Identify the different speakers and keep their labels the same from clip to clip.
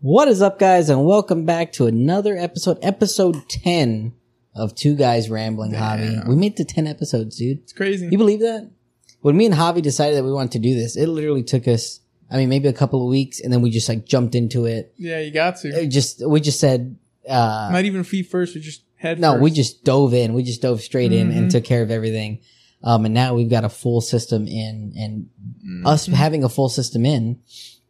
Speaker 1: What is up, guys, and welcome back to another episode, episode 10 of Two Guys Rambling Hobby. We made it to 10 episodes, dude.
Speaker 2: It's crazy.
Speaker 1: You believe that? When me and Javi decided that we wanted to do this, it literally took us, I mean, maybe a couple of weeks, and then we just like jumped into it.
Speaker 2: yeah, you got to.
Speaker 1: It just, we just said, uh,
Speaker 2: Not even feet first. We just head.
Speaker 1: no,
Speaker 2: first.
Speaker 1: we just dove in. We just dove straight in and took care of everything. Um, and now we've got a full system in and
Speaker 2: Mm-hmm.
Speaker 1: us having a full system in,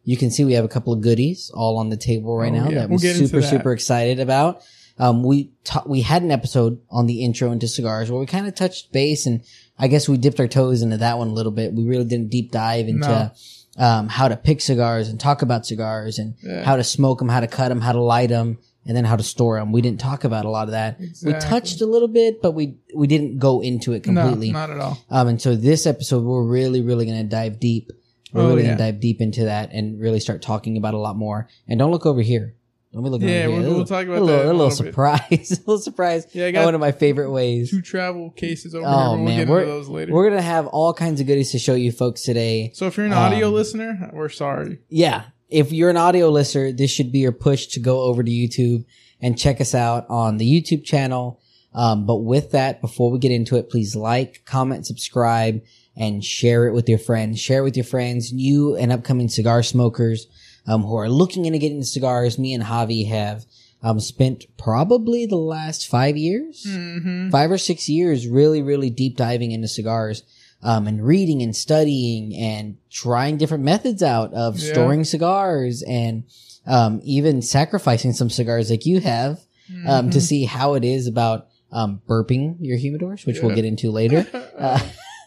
Speaker 1: you can see we have a couple of goodies all on the table right
Speaker 2: Oh,
Speaker 1: now
Speaker 2: yeah.
Speaker 1: that
Speaker 2: We'll
Speaker 1: we're
Speaker 2: get into
Speaker 1: super,
Speaker 2: that.
Speaker 1: super excited about. Um, we ta- we had an episode on the intro into cigars where we kind of touched base and I guess we dipped our toes into that one a little bit. We really didn't deep dive into, um, how to pick cigars and talk about cigars and
Speaker 2: Yeah.
Speaker 1: how to smoke them, how to cut them, how to light them, and then how to store them. We didn't talk about a lot of that. We
Speaker 2: Exactly.
Speaker 1: touched a little bit, but we we didn't go into it completely.
Speaker 2: No, not at all.
Speaker 1: um, and so this episode, we're really, really going to dive deep. We're
Speaker 2: Oh,
Speaker 1: really going
Speaker 2: yeah.
Speaker 1: to dive deep into that and really start talking about a lot more. And don't look over here. Don't be looking
Speaker 2: Yeah,
Speaker 1: over here.
Speaker 2: we'll-
Speaker 1: There's a-
Speaker 2: we'll talk about
Speaker 1: a
Speaker 2: that
Speaker 1: little,
Speaker 2: in
Speaker 1: a
Speaker 2: a
Speaker 1: little
Speaker 2: little bit.
Speaker 1: surprise. a little surprise.
Speaker 2: Yeah, I
Speaker 1: in
Speaker 2: got
Speaker 1: one of my favorite ways.
Speaker 2: Two travel cases over
Speaker 1: Oh,
Speaker 2: here. We'll
Speaker 1: man,
Speaker 2: get into
Speaker 1: we're-
Speaker 2: those later.
Speaker 1: We're going to have all kinds of goodies to show you folks today.
Speaker 2: so if you're an audio
Speaker 1: um,
Speaker 2: listener, we're sorry.
Speaker 1: yeah, if you're an audio listener, this should be your push to go over to YouTube and check us out on the YouTube channel. Um, but with that, before we get into it, please like, comment, subscribe, and share it with your friends. Share it with your friends, new and upcoming cigar smokers um, who are looking into getting into cigars. Me and Javi have um, spent probably the last five years
Speaker 2: Mm-hmm.
Speaker 1: five or six years really really deep diving into cigars um, and reading and studying and trying different methods out of
Speaker 2: Yeah.
Speaker 1: storing cigars and um, even sacrificing some cigars like you have
Speaker 2: Mm-hmm.
Speaker 1: um, to see how it is about um, burping your humidors which we'll
Speaker 2: Yeah.
Speaker 1: get into later uh,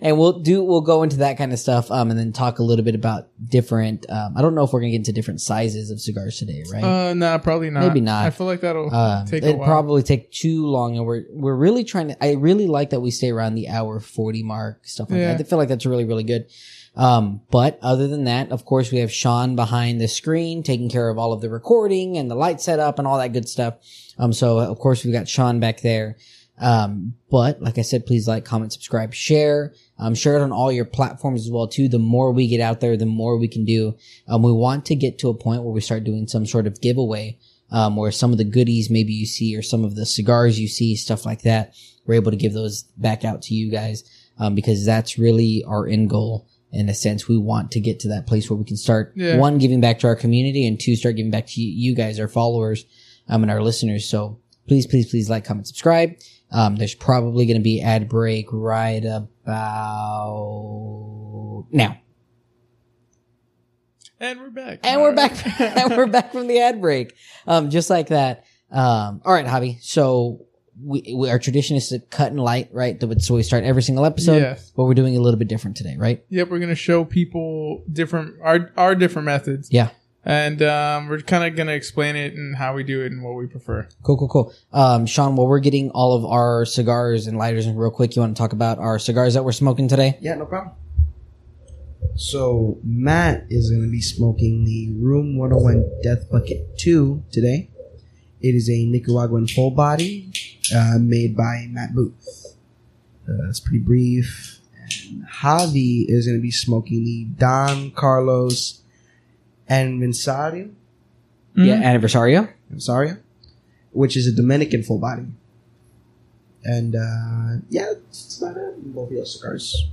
Speaker 1: and we'll do we'll go into that kind of stuff um, and then talk a little bit about different um, i don't know if we're gonna get into different sizes of cigars today right
Speaker 2: Uh, nah, probably not.
Speaker 1: Maybe not.
Speaker 2: I feel like that'll
Speaker 1: um,
Speaker 2: take a
Speaker 1: it'd
Speaker 2: while.
Speaker 1: probably take too long, and we're we're really trying to. I really like that we stay around the hour forty mark, stuff like
Speaker 2: Yeah.
Speaker 1: that. I feel like that's really really good. Um, but other than that, of course, we have Sean behind the screen taking care of all of the recording and the light setup and all that good stuff. Um, so of course we've got Sean back there. Um, but like I said, please like, comment, subscribe, share. Um, share it on all your platforms as well too. The more we get out there, the more we can do. Um, we want to get to a point where we start doing some sort of giveaway, um, where some of the goodies maybe you see or some of the cigars you see, stuff like that, we're able to give those back out to you guys, um, because that's really our end goal. In a sense, we want to get to that place where we can start
Speaker 2: Yeah.
Speaker 1: one giving back to our community and two start giving back to you, you guys, our followers, um, and our listeners. So please, please, please like, comment, subscribe. Um, there's probably going to be ad break right about now.
Speaker 2: and we're back.
Speaker 1: And we're back. and we're back from the ad break. Um, just like that. Um, all right, Javi. So we, we our tradition is to cut and light, right? That would- So we start every single episode,
Speaker 2: Yes.
Speaker 1: but we're doing a little bit different today, right?
Speaker 2: Yep, we're gonna show people different our our different methods.
Speaker 1: Yeah.
Speaker 2: And um, we're kind of gonna explain it and how we do it and what we prefer.
Speaker 1: Cool, cool, cool. Um, Sean, while we're getting all of our cigars and lighters in real quick, you want to talk about our cigars that we're smoking today?
Speaker 3: Yeah, no problem. So Matt is going to be smoking the Room 101 Death Bucket 2 today. It is a Nicaraguan full body uh, made by Matt Booth. Uh, it's pretty brief. And Javi is going to be smoking the Don Carlos Anvensario,
Speaker 2: Mm-hmm.
Speaker 1: Yeah, Anniversario.
Speaker 3: I'm sorry, which is a Dominican full body. And uh, yeah, that's about it. Both of those cigars.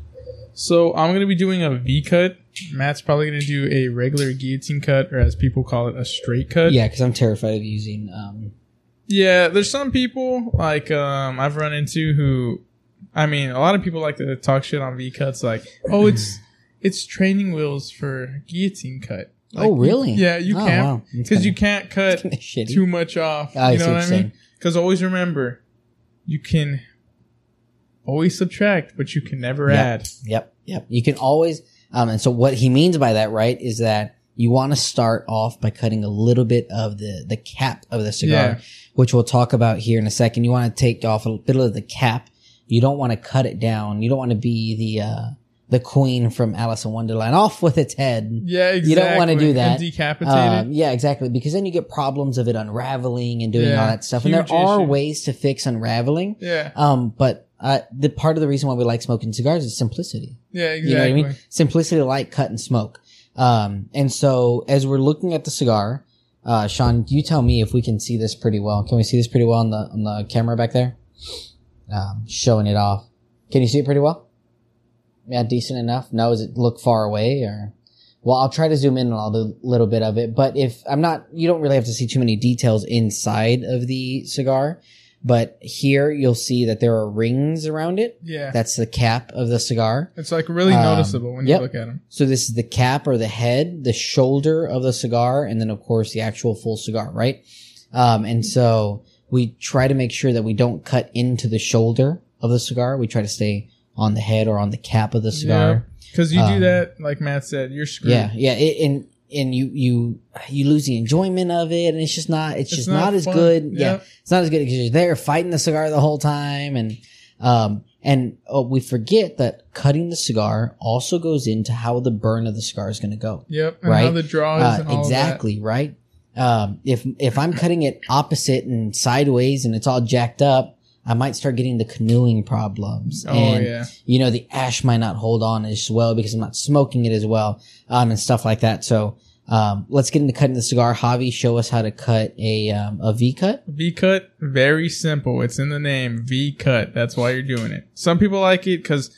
Speaker 2: So I'm gonna be doing a V cut. Matt's probably gonna do a regular guillotine cut, or as people call it, a straight cut.
Speaker 1: Yeah, because I'm terrified of using. Um,
Speaker 2: Yeah, there's some people like um I've run into who I mean, a lot of people like to talk shit on V cuts like, "Oh, it's it's training wheels for guillotine cut." Like,
Speaker 1: oh, really?
Speaker 2: yeah, you
Speaker 1: oh,
Speaker 2: can't
Speaker 1: wow. That's
Speaker 2: cuz you
Speaker 1: kinda-
Speaker 2: can't cut
Speaker 1: kinda shitty.
Speaker 2: too much off,
Speaker 1: I
Speaker 2: you
Speaker 1: see
Speaker 2: know
Speaker 1: what
Speaker 2: what I
Speaker 1: you're saying.
Speaker 2: mean? Cuz always remember, you can always subtract, but you can never
Speaker 1: Yeah.
Speaker 2: add.
Speaker 1: Yep. Yep. You can always, um, and so what he means by that, right, is that you want to start off by cutting a little bit of the, the cap of the cigar,
Speaker 2: Yeah.
Speaker 1: which we'll talk about here in a second. You want to take off a bit of the cap. You don't want to cut it down. You don't want to be the, uh, the queen from Alice in Wonderland off with its head.
Speaker 2: Yeah, exactly.
Speaker 1: You don't wanna do
Speaker 2: And
Speaker 1: that.
Speaker 2: Decapitated.
Speaker 1: Um, yeah, exactly. Because then you get problems of it unraveling and doing
Speaker 2: Yeah,
Speaker 1: all that stuff. And there
Speaker 2: huge
Speaker 1: are
Speaker 2: issue.
Speaker 1: ways to fix unraveling.
Speaker 2: yeah.
Speaker 1: Um, but, uh, the part of the reason why we like smoking cigars is simplicity.
Speaker 2: Yeah, exactly.
Speaker 1: You know what I mean? Simplicity, light, cut, and smoke. Um, and so as we're looking at the cigar, Uh, Sean, you tell me if we can see this pretty well. Can we see this pretty well on the on the camera back there? Um, showing it off. Can you see it pretty well? Yeah, decent enough. No, does it look far away or? Well, I'll try to zoom in on a little- little bit of it, but if I'm not, you don't really have to see too many details inside of the cigar. But here you'll see that there are rings around it.
Speaker 2: Yeah.
Speaker 1: That's the cap of the cigar.
Speaker 2: it's like really
Speaker 1: Um,
Speaker 2: noticeable when
Speaker 1: yep.
Speaker 2: you look at them.
Speaker 1: So this is the cap or the head, the shoulder of the cigar, and then of course the actual full cigar, right? Um, and so we try to make sure that we don't cut into the shoulder of the cigar. We try to stay on the head or on the cap of the cigar.
Speaker 2: Because you do
Speaker 1: Um,
Speaker 2: that, like Matt said, you're screwed.
Speaker 1: Yeah, yeah. It, and and you you you lose the enjoyment of it, and it's just not it's, just not, as
Speaker 2: fun.
Speaker 1: good. Yeah,
Speaker 2: Yep.
Speaker 1: it's not as good because you're there fighting the cigar the whole time, and um, and oh, we forget that cutting the cigar also goes into how the burn of the cigar is going to go.
Speaker 2: Yep. And how
Speaker 1: Right?
Speaker 2: the draw is
Speaker 1: Uh,
Speaker 2: and all exactly.
Speaker 1: exactly right. Um, if if I'm cutting it opposite and sideways and it's all jacked up, I might start getting the canoeing problems.
Speaker 2: Oh,
Speaker 1: and,
Speaker 2: yeah.
Speaker 1: You know, the ash might not hold on as well because I'm not smoking it as well, um, and stuff like that. So, um, let's get into cutting the cigar. Javi, show us how to cut a um, a V cut.
Speaker 2: V cut, very simple. It's in the name, V cut. That's why you're doing it. Some people like it because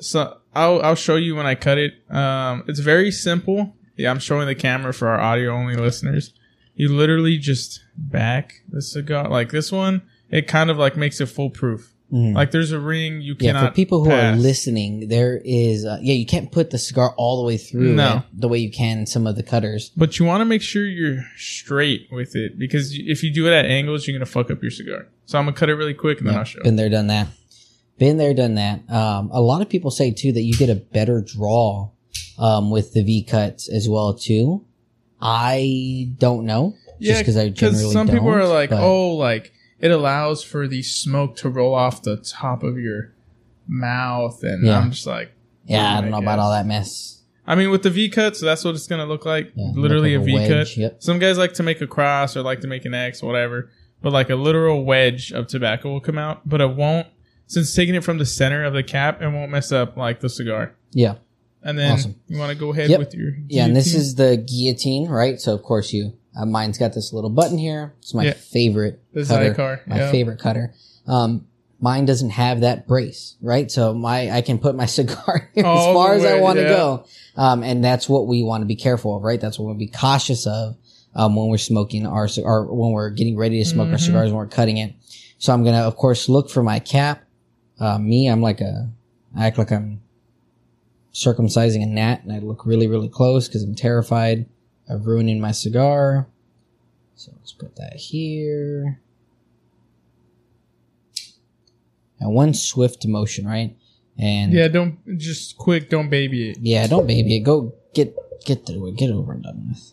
Speaker 2: so I'll, I'll show you when I cut it. Um, it's very simple. Yeah, I'm showing the camera for our audio only listeners. You literally just back the cigar like this one. It kind of like makes it foolproof.
Speaker 1: Mm.
Speaker 2: Like there's a ring you
Speaker 1: yeah,
Speaker 2: cannot.
Speaker 1: for people who
Speaker 2: pass.
Speaker 1: are listening, there is uh, yeah, you can't put the cigar all the way through
Speaker 2: No.
Speaker 1: it the way you can some of the cutters.
Speaker 2: But you want to make sure you're straight with it because y- if you do it at angles, you're gonna fuck up your cigar. So I'm gonna cut it really quick and then
Speaker 1: Yeah,
Speaker 2: I'll show.
Speaker 1: Been there, done that. Been there, done that. Um, a lot of people say too that you get a better draw um, with the V cuts as well too. I don't know. just because I generally
Speaker 2: some people
Speaker 1: don't,
Speaker 2: are like,
Speaker 1: but-
Speaker 2: oh, like it allows for the smoke to roll off the top of your mouth, and
Speaker 1: Yeah.
Speaker 2: I'm just like,
Speaker 1: yeah, I
Speaker 2: I
Speaker 1: don't know about
Speaker 2: guess.
Speaker 1: all that mess.
Speaker 2: I mean, with the V cut, so that's what it's gonna look like.
Speaker 1: Yeah,
Speaker 2: Literally
Speaker 1: look
Speaker 2: a
Speaker 1: like a
Speaker 2: V cut.
Speaker 1: wedge, yep.
Speaker 2: Some guys like to make a cross or like to make an X, whatever. But like a literal wedge of tobacco will come out, but it won't since taking it from the center of the cap, it won't mess up like the cigar.
Speaker 1: Yeah,
Speaker 2: And then
Speaker 1: Awesome.
Speaker 2: you want to go ahead
Speaker 1: Yep.
Speaker 2: with your
Speaker 1: yeah. And this
Speaker 2: guillotine.
Speaker 1: is the guillotine, right? So of course you. Uh, mine's got this little button here. It's my
Speaker 2: Yeah.
Speaker 1: favorite
Speaker 2: The
Speaker 1: cutter.
Speaker 2: Zycar,
Speaker 1: My
Speaker 2: yeah.
Speaker 1: favorite cutter. Um, mine doesn't have that brace, right? So my I can put my cigar here
Speaker 2: All
Speaker 1: as
Speaker 2: the
Speaker 1: far as I
Speaker 2: way,
Speaker 1: want to
Speaker 2: Oh, yeah.
Speaker 1: go, um, and that's what we want to be careful of, right? That's what we'll be cautious of um, when we're smoking our ci- or when we're getting ready to smoke our
Speaker 2: Mhm.
Speaker 1: cigars when we're cutting it. So I'm gonna, of course, look for my cap. Uh, me, I'm like a, I act like I'm circumcising a gnat, and I look really, really close because I'm terrified of ruining my cigar. So let's put that here. And one swift motion, right? And
Speaker 2: yeah. Don't just quick. Don't baby it.
Speaker 1: yeah, don't baby it. Go get get through it. Get over and done with.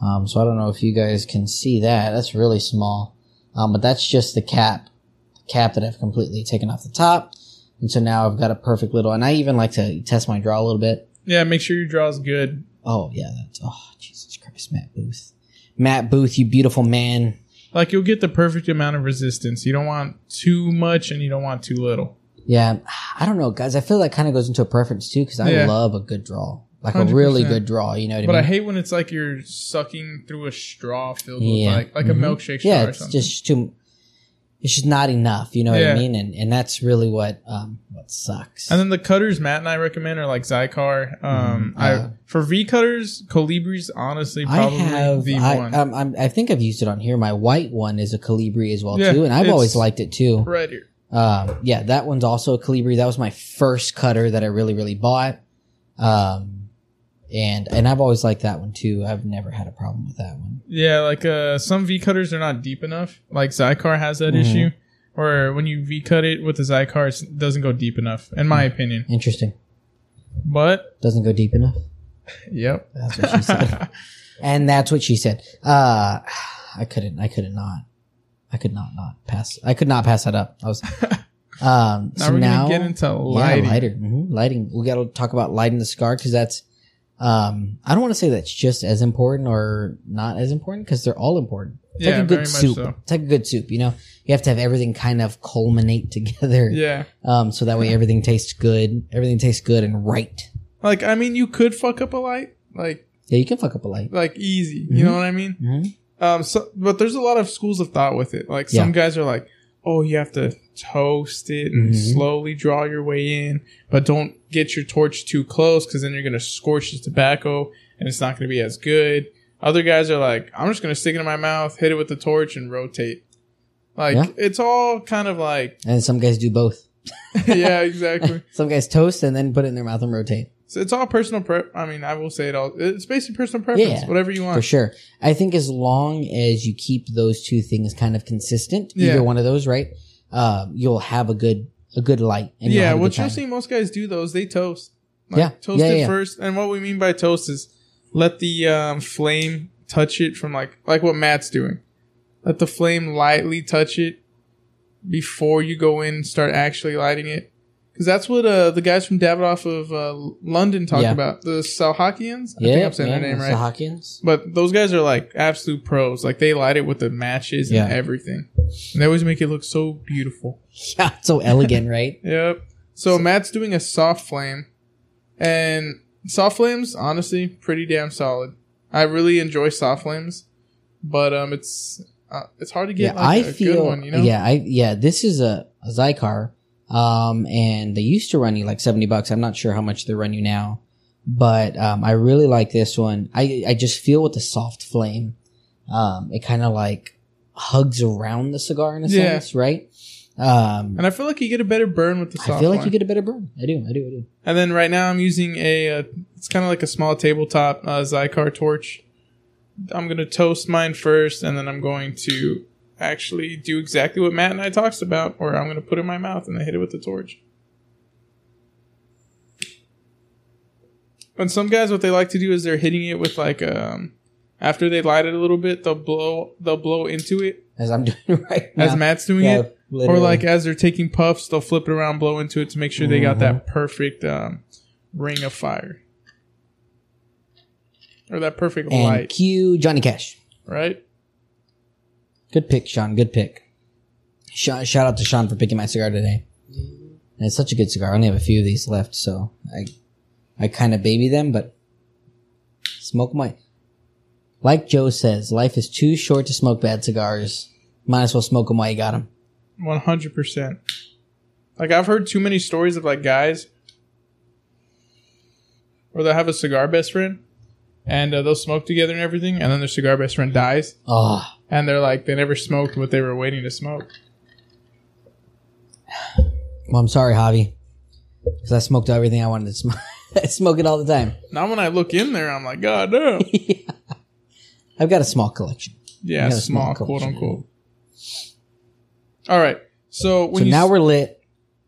Speaker 1: Um, so I don't know if you guys can see that. That's really small. Um, but that's just the cap, the cap that I've completely taken off the top. And so now I've got a perfect little. And I even like to test my draw a little bit.
Speaker 2: Yeah, make sure your draw is good.
Speaker 1: Oh yeah, that's oh Jesus Christ, Matt Booth, Matt Booth, you beautiful man.
Speaker 2: Like you'll get the perfect amount of resistance. You don't want too much and you don't want too little.
Speaker 1: Yeah, I don't know, guys. I feel that kind of goes into a preference too, because I
Speaker 2: Yeah.
Speaker 1: love a good draw, like a really
Speaker 2: 100%.
Speaker 1: good draw. You know what
Speaker 2: But
Speaker 1: I
Speaker 2: I
Speaker 1: mean?
Speaker 2: hate when it's like you're sucking through a straw filled
Speaker 1: Yeah.
Speaker 2: with like like
Speaker 1: Mhm.
Speaker 2: a milkshake straw
Speaker 1: yeah,
Speaker 2: or
Speaker 1: it's
Speaker 2: something.
Speaker 1: just too. It's just not enough. You know what I
Speaker 2: Yeah.
Speaker 1: mean? And and that's really what um what sucks.
Speaker 2: and then the cutters Matt and I recommend are like Zycar. Um,
Speaker 1: Mhm.
Speaker 2: I
Speaker 1: Uh,
Speaker 2: for V cutters, Colibri's honestly
Speaker 1: I
Speaker 2: probably
Speaker 1: have
Speaker 2: the
Speaker 1: I
Speaker 2: one
Speaker 1: um, I'm, I think I've used it on here. My white one is a Calibri as well
Speaker 2: Yeah,
Speaker 1: too, and I've
Speaker 2: it's-
Speaker 1: always liked it too.
Speaker 2: right here.
Speaker 1: Um, yeah, that one's also a Calibri. That was my first cutter that I really, really bought. Um, and, and I've always liked that one too. I've never had a problem with that one.
Speaker 2: Yeah, like uh, some V cutters are not deep enough. Like Zycar has that
Speaker 1: Mhm.
Speaker 2: issue, or when you V cut it with the Zycar, it doesn't go deep enough, in
Speaker 1: Mm.
Speaker 2: my opinion.
Speaker 1: Interesting.
Speaker 2: But
Speaker 1: Doesn't go deep enough.
Speaker 2: yep,
Speaker 1: That's what she said. and that's what she said. Uh, I couldn't, I couldn't not. I could not, not pass. I could not pass that up. I was, um,
Speaker 2: now
Speaker 1: so
Speaker 2: we're
Speaker 1: now,
Speaker 2: gonna get into
Speaker 1: lighting.
Speaker 2: lighting.
Speaker 1: Yeah, lighter. hmm Lighting. We got to talk about lighting the cigar because that's, um, I don't want to say that's just as important or not as important because they're all important. It's
Speaker 2: Yeah,
Speaker 1: like a
Speaker 2: very
Speaker 1: good
Speaker 2: much
Speaker 1: soup.
Speaker 2: so.
Speaker 1: It's like a good soup, you know? You have to have everything kind of culminate together.
Speaker 2: Yeah,
Speaker 1: Um, so that way everything tastes good. Everything tastes good and right.
Speaker 2: like I mean, you could fuck up a light. Like
Speaker 1: Yeah, you can fuck up a light.
Speaker 2: like easy. You know what I mean?
Speaker 1: Mhm.
Speaker 2: Um, so, but there's a lot of schools of thought with it. Like some guys are like, oh, you have to toast it and
Speaker 1: Mhm.
Speaker 2: slowly draw your way in, but don't get your torch too close because then you're gonna scorch the tobacco and it's not gonna be as good. Other guys are like, I'm just gonna stick it in my mouth, hit it with the torch, and rotate. Like
Speaker 1: Yeah.
Speaker 2: it's all kind of like,
Speaker 1: And some guys do both.
Speaker 2: yeah, exactly.
Speaker 1: Some guys toast and then put it in their mouth and rotate.
Speaker 2: So it's all personal. Pre- I mean, I will say it all. It's basically personal preference.
Speaker 1: Yeah.
Speaker 2: whatever you want.
Speaker 1: For sure. I think as long as you keep those two things kind of consistent,
Speaker 2: Yeah.
Speaker 1: either one of those, right? Uh, you'll have a good a good light. And you'll
Speaker 2: yeah,
Speaker 1: have a
Speaker 2: what
Speaker 1: good
Speaker 2: you'll
Speaker 1: time.
Speaker 2: see most guys do though is they toast.
Speaker 1: Yeah,
Speaker 2: toast
Speaker 1: yeah,
Speaker 2: it
Speaker 1: yeah.
Speaker 2: first, and what we mean by toast is let the um, flame touch it from like like what Matt's doing. Let the flame lightly touch it before you go in and start actually lighting it, because that's what uh, the guys from Davidoff of uh, London talk
Speaker 1: Yeah.
Speaker 2: about. The Salhakians, I think
Speaker 1: Yeah,
Speaker 2: I'm saying their
Speaker 1: yeah,
Speaker 2: name
Speaker 1: it's
Speaker 2: right.
Speaker 1: the Hawkins.
Speaker 2: but those guys are like absolute pros. Like they light it with the matches
Speaker 1: Yeah.
Speaker 2: and everything. And they always make it look so beautiful.
Speaker 1: Yeah, it's so elegant, right?
Speaker 2: Yep. So, Matt's doing a soft flame, and soft flames honestly pretty damn solid. I really enjoy soft flames, but um, it's uh, it's hard to
Speaker 1: yeah,
Speaker 2: get like,
Speaker 1: I
Speaker 2: a
Speaker 1: feel.
Speaker 2: good one, you know.
Speaker 1: Yeah, I yeah. This is a, a Zycar, um, and they used to run you like seventy bucks. I'm not sure how much they run you now, but um, I really like this one. I I just feel with the soft flame, um, it kind of like hugs around the cigar in a
Speaker 2: Yeah.
Speaker 1: sense, right? Um,
Speaker 2: And I feel like you get a better burn with the soft
Speaker 1: I feel like you
Speaker 2: get.
Speaker 1: get a better burn. I do. I do. I do.
Speaker 2: And then right now I'm using a uh, it's kind of like a small tabletop uh, Zycar torch. I'm gonna toast mine first, and then I'm going to actually do exactly what Matt and I talked about, where I'm gonna put it in my mouth and I hit it with the torch. And some guys, what they like to do is they're hitting it with like um, after they light it a little bit, they'll blow they'll blow into it
Speaker 1: As I'm doing right now.
Speaker 2: as Matt's doing
Speaker 1: Yeah,
Speaker 2: it,
Speaker 1: literally.
Speaker 2: or like as they're taking puffs, they'll flip it around, blow into it to make sure they got
Speaker 1: Mhm.
Speaker 2: that perfect um, ring of fire. Or that perfect
Speaker 1: and
Speaker 2: light,
Speaker 1: cue Johnny Cash.
Speaker 2: right?
Speaker 1: Good pick, Sean. Good pick. Sean, shout out to Sean for picking my cigar today. And it's such a good cigar. I only have a few of these left, so I, I kind of baby them, but smoke my. Like Joe says, life is too short to smoke bad cigars. Might as well smoke them while you got them.
Speaker 2: One hundred percent. Like I've heard too many stories of like guys, or they'll have a cigar best friend, and uh, they'll smoke together and everything, and then their cigar best friend dies,
Speaker 1: Oh,
Speaker 2: and they're like they never smoked what they were waiting to smoke.
Speaker 1: well, I'm sorry, Javi, because I smoked everything I wanted to smoke. I smoke it all the time.
Speaker 2: Now when I look in there, I'm like, God damn,
Speaker 1: I've got a small collection.
Speaker 2: yeah,
Speaker 1: You got a
Speaker 2: small,
Speaker 1: small
Speaker 2: quote
Speaker 1: collection.
Speaker 2: unquote. All right, so when
Speaker 1: so
Speaker 2: you
Speaker 1: now
Speaker 2: s-
Speaker 1: we're lit.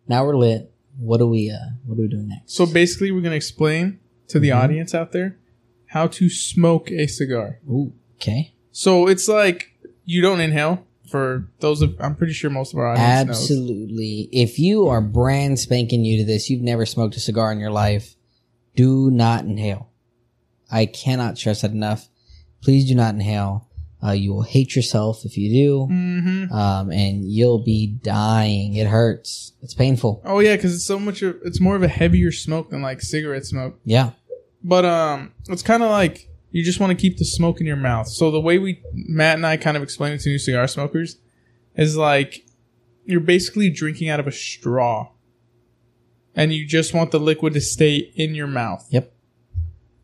Speaker 1: Now we're lit. What are we? Uh, what are we doing next?
Speaker 2: So basically, we're going to explain to the
Speaker 1: Mhm.
Speaker 2: audience out there how to smoke a cigar.
Speaker 1: Ooh, okay.
Speaker 2: So it's like you don't inhale. For those of, I'm pretty sure most of our audience knows.
Speaker 1: Absolutely. If you are brand spanking new to this, you've never smoked a cigar in your life, do not inhale. I cannot stress that enough. Please do not inhale. Uh, you will hate yourself if you
Speaker 2: hmm
Speaker 1: do, um, and you'll be dying. It hurts. It's painful.
Speaker 2: Oh yeah, because it's so much. Of, it's more of a heavier smoke than like cigarette smoke.
Speaker 1: Yeah.
Speaker 2: But um, it's kind of like you just want to keep the smoke in your mouth. So the way we Matt and I kind of explain it to new cigar smokers is like you're basically drinking out of a straw, and you just want the liquid to stay in your mouth.
Speaker 1: Yep.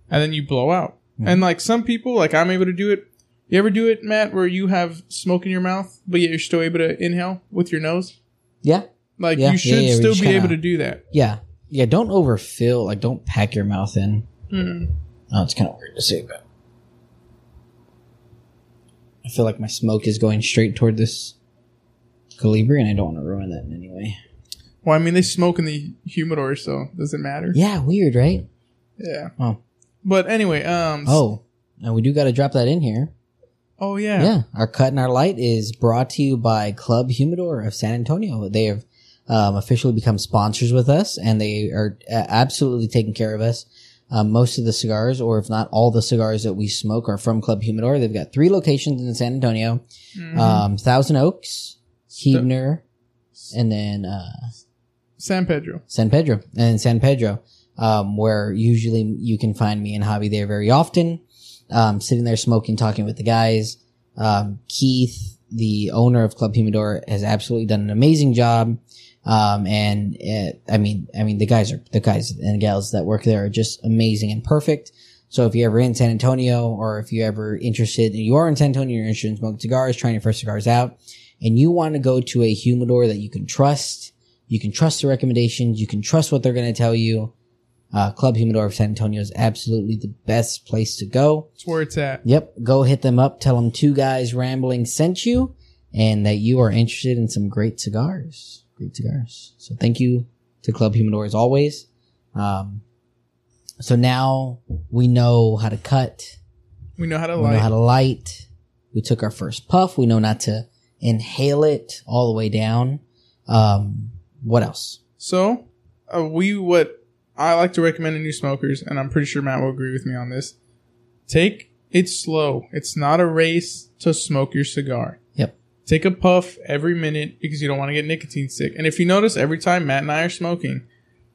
Speaker 2: And then you blow out.
Speaker 1: Mhm.
Speaker 2: And like some people, like I'm able to do it. You ever do it, Matt, where you have smoke in your mouth, but yet you're still able to inhale with your nose?
Speaker 1: Yeah.
Speaker 2: Like
Speaker 1: Yeah,
Speaker 2: you should
Speaker 1: yeah, yeah, we
Speaker 2: still
Speaker 1: just
Speaker 2: be
Speaker 1: kinda-
Speaker 2: able to do that.
Speaker 1: Yeah. Yeah. Don't overfill. Like, don't pack your mouth in.
Speaker 2: Mm.
Speaker 1: Oh, it's kind of weird to say, but I feel like my smoke is going straight toward this Calibri, and I don't want to ruin that in any way.
Speaker 2: Well, I mean, they smoke in the humidor, so does it matter?
Speaker 1: Yeah, weird, right?
Speaker 2: Yeah.
Speaker 1: Oh.
Speaker 2: But anyway, um. s-
Speaker 1: Oh, and we do got to drop that in here.
Speaker 2: oh
Speaker 1: Yeah.
Speaker 2: yeah.
Speaker 1: our cut and our light is brought to you by Club Humidor of San Antonio. They have um, officially become sponsors with us, and they are uh, absolutely taking care of us. Um, most of the cigars, or if not all the cigars that we smoke, are from Club Humidor. They've got three locations in San Antonio.
Speaker 2: Mhm.
Speaker 1: um, Thousand Oaks,
Speaker 2: St-
Speaker 1: Huebner, and then uh,
Speaker 2: San Pedro.
Speaker 1: San Pedro. And San Pedro, um, where usually you can find me and Javi there very often. um, sitting there smoking, talking with the guys. Um, Keith, the owner of Club Humidor, has absolutely done an amazing job. Um, and uh I mean, I mean, the guys are the guys and gals that work there are just amazing and perfect. So if you're ever in San Antonio, or if you're ever interested, you are in San Antonio, you're interested in smoking cigars, trying your first cigars out, and you want to go to a humidor that you can trust, you can trust the recommendations, you can trust what they're going to tell you. Uh, Club Humidor of San Antonio is absolutely the best place to go.
Speaker 2: That's where it's at.
Speaker 1: Yep. Go hit them up. Tell them two guys rambling sent you and that you are interested in some great cigars. Great cigars. So thank you to Club Humidor as always. Um, so now we know how to cut.
Speaker 2: We know how to
Speaker 1: We know
Speaker 2: light.
Speaker 1: how to light. We took our first puff. We know not to inhale it all the way down. Um, what else?
Speaker 2: So, uh, we what I like to recommend to new smokers, and I'm pretty sure Matt will agree with me on this. Take it slow. It's not a race to smoke your cigar.
Speaker 1: Yep.
Speaker 2: Take a puff every minute because you don't want to get nicotine sick. And if you notice, every time Matt and I are smoking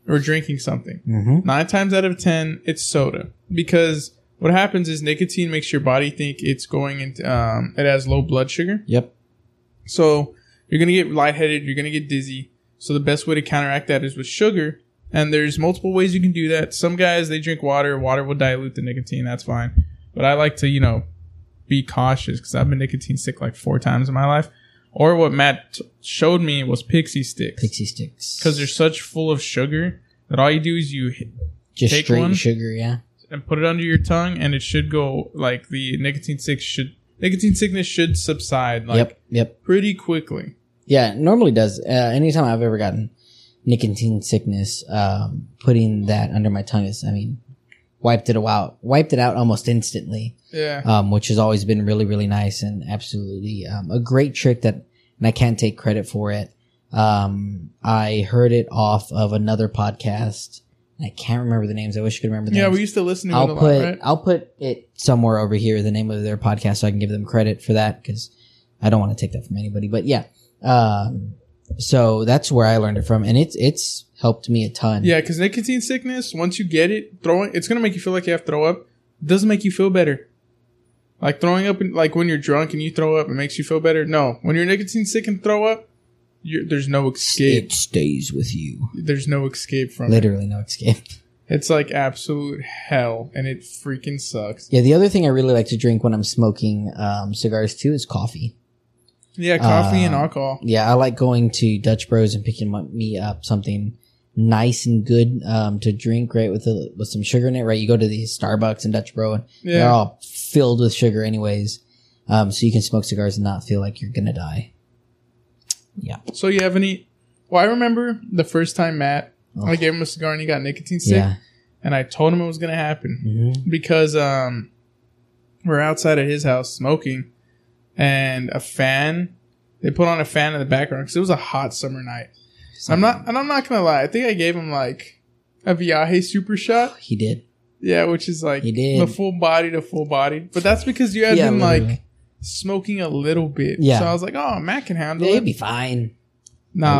Speaker 2: or drinking something,
Speaker 1: Mm-hmm.
Speaker 2: nine times out of ten, it's soda because what happens is nicotine makes your body think it's going into um, it has low blood sugar.
Speaker 1: Yep.
Speaker 2: So you're gonna get lightheaded, you're gonna get dizzy. So the best way to counteract that is with sugar. And there's multiple ways you can do that. Some guys they drink water, water will dilute the nicotine, that's fine. But I like to, you know, be cautious because I've been nicotine sick like four times in my life. Or what Matt t- showed me was pixie sticks
Speaker 1: Pixie sticks.
Speaker 2: because they're such full of sugar that all you do is you hit
Speaker 1: just
Speaker 2: take
Speaker 1: straight
Speaker 2: one.
Speaker 1: sugar. Yeah.
Speaker 2: and put it under your tongue, and it should go like the nicotine sick should nicotine sickness should subside like
Speaker 1: yep. Yep.
Speaker 2: pretty quickly.
Speaker 1: Yeah, it normally does. Uh, anytime I've ever gotten nicotine sickness, um, putting that under my tongue is, I mean, wiped it out, wiped it out almost instantly,
Speaker 2: Yeah.
Speaker 1: um, which has always been really, really nice and absolutely um, a great trick that, and I can't take credit for it. Um, I heard it off of another podcast. I can't remember the names. I wish I could remember. The
Speaker 2: Yeah,
Speaker 1: names.
Speaker 2: we used to listen to it a
Speaker 1: I'll put
Speaker 2: lot, right?
Speaker 1: I'll put it somewhere over here the name of their podcast so I can give them credit for that because I don't want to take that from anybody. But yeah, um, so that's where I learned it from, and it's it's helped me a ton.
Speaker 2: Yeah, because nicotine sickness, once you get it, throwing it's gonna make you feel like you have to throw up. It doesn't make you feel better. Like throwing up, in, like when you're drunk and you throw up, it makes you feel better. No, when you're nicotine sick and throw up, you're, there's no escape.
Speaker 1: it stays with you.
Speaker 2: There's no escape from it.
Speaker 1: Literally no escape.
Speaker 2: It's like absolute hell, and it freaking sucks.
Speaker 1: Yeah, the other thing I really like to drink when I'm smoking um, cigars too is coffee.
Speaker 2: Yeah, coffee and
Speaker 1: Um,
Speaker 2: alcohol.
Speaker 1: Yeah, I like going to Dutch Bros and picking my- me up something nice and good um, to drink, right? With a, with some sugar in it, right? You go to these Starbucks and Dutch Bro and They're
Speaker 2: Yeah,
Speaker 1: all filled with sugar, anyways. Um, so you can smoke cigars and not feel like you're gonna die.
Speaker 2: So you have any? Well, I remember the first time Matt,
Speaker 1: Oh,
Speaker 2: I gave him a cigar and he got nicotine sick,
Speaker 1: yeah.
Speaker 2: and I told him it was gonna happen.
Speaker 1: Mhm.
Speaker 2: because um we're outside of his house smoking and a fan they put on a fan in the background because it was a hot summer night i'm
Speaker 1: Uh-huh.
Speaker 2: not and i'm not gonna lie i think i gave him like a viaje super shot
Speaker 1: He did.
Speaker 2: yeah which is like
Speaker 1: He did.
Speaker 2: the full body to full body but that's because you had
Speaker 1: Yeah,
Speaker 2: been like
Speaker 1: literally.
Speaker 2: smoking a little bit
Speaker 1: Yeah.
Speaker 2: so i was like oh matt can handle
Speaker 1: It'd
Speaker 2: it
Speaker 1: be fine.
Speaker 2: nah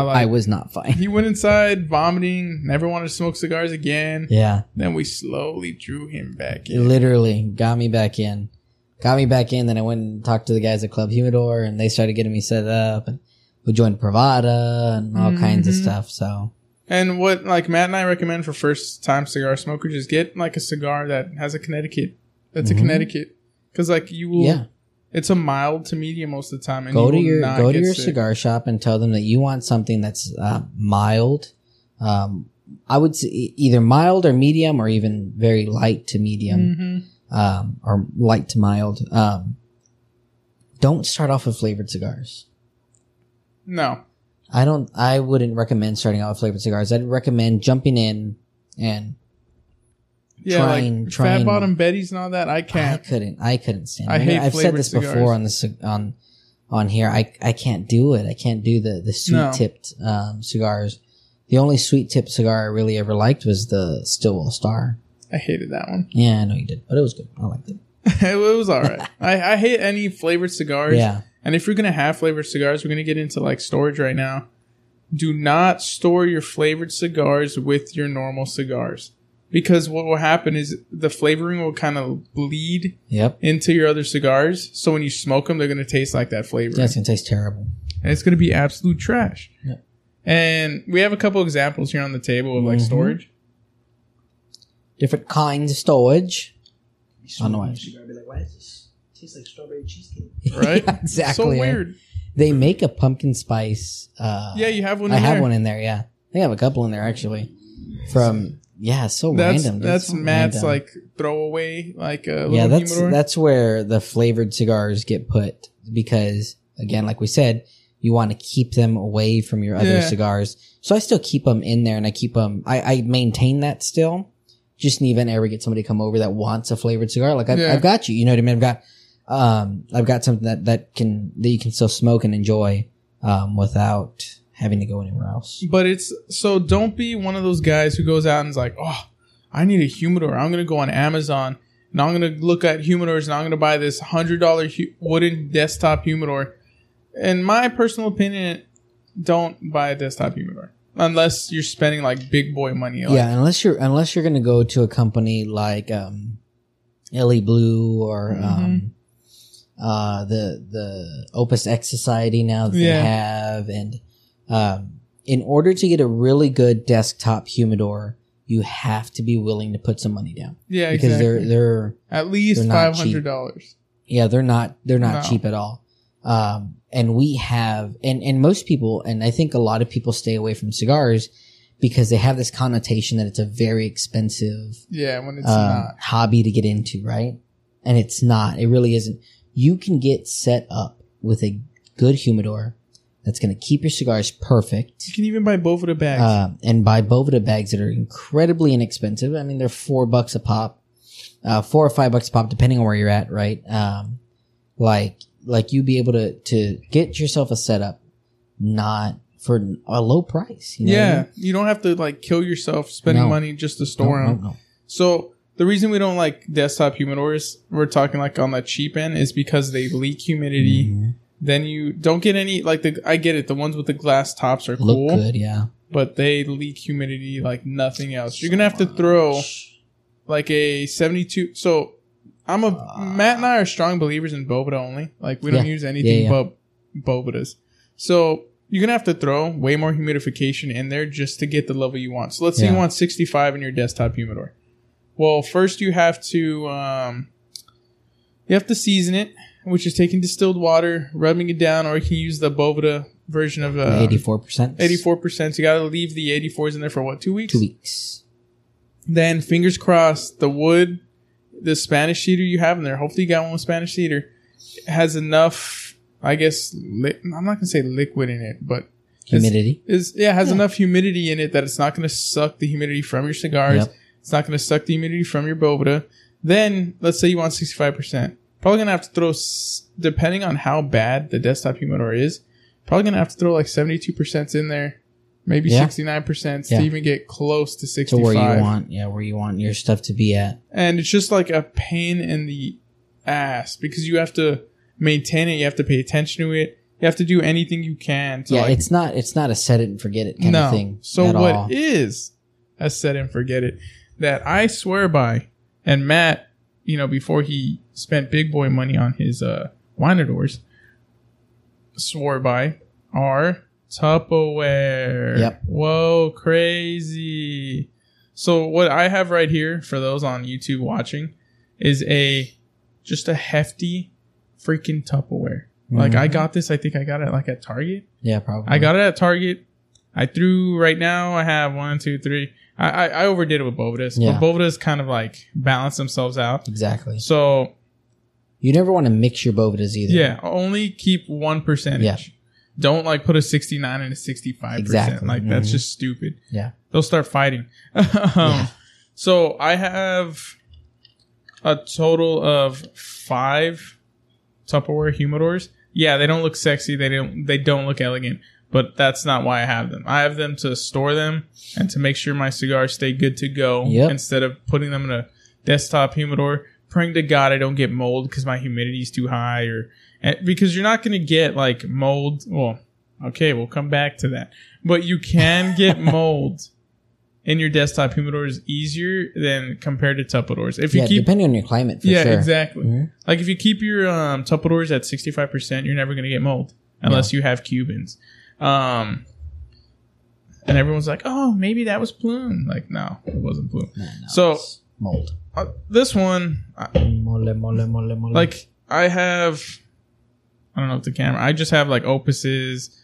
Speaker 1: I, I
Speaker 2: like
Speaker 1: was not fine.
Speaker 2: he went inside vomiting never wanted to smoke cigars again
Speaker 1: Yeah,
Speaker 2: then we slowly drew him back
Speaker 1: it
Speaker 2: in
Speaker 1: literally got me back in. Got me back in. Then I went and talked to the guys at Club Humidor, and they started getting me set up. And we joined Pravada and all kinds of
Speaker 2: Mhm.
Speaker 1: stuff. So
Speaker 2: And what like Matt and I recommend for first time cigar smokers is get like a cigar that has a Connecticut. That's
Speaker 1: Mhm.
Speaker 2: a Connecticut because like you will.
Speaker 1: yeah,
Speaker 2: It's a mild to medium most of the time. And
Speaker 1: go
Speaker 2: you
Speaker 1: to
Speaker 2: will
Speaker 1: your
Speaker 2: not
Speaker 1: go to
Speaker 2: get
Speaker 1: your
Speaker 2: sick.
Speaker 1: cigar shop and tell them that you want something that's uh, mild. Um, I would say e- either mild or medium, or even very light to medium.
Speaker 2: Mhm.
Speaker 1: um, or light to mild. Um, don't start off with flavored cigars.
Speaker 2: No,
Speaker 1: I don't. I wouldn't recommend starting out with flavored cigars. I'd recommend jumping in, and
Speaker 2: yeah,
Speaker 1: Trying-
Speaker 2: like
Speaker 1: trying-
Speaker 2: fat bottom Betty's and all that. I
Speaker 1: I
Speaker 2: can't.
Speaker 1: couldn't. I couldn't stand.
Speaker 2: I
Speaker 1: it.
Speaker 2: hate
Speaker 1: I've said
Speaker 2: flavored
Speaker 1: this
Speaker 2: cigars.
Speaker 1: before on this on on here. I I can't do it. I can't do the the sweet
Speaker 2: No.
Speaker 1: tipped um, cigars. The only sweet tipped cigar I really ever liked was the Stillwell Star.
Speaker 2: I, hated that one.
Speaker 1: Yeah, I know you did, but it was good. I liked it.
Speaker 2: it was all right. I, I hate any flavored cigars.
Speaker 1: Yeah,
Speaker 2: And if you're gonna have flavored cigars, we're gonna get into like storage right now. Do not store your flavored cigars with your normal cigars because what will happen is the flavoring will kind of bleed
Speaker 1: Yep.
Speaker 2: into your other cigars. So when you smoke them, they're going to taste like that flavor.
Speaker 1: Yeah, it's gonna taste terrible.
Speaker 2: And it's going to be absolute trash.
Speaker 1: Yeah.
Speaker 2: And we have a couple examples here on the table of like
Speaker 1: Mhm.
Speaker 2: storage.
Speaker 1: Different kinds of storage. I know it.
Speaker 3: You're gonna e be like, why does this taste like strawberry cheesecake?
Speaker 2: Right?
Speaker 1: Yeah, exactly.
Speaker 2: So weird.
Speaker 1: They make a pumpkin spice. Uh,
Speaker 2: Yeah, you have one.
Speaker 1: I
Speaker 2: in
Speaker 1: have
Speaker 2: there.
Speaker 1: one in there. Yeah, I think I have a couple in there actually. From yeah, it's so
Speaker 2: That's
Speaker 1: random. dude.
Speaker 2: that's
Speaker 1: So
Speaker 2: Matt's
Speaker 1: random.
Speaker 2: like throwaway like uh, little
Speaker 1: yeah, that's
Speaker 2: humidor.
Speaker 1: that's where the flavored cigars get put because again, like we said, you want to keep them away from your other
Speaker 2: Yeah.
Speaker 1: cigars. So I still keep them in there, and I keep them. I, I maintain that still. Just in the event I ever get somebody come over that wants a flavored cigar, like I've,
Speaker 2: Yeah.
Speaker 1: I've got you. You know what I mean? I've got um, I've got something that that can that you can still smoke and enjoy um, without having to go anywhere else.
Speaker 2: But it's so don't be one of those guys who goes out and is like, oh, I need a humidor. I'm gonna go on Amazon and I'm gonna look at humidors and I'm gonna buy this hundred dollar hu- wooden desktop humidor. In my personal opinion, don't buy a desktop humidor unless you're spending like big boy money. Like,
Speaker 1: yeah, unless you're unless you're going to go to a company like um, Ellie Blue or
Speaker 2: Mm-hmm.
Speaker 1: um, uh, the the Opus X Society now that
Speaker 2: Yeah.
Speaker 1: they have, and um, in order to get a really good desktop humidor, you have to be willing to put some money down
Speaker 2: yeah,
Speaker 1: because
Speaker 2: exactly.
Speaker 1: they're they're
Speaker 2: at least
Speaker 1: they're
Speaker 2: five
Speaker 1: not cheap.
Speaker 2: hundred dollars.
Speaker 1: yeah they're not they're not
Speaker 2: No.
Speaker 1: cheap at all. Um, and we have and and most people and I think a lot of people stay away from cigars because they have this connotation that it's a very expensive
Speaker 2: Yeah, when it's
Speaker 1: um,
Speaker 2: not.
Speaker 1: hobby to get into, right? And it's not. It really isn't. You can get set up with a good humidor that's going to keep your cigars perfect.
Speaker 2: You can even buy both of the bags.
Speaker 1: Um, and buy Boveda bags that are incredibly inexpensive. I mean, they're four bucks a pop, uh, four or five bucks a pop, depending on where you're at, right? Um, like, like you be able to, to get yourself a setup, not for a low price. You know what I
Speaker 2: yeah,
Speaker 1: mean?
Speaker 2: you don't have to like kill yourself spending
Speaker 1: No.
Speaker 2: money just to store
Speaker 1: No,
Speaker 2: them.
Speaker 1: no, no.
Speaker 2: So the reason we don't like desktop humidors, we're talking like on the cheap end, is because they leak humidity.
Speaker 1: Mhm.
Speaker 2: Then you don't get any like the I get it. The ones with the glass tops are
Speaker 1: Look
Speaker 2: cool,
Speaker 1: good. Yeah.
Speaker 2: but they leak humidity like nothing else. You're gonna have to throw like a 72. So I'm a Matt and I are strong believers in Bobita only. Like we don't
Speaker 1: Ah. Yeah.
Speaker 2: use anything
Speaker 1: yeah.
Speaker 2: but Bobitas. So you're gonna have to throw way more humidification in there just to get the level you want. So let's say you
Speaker 1: Yeah.
Speaker 2: want 65 in your desktop humidor. Well, first you have to um, you have to season it, which is taking distilled water, rubbing it down, or you can use the Bovita version of uh,
Speaker 1: 84%.
Speaker 2: 84%. You got to leave the 84s in there for what, two weeks?
Speaker 1: Two weeks.
Speaker 2: then fingers crossed the wood the spanish cedar you have in there hopefully you got one with spanish cedar has enough i guess li- i'm not gonna say liquid in it but
Speaker 1: Humidity.
Speaker 2: is yeah has
Speaker 1: Yeah.
Speaker 2: enough humidity in it that it's not gonna suck the humidity from your cigars
Speaker 1: Yep.
Speaker 2: it's not gonna suck the humidity from your boveda then let's say you want 65% probably gonna have to throw s- depending on how bad the desktop humidor is probably gonna have to throw like 72% in there maybe
Speaker 1: Yeah.
Speaker 2: 69%
Speaker 1: Yeah.
Speaker 2: to even get close to 65
Speaker 1: to where you want yeah where you want your stuff to be at
Speaker 2: and it's just like a pain in the ass because you have to maintain it, you have to pay attention to it, you have to do anything you can to
Speaker 1: yeah
Speaker 2: like
Speaker 1: it's not it's not a set it and forget it kind
Speaker 2: no.
Speaker 1: of thing
Speaker 2: So
Speaker 1: at
Speaker 2: what
Speaker 1: all.
Speaker 2: is a set and forget it that I swear by, and Matt, you know, before he spent big boy money on his uh winadors, swore by are Tupperware.
Speaker 1: Yep.
Speaker 2: Whoa, crazy. So what I have right here for those on YouTube watching is a just a hefty freaking Tupperware. Like
Speaker 1: Mhm.
Speaker 2: I got this, I think I got it like at Target.
Speaker 1: yeah probably
Speaker 2: I got it at Target. I threw right now. I have one, two, three. I I, I overdid it with Bovitas.
Speaker 1: Yeah.
Speaker 2: But Bovitas kind of like balance themselves out.
Speaker 1: exactly
Speaker 2: So
Speaker 1: you never want to mix your bovitas either
Speaker 2: yeah, only keep one percentage.
Speaker 1: Yeah.
Speaker 2: Don't like put a sixty nine and a sixty five percent.
Speaker 1: Exactly.
Speaker 2: Like that's
Speaker 1: Mhm.
Speaker 2: just stupid.
Speaker 1: Yeah.
Speaker 2: They'll start fighting. um,
Speaker 1: Yeah.
Speaker 2: So I have a total of five Tupperware humidors. Yeah, they don't look sexy. They don't. They don't look elegant. But that's not why I have them. I have them to store them and to make sure my cigars stay good to go.
Speaker 1: Yep.
Speaker 2: Instead of putting them in a desktop humidor, praying to God I don't get mold because my humidity is too high, or and- because you're not going to get like mold. Well, okay, we'll come back to that. But you can get mold in your desktop humidor is easier than compared to Tupperwares. If you
Speaker 1: yeah,
Speaker 2: keep
Speaker 1: depending on your climate, for
Speaker 2: yeah,
Speaker 1: sure.
Speaker 2: exactly.
Speaker 1: Mhm.
Speaker 2: Like if you keep your um, Tupperwares at sixty five percent, you're never gonna get mold unless you have Cubans. Um, and everyone's like, "Oh, maybe that was plume." Like, no, it wasn't plume.
Speaker 1: No, no,
Speaker 2: So-
Speaker 1: it's mold.
Speaker 2: Uh, this one, I,
Speaker 1: Mole, mole, mole, mole.
Speaker 2: like I have, I don't know if the camera. I just have like opuses,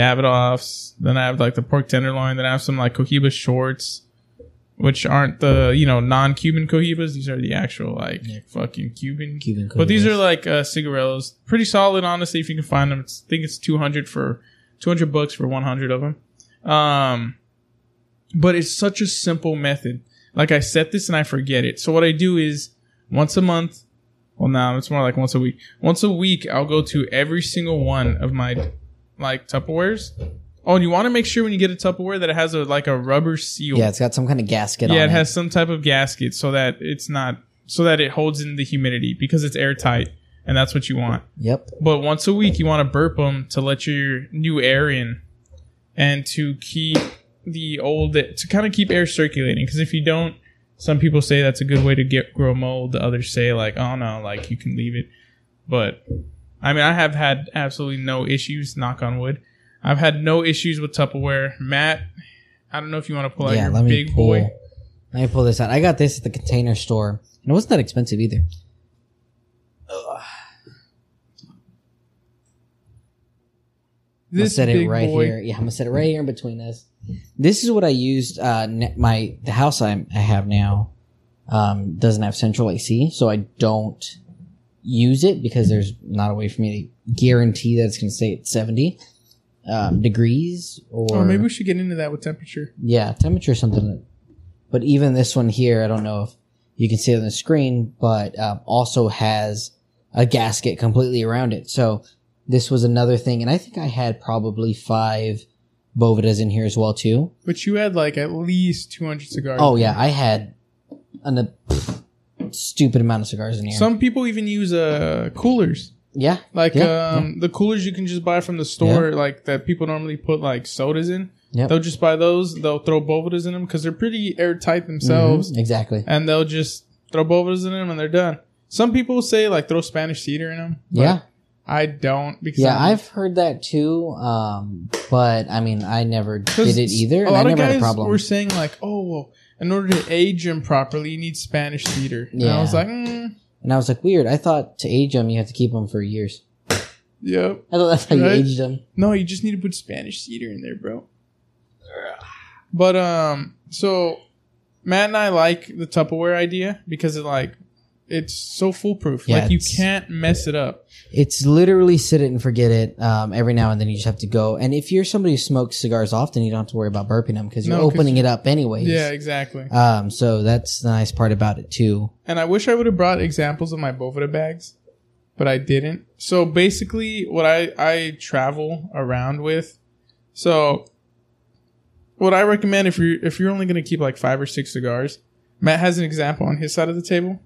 Speaker 2: Davidoffs. Then I have like the pork tenderloin. Then I have some like Cohiba shorts, which aren't the you know non-Cuban Cohibas. These are the actual like
Speaker 1: Yeah.
Speaker 2: fucking Cuban.
Speaker 1: Cuban
Speaker 2: But these
Speaker 1: Cobras.
Speaker 2: are like uh, cigarillos. Pretty solid, honestly. If you can find them, it's, I think it's two hundred for two hundred bucks for one hundred of them. Um, but it's such a simple method. Like I set this and I forget it. So what I do is once a month. Well, now it's more like once a week. Once a week, I'll go to every single one of my like Tupperwares. Oh, and you want to make sure when you get a Tupperware that it has a like a rubber seal.
Speaker 1: yeah, it's got some kind of gasket.
Speaker 2: Yeah,
Speaker 1: on
Speaker 2: it has some type of gasket so that it's not so that it holds in the humidity because it's airtight and that's what you want.
Speaker 1: Yep.
Speaker 2: But once a week you want to burp them to let your new air in and to keep the old to kind of keep air circulating because if you don't some people say that's a good way to get grow mold, others say like oh no, like you can leave it. But I mean, I have had absolutely no issues, knock on wood. I've had no issues with Tupperware. Matt, I don't know if you want to pull out
Speaker 1: yeah,
Speaker 2: your
Speaker 1: let me
Speaker 2: big
Speaker 1: pull.
Speaker 2: boy.
Speaker 1: Let me pull this out. I got this at the container store, and it wasn't that expensive either.
Speaker 2: this
Speaker 1: I'm gonna set
Speaker 2: big
Speaker 1: it right
Speaker 2: boy.
Speaker 1: here. Yeah, I'm gonna set it right here in between us. This is what I used. Uh, ne- my the house I'm, I have now um, doesn't have central AC, so I don't use it because there's not a way for me to guarantee that it's gonna stay at 70 um, degrees or
Speaker 2: Oh, maybe we should get into that with temperature.
Speaker 1: yeah temperature or something. that- But even this one here, I don't know if you can see it on the screen, but um, also has a gasket completely around it. So this was another thing, and I think I had probably five Bovitas in here as well too.
Speaker 2: But you had like at least 200 cigars.
Speaker 1: Oh yeah, I had an, a stupid amount of cigars in here.
Speaker 2: Some people even use uh coolers.
Speaker 1: yeah,
Speaker 2: Like
Speaker 1: Yeah,
Speaker 2: um the coolers you can just buy from the store like that people normally put like sodas in.
Speaker 1: Yep.
Speaker 2: They'll just buy those, they'll throw bovitas in them cuz they're pretty airtight themselves
Speaker 1: Mhm, exactly.
Speaker 2: and they'll just throw bovitas in them and they're done. Some people say like throw Spanish cedar in them.
Speaker 1: Yeah,
Speaker 2: I don't because
Speaker 1: yeah,
Speaker 2: I'm-
Speaker 1: I've heard that too. Um, but I mean, I never
Speaker 2: 'cause
Speaker 1: did it either,
Speaker 2: A
Speaker 1: and I
Speaker 2: lot
Speaker 1: never
Speaker 2: of
Speaker 1: had a
Speaker 2: guys
Speaker 1: problem.
Speaker 2: were saying like, "Oh, well, in order to age them properly, you need Spanish cedar." And I
Speaker 1: Yeah.
Speaker 2: was like, mm,
Speaker 1: and I was like, weird. I thought to age them, you have to keep them for years.
Speaker 2: "Yep."
Speaker 1: I thought that's how you
Speaker 2: Right?
Speaker 1: aged them.
Speaker 2: No, you just need to put Spanish cedar in there, bro. But um, so Matt and I like the Tupperware idea because it like it's so foolproof.
Speaker 1: Yeah,
Speaker 2: like you
Speaker 1: it's-
Speaker 2: can't mess it up.
Speaker 1: It's literally sit it and forget it. Um, every now and then you just have to go. And if you're somebody who smokes cigars often, you don't have to worry about burping them because you're
Speaker 2: No, 'cause
Speaker 1: opening it up anyways.
Speaker 2: Yeah, exactly.
Speaker 1: Um, so that's the nice part about it too.
Speaker 2: And I wish I would have brought examples of my Bovida bags, but I didn't. So basically, what I I travel around with, so what I recommend if you're if you're only going to keep like five or six cigars, Matt has an example on his side of the table.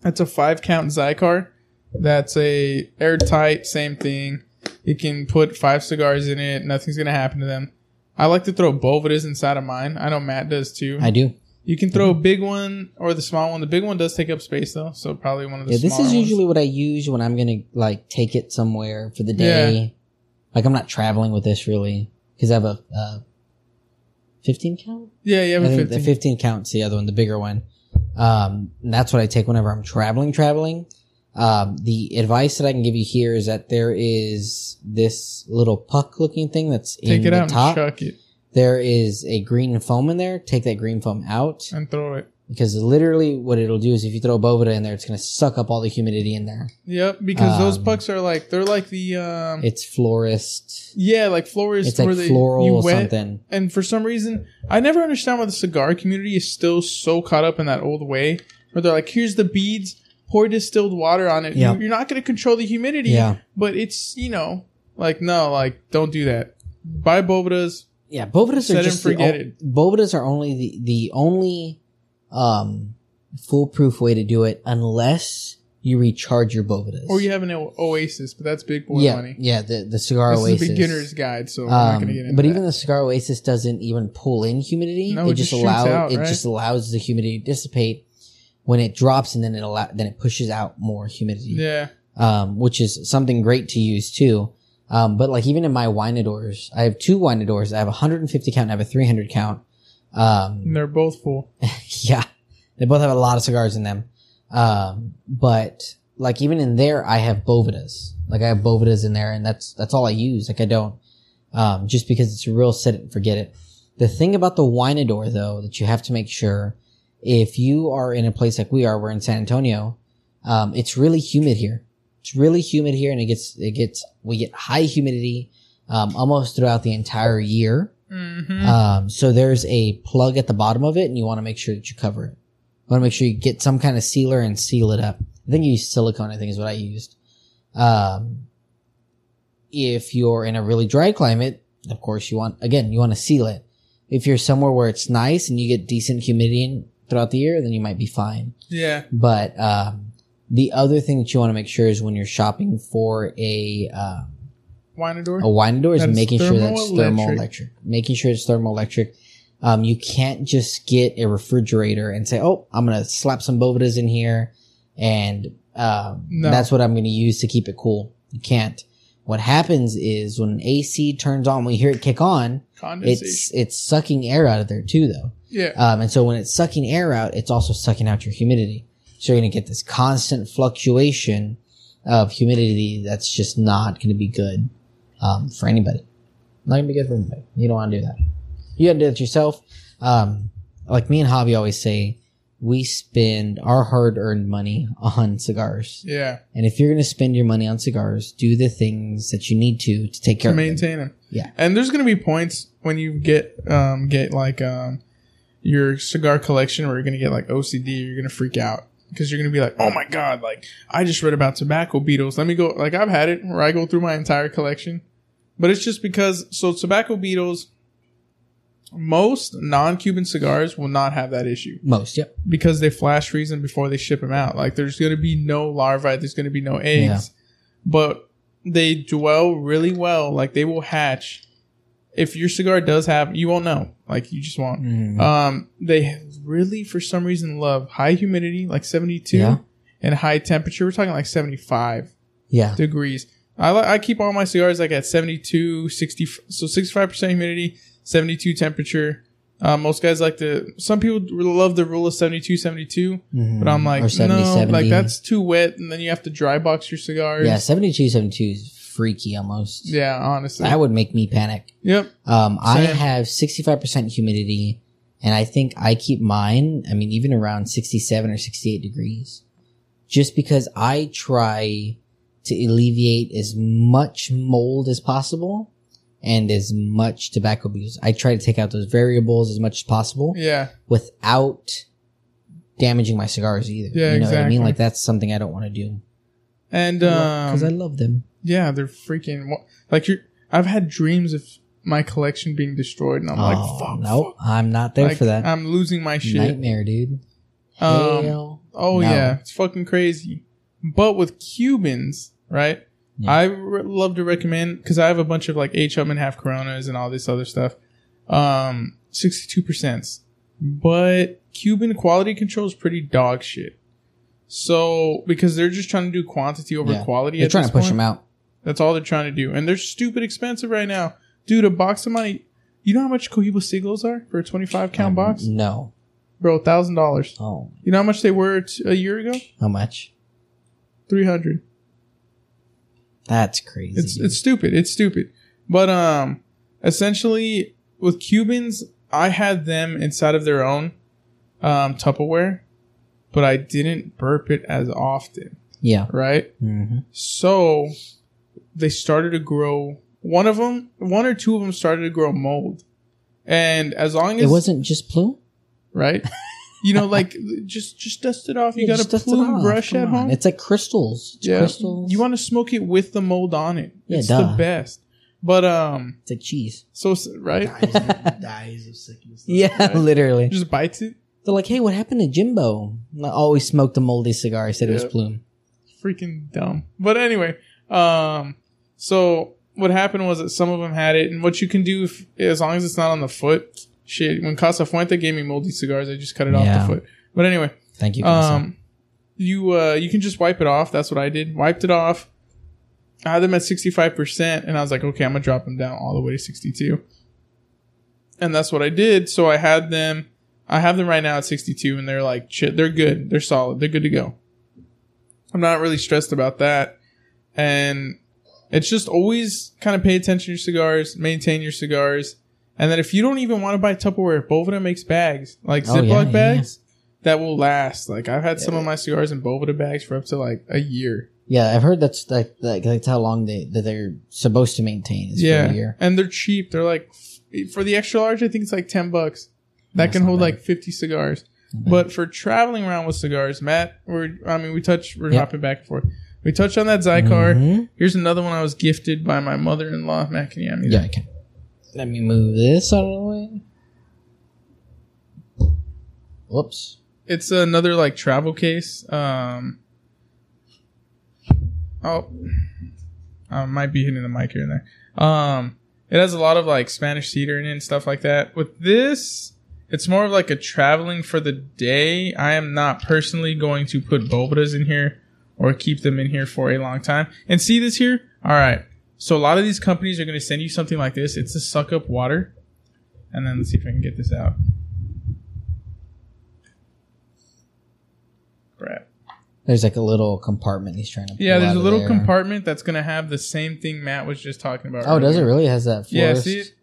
Speaker 2: That's a five count Zycar. That's a airtight, same thing. You can put five cigars in it. Nothing's going to happen to them. I like to throw Bovidas inside of mine. I know Matt does too.
Speaker 1: I do.
Speaker 2: You can throw a
Speaker 1: Mm-hmm.
Speaker 2: big one or the small one. The big one does take up space though, so probably one of the.
Speaker 1: Yeah, this
Speaker 2: smaller
Speaker 1: is
Speaker 2: ones.
Speaker 1: usually what I use when I'm gonna like take it somewhere for the day. Like I'm not traveling with this really because I have a uh, 15 count.
Speaker 2: Yeah, you have
Speaker 1: I
Speaker 2: a
Speaker 1: think the
Speaker 2: fifteen.
Speaker 1: 15 count's the other one, the bigger one. Um, and that's what I take whenever I'm traveling, traveling. Um, the advice that I can give you here is that there is this little puck looking thing that's
Speaker 2: Take
Speaker 1: in
Speaker 2: it
Speaker 1: the
Speaker 2: out
Speaker 1: top.
Speaker 2: and chuck it
Speaker 1: There is a green foam in there. Take that green foam out
Speaker 2: and throw it.
Speaker 1: because literally what it'll do is if you throw Bovita in there, it's going to suck up all the humidity in there.
Speaker 2: Yep, because those
Speaker 1: Um,
Speaker 2: pucks are like they're like the um
Speaker 1: It's florist.
Speaker 2: yeah like florists
Speaker 1: It's like
Speaker 2: where they
Speaker 1: floral
Speaker 2: you
Speaker 1: or
Speaker 2: wet,
Speaker 1: something.
Speaker 2: And for some reason, I never understand why the cigar community is still so caught up in that old way where they're like, here's the beads, pour distilled water on it. You-
Speaker 1: Yeah.
Speaker 2: You're not going to control the humidity,
Speaker 1: Yeah.
Speaker 2: but it's you know like no like don't do that. Buy Bovitas,
Speaker 1: Yeah, Bovitas
Speaker 2: Set
Speaker 1: are
Speaker 2: and
Speaker 1: just the
Speaker 2: forget
Speaker 1: o-
Speaker 2: it.
Speaker 1: Bovitas are only the the only um foolproof way to do it unless you recharge your Bovitas.
Speaker 2: Or you have an o- Oasis, but that's big boy
Speaker 1: yeah,
Speaker 2: money.
Speaker 1: yeah, the the cigar
Speaker 2: This
Speaker 1: Oasis.
Speaker 2: is a beginner's guide, so I'm not
Speaker 1: Um,
Speaker 2: going to get into
Speaker 1: but
Speaker 2: that.
Speaker 1: even the cigar oasis doesn't even pull in humidity.
Speaker 2: No,
Speaker 1: it,
Speaker 2: it
Speaker 1: just,
Speaker 2: just shoots
Speaker 1: allows
Speaker 2: out,
Speaker 1: it
Speaker 2: right?
Speaker 1: just allows the humidity to dissipate when it drops, and then it allow then it pushes out more humidity,
Speaker 2: yeah,
Speaker 1: um, which is something great to use too. Um, but like even in my winadors, I have two winadors. I have a 150 count. and I have a 300 count. Um,
Speaker 2: and they're both full.
Speaker 1: yeah, they both have a lot of cigars in them. Um, but like even in there, I have Bovitas. Like I have Bovitas in there, and that's that's all I use. Like I don't um, just because it's a real set it and forget it. The thing about the winador though that you have to make sure if you are in a place like we are, we're in San Antonio. Um, it's really humid here. It's really humid here, and it gets it gets we get high humidity um, almost throughout the entire year.
Speaker 2: hmm
Speaker 1: Um, so there's a plug at the bottom of it, and you want to make sure that you cover it. You want to make sure you get some kind of sealer and seal it up. I think you use silicone. I think is what I used. Um, if you're in a really dry climate, of course you want again you want to seal it. If you're somewhere where it's nice and you get decent humidity in- throughout the year, then you might be fine.
Speaker 2: yeah,
Speaker 1: But um, the other thing that you want to make sure is when you're shopping for a uh,
Speaker 2: Winador.
Speaker 1: a wine door is
Speaker 2: That's
Speaker 1: making sure that's
Speaker 2: thermoelectric.
Speaker 1: thermoelectric. Making sure it's thermoelectric. Um, you can't just get a refrigerator and say, "Oh, I'm gonna slap some Bovitas in here," and um,
Speaker 2: No.
Speaker 1: that's what I'm gonna use to keep it cool. You can't. What happens is when an AC turns on, we hear it kick on.
Speaker 2: Condensation.
Speaker 1: It's it's sucking air out of there too, though.
Speaker 2: yeah,
Speaker 1: Um, and so when it's sucking air out, it's also sucking out your humidity. So you're going to get this constant fluctuation of humidity that's just not going to be good um, for anybody. Not going to be good for anybody. You don't want to do that. You got to do it yourself. Um, like me and Javi always say, we spend our hard earned money on cigars.
Speaker 2: yeah.
Speaker 1: And if you're going to spend your money on cigars, do the things that you need to to take care
Speaker 2: To
Speaker 1: of them.
Speaker 2: maintain them.
Speaker 1: Yeah.
Speaker 2: and there's gonna be points when you get um get like um your cigar collection where you're gonna get like OCD. You're gonna freak out because you're gonna be like, oh my god, like I just read about tobacco beetles. Let me go. Like I've had it where I go through my entire collection, but it's just because so tobacco beetles. Most non-Cuban cigars will not have that issue.
Speaker 1: Most, yep.
Speaker 2: because they flash freeze them before they ship them out. Like there's going to be no larvae, there's going to be no eggs, but they dwell really well. Like they will hatch. If your cigar does have, you won't know. Like you just won't.
Speaker 1: Mm.
Speaker 2: Um, they really, for some reason, love high humidity, like 72,
Speaker 1: Yeah.
Speaker 2: and high temperature. We're talking like 75
Speaker 1: yeah.
Speaker 2: degrees. I, li- I keep all my cigars like at 72, 60, so 65% humidity, 72 temperature. Uh, most guys like to, some people love the rule of 72, 72,
Speaker 1: Mhm.
Speaker 2: but I'm like,
Speaker 1: Or 70,
Speaker 2: no,
Speaker 1: 70.
Speaker 2: like that's too wet. And then you have to dry box your cigars.
Speaker 1: Yeah, 72, 72 is freaky almost.
Speaker 2: Yeah, honestly.
Speaker 1: That would make me panic.
Speaker 2: yep.
Speaker 1: Um, I
Speaker 2: Same.
Speaker 1: have 65% humidity, and I think I keep mine, I mean, even around 67 or 68 degrees, just because I try to alleviate as much mold as possible and as much tobacco abuse. I try to take out those variables as much as possible
Speaker 2: Yeah.
Speaker 1: without damaging my cigars either.
Speaker 2: Yeah,
Speaker 1: you know what I
Speaker 2: exactly.
Speaker 1: mean? Like, that's something I don't want to do.
Speaker 2: And, um,
Speaker 1: Because I love them.
Speaker 2: yeah, they're freaking, wa- like you're, I've had dreams of my collection being destroyed and I'm like, fuck,
Speaker 1: no,
Speaker 2: fuck.
Speaker 1: I'm not there
Speaker 2: Like,
Speaker 1: Oh, for that.
Speaker 2: I'm losing my shit.
Speaker 1: Nightmare, dude.
Speaker 2: Um,
Speaker 1: Hell. No.
Speaker 2: Oh yeah, it's fucking crazy. But with Cubans, right?
Speaker 1: Yeah.
Speaker 2: I re- love to recommend because I have a bunch of like H Hub and half Coronas and all this other stuff. Um, sixty-two percent. But Cuban quality control is pretty dog shit. So because they're just trying to do quantity over
Speaker 1: Yeah.
Speaker 2: quality,
Speaker 1: They're trying to push them out.
Speaker 2: That's all they're trying to do, and they're stupid expensive right now, dude. A box of money. You know how much Cohiba Seagulls are for a twenty-five count
Speaker 1: Um,
Speaker 2: box,
Speaker 1: No.
Speaker 2: bro? Thousand dollars.
Speaker 1: Oh,
Speaker 2: You know how much they were t- a year ago?
Speaker 1: how much?
Speaker 2: Three hundred.
Speaker 1: That's crazy.
Speaker 2: It's it's stupid. It's stupid. But um, essentially with Cubans, I had them inside of their own um Tupperware, but I didn't burp it as often,
Speaker 1: yeah.
Speaker 2: right?
Speaker 1: hmm
Speaker 2: So they started to grow. One of them, one or two of them, started to grow mold, and as long as
Speaker 1: It wasn't just plume.
Speaker 2: right, you know, like just just dust it off. You
Speaker 1: Yeah,
Speaker 2: got
Speaker 1: just
Speaker 2: a
Speaker 1: dust it
Speaker 2: plume
Speaker 1: off.
Speaker 2: brush
Speaker 1: Come
Speaker 2: at
Speaker 1: on.
Speaker 2: home.
Speaker 1: It's like crystals. It's
Speaker 2: yeah,
Speaker 1: crystals.
Speaker 2: you want to smoke it with the mold on it.
Speaker 1: Yeah,
Speaker 2: it's
Speaker 1: duh.
Speaker 2: the best. But um,
Speaker 1: it's like cheese.
Speaker 2: So s- right,
Speaker 3: dies, of- dies of sickness.
Speaker 1: Yeah, literally.
Speaker 2: just bites it.
Speaker 1: They're like, hey, what happened to Jimbo? I always smoked a moldy cigar. I said it was
Speaker 2: Yep.
Speaker 1: plume.
Speaker 2: freaking dumb. But anyway, um, so what happened was that some of them had it, and what you can do if, as long as it's not on the foot. Shit, when Casa Fuente gave me moldy cigars, I just cut it
Speaker 1: Yeah.
Speaker 2: off the foot. But anyway,
Speaker 1: Thank you. Casa.
Speaker 2: um, you uh, you can just wipe it off. That's what I did. Wiped it off. I had them at sixty five percent, and I was like, okay, I'm gonna drop them down all the way to sixty two. And that's what I did. So I had them. I have them right now at sixty two, and they're like, shit, they're good. They're solid. They're good to go. I'm not really stressed about that, and it's just always kind of pay attention to your cigars, maintain your cigars, and then if you don't even want to buy Tupperware, Boveda makes bags like
Speaker 1: Oh, yeah,
Speaker 2: Ziploc
Speaker 1: yeah,
Speaker 2: bags that will last. Like I've had some of my cigars in Boveda bags for up to like a year.
Speaker 1: yeah, I've heard that's like, like that's how long they that they're supposed to maintain is for a
Speaker 2: Yeah,
Speaker 1: year.
Speaker 2: and they're cheap. They're like for the extra large, I think it's like ten bucks. That
Speaker 1: That's
Speaker 2: can
Speaker 1: not
Speaker 2: hold
Speaker 1: bad.
Speaker 2: like fifty cigars.
Speaker 1: bad.
Speaker 2: But for traveling around with cigars, Matt, we're I mean we touch we're
Speaker 1: Yep.
Speaker 2: hopping back and forth. We touched on that Zycar.
Speaker 1: Mhm.
Speaker 2: Here's another one I was gifted by my mother-in-law. Matt, can you hand me
Speaker 1: Yeah,
Speaker 2: that?
Speaker 1: I can. Let me move this out of the way. Whoops.
Speaker 2: It's another like travel case. Um, oh, I might be hitting the mic here and there. Um, it has a lot of like Spanish cedar in it and stuff like that. With this, it's more of like a traveling for the day. I am not personally going to put bobadas in here or keep them in here for a long time. And see this here? All right. So a lot of these companies are going to send you something like this. It's to suck up water. And then let's see if I can get this out. Crap.
Speaker 1: There's like a little compartment he's trying to.
Speaker 2: Yeah,
Speaker 1: pull
Speaker 2: there's
Speaker 1: out
Speaker 2: a
Speaker 1: of
Speaker 2: little
Speaker 1: there.
Speaker 2: compartment that's going to have the same thing Matt was just talking about.
Speaker 1: Oh, does it
Speaker 2: earlier.
Speaker 1: really has that? Florist,
Speaker 2: Yeah, see it?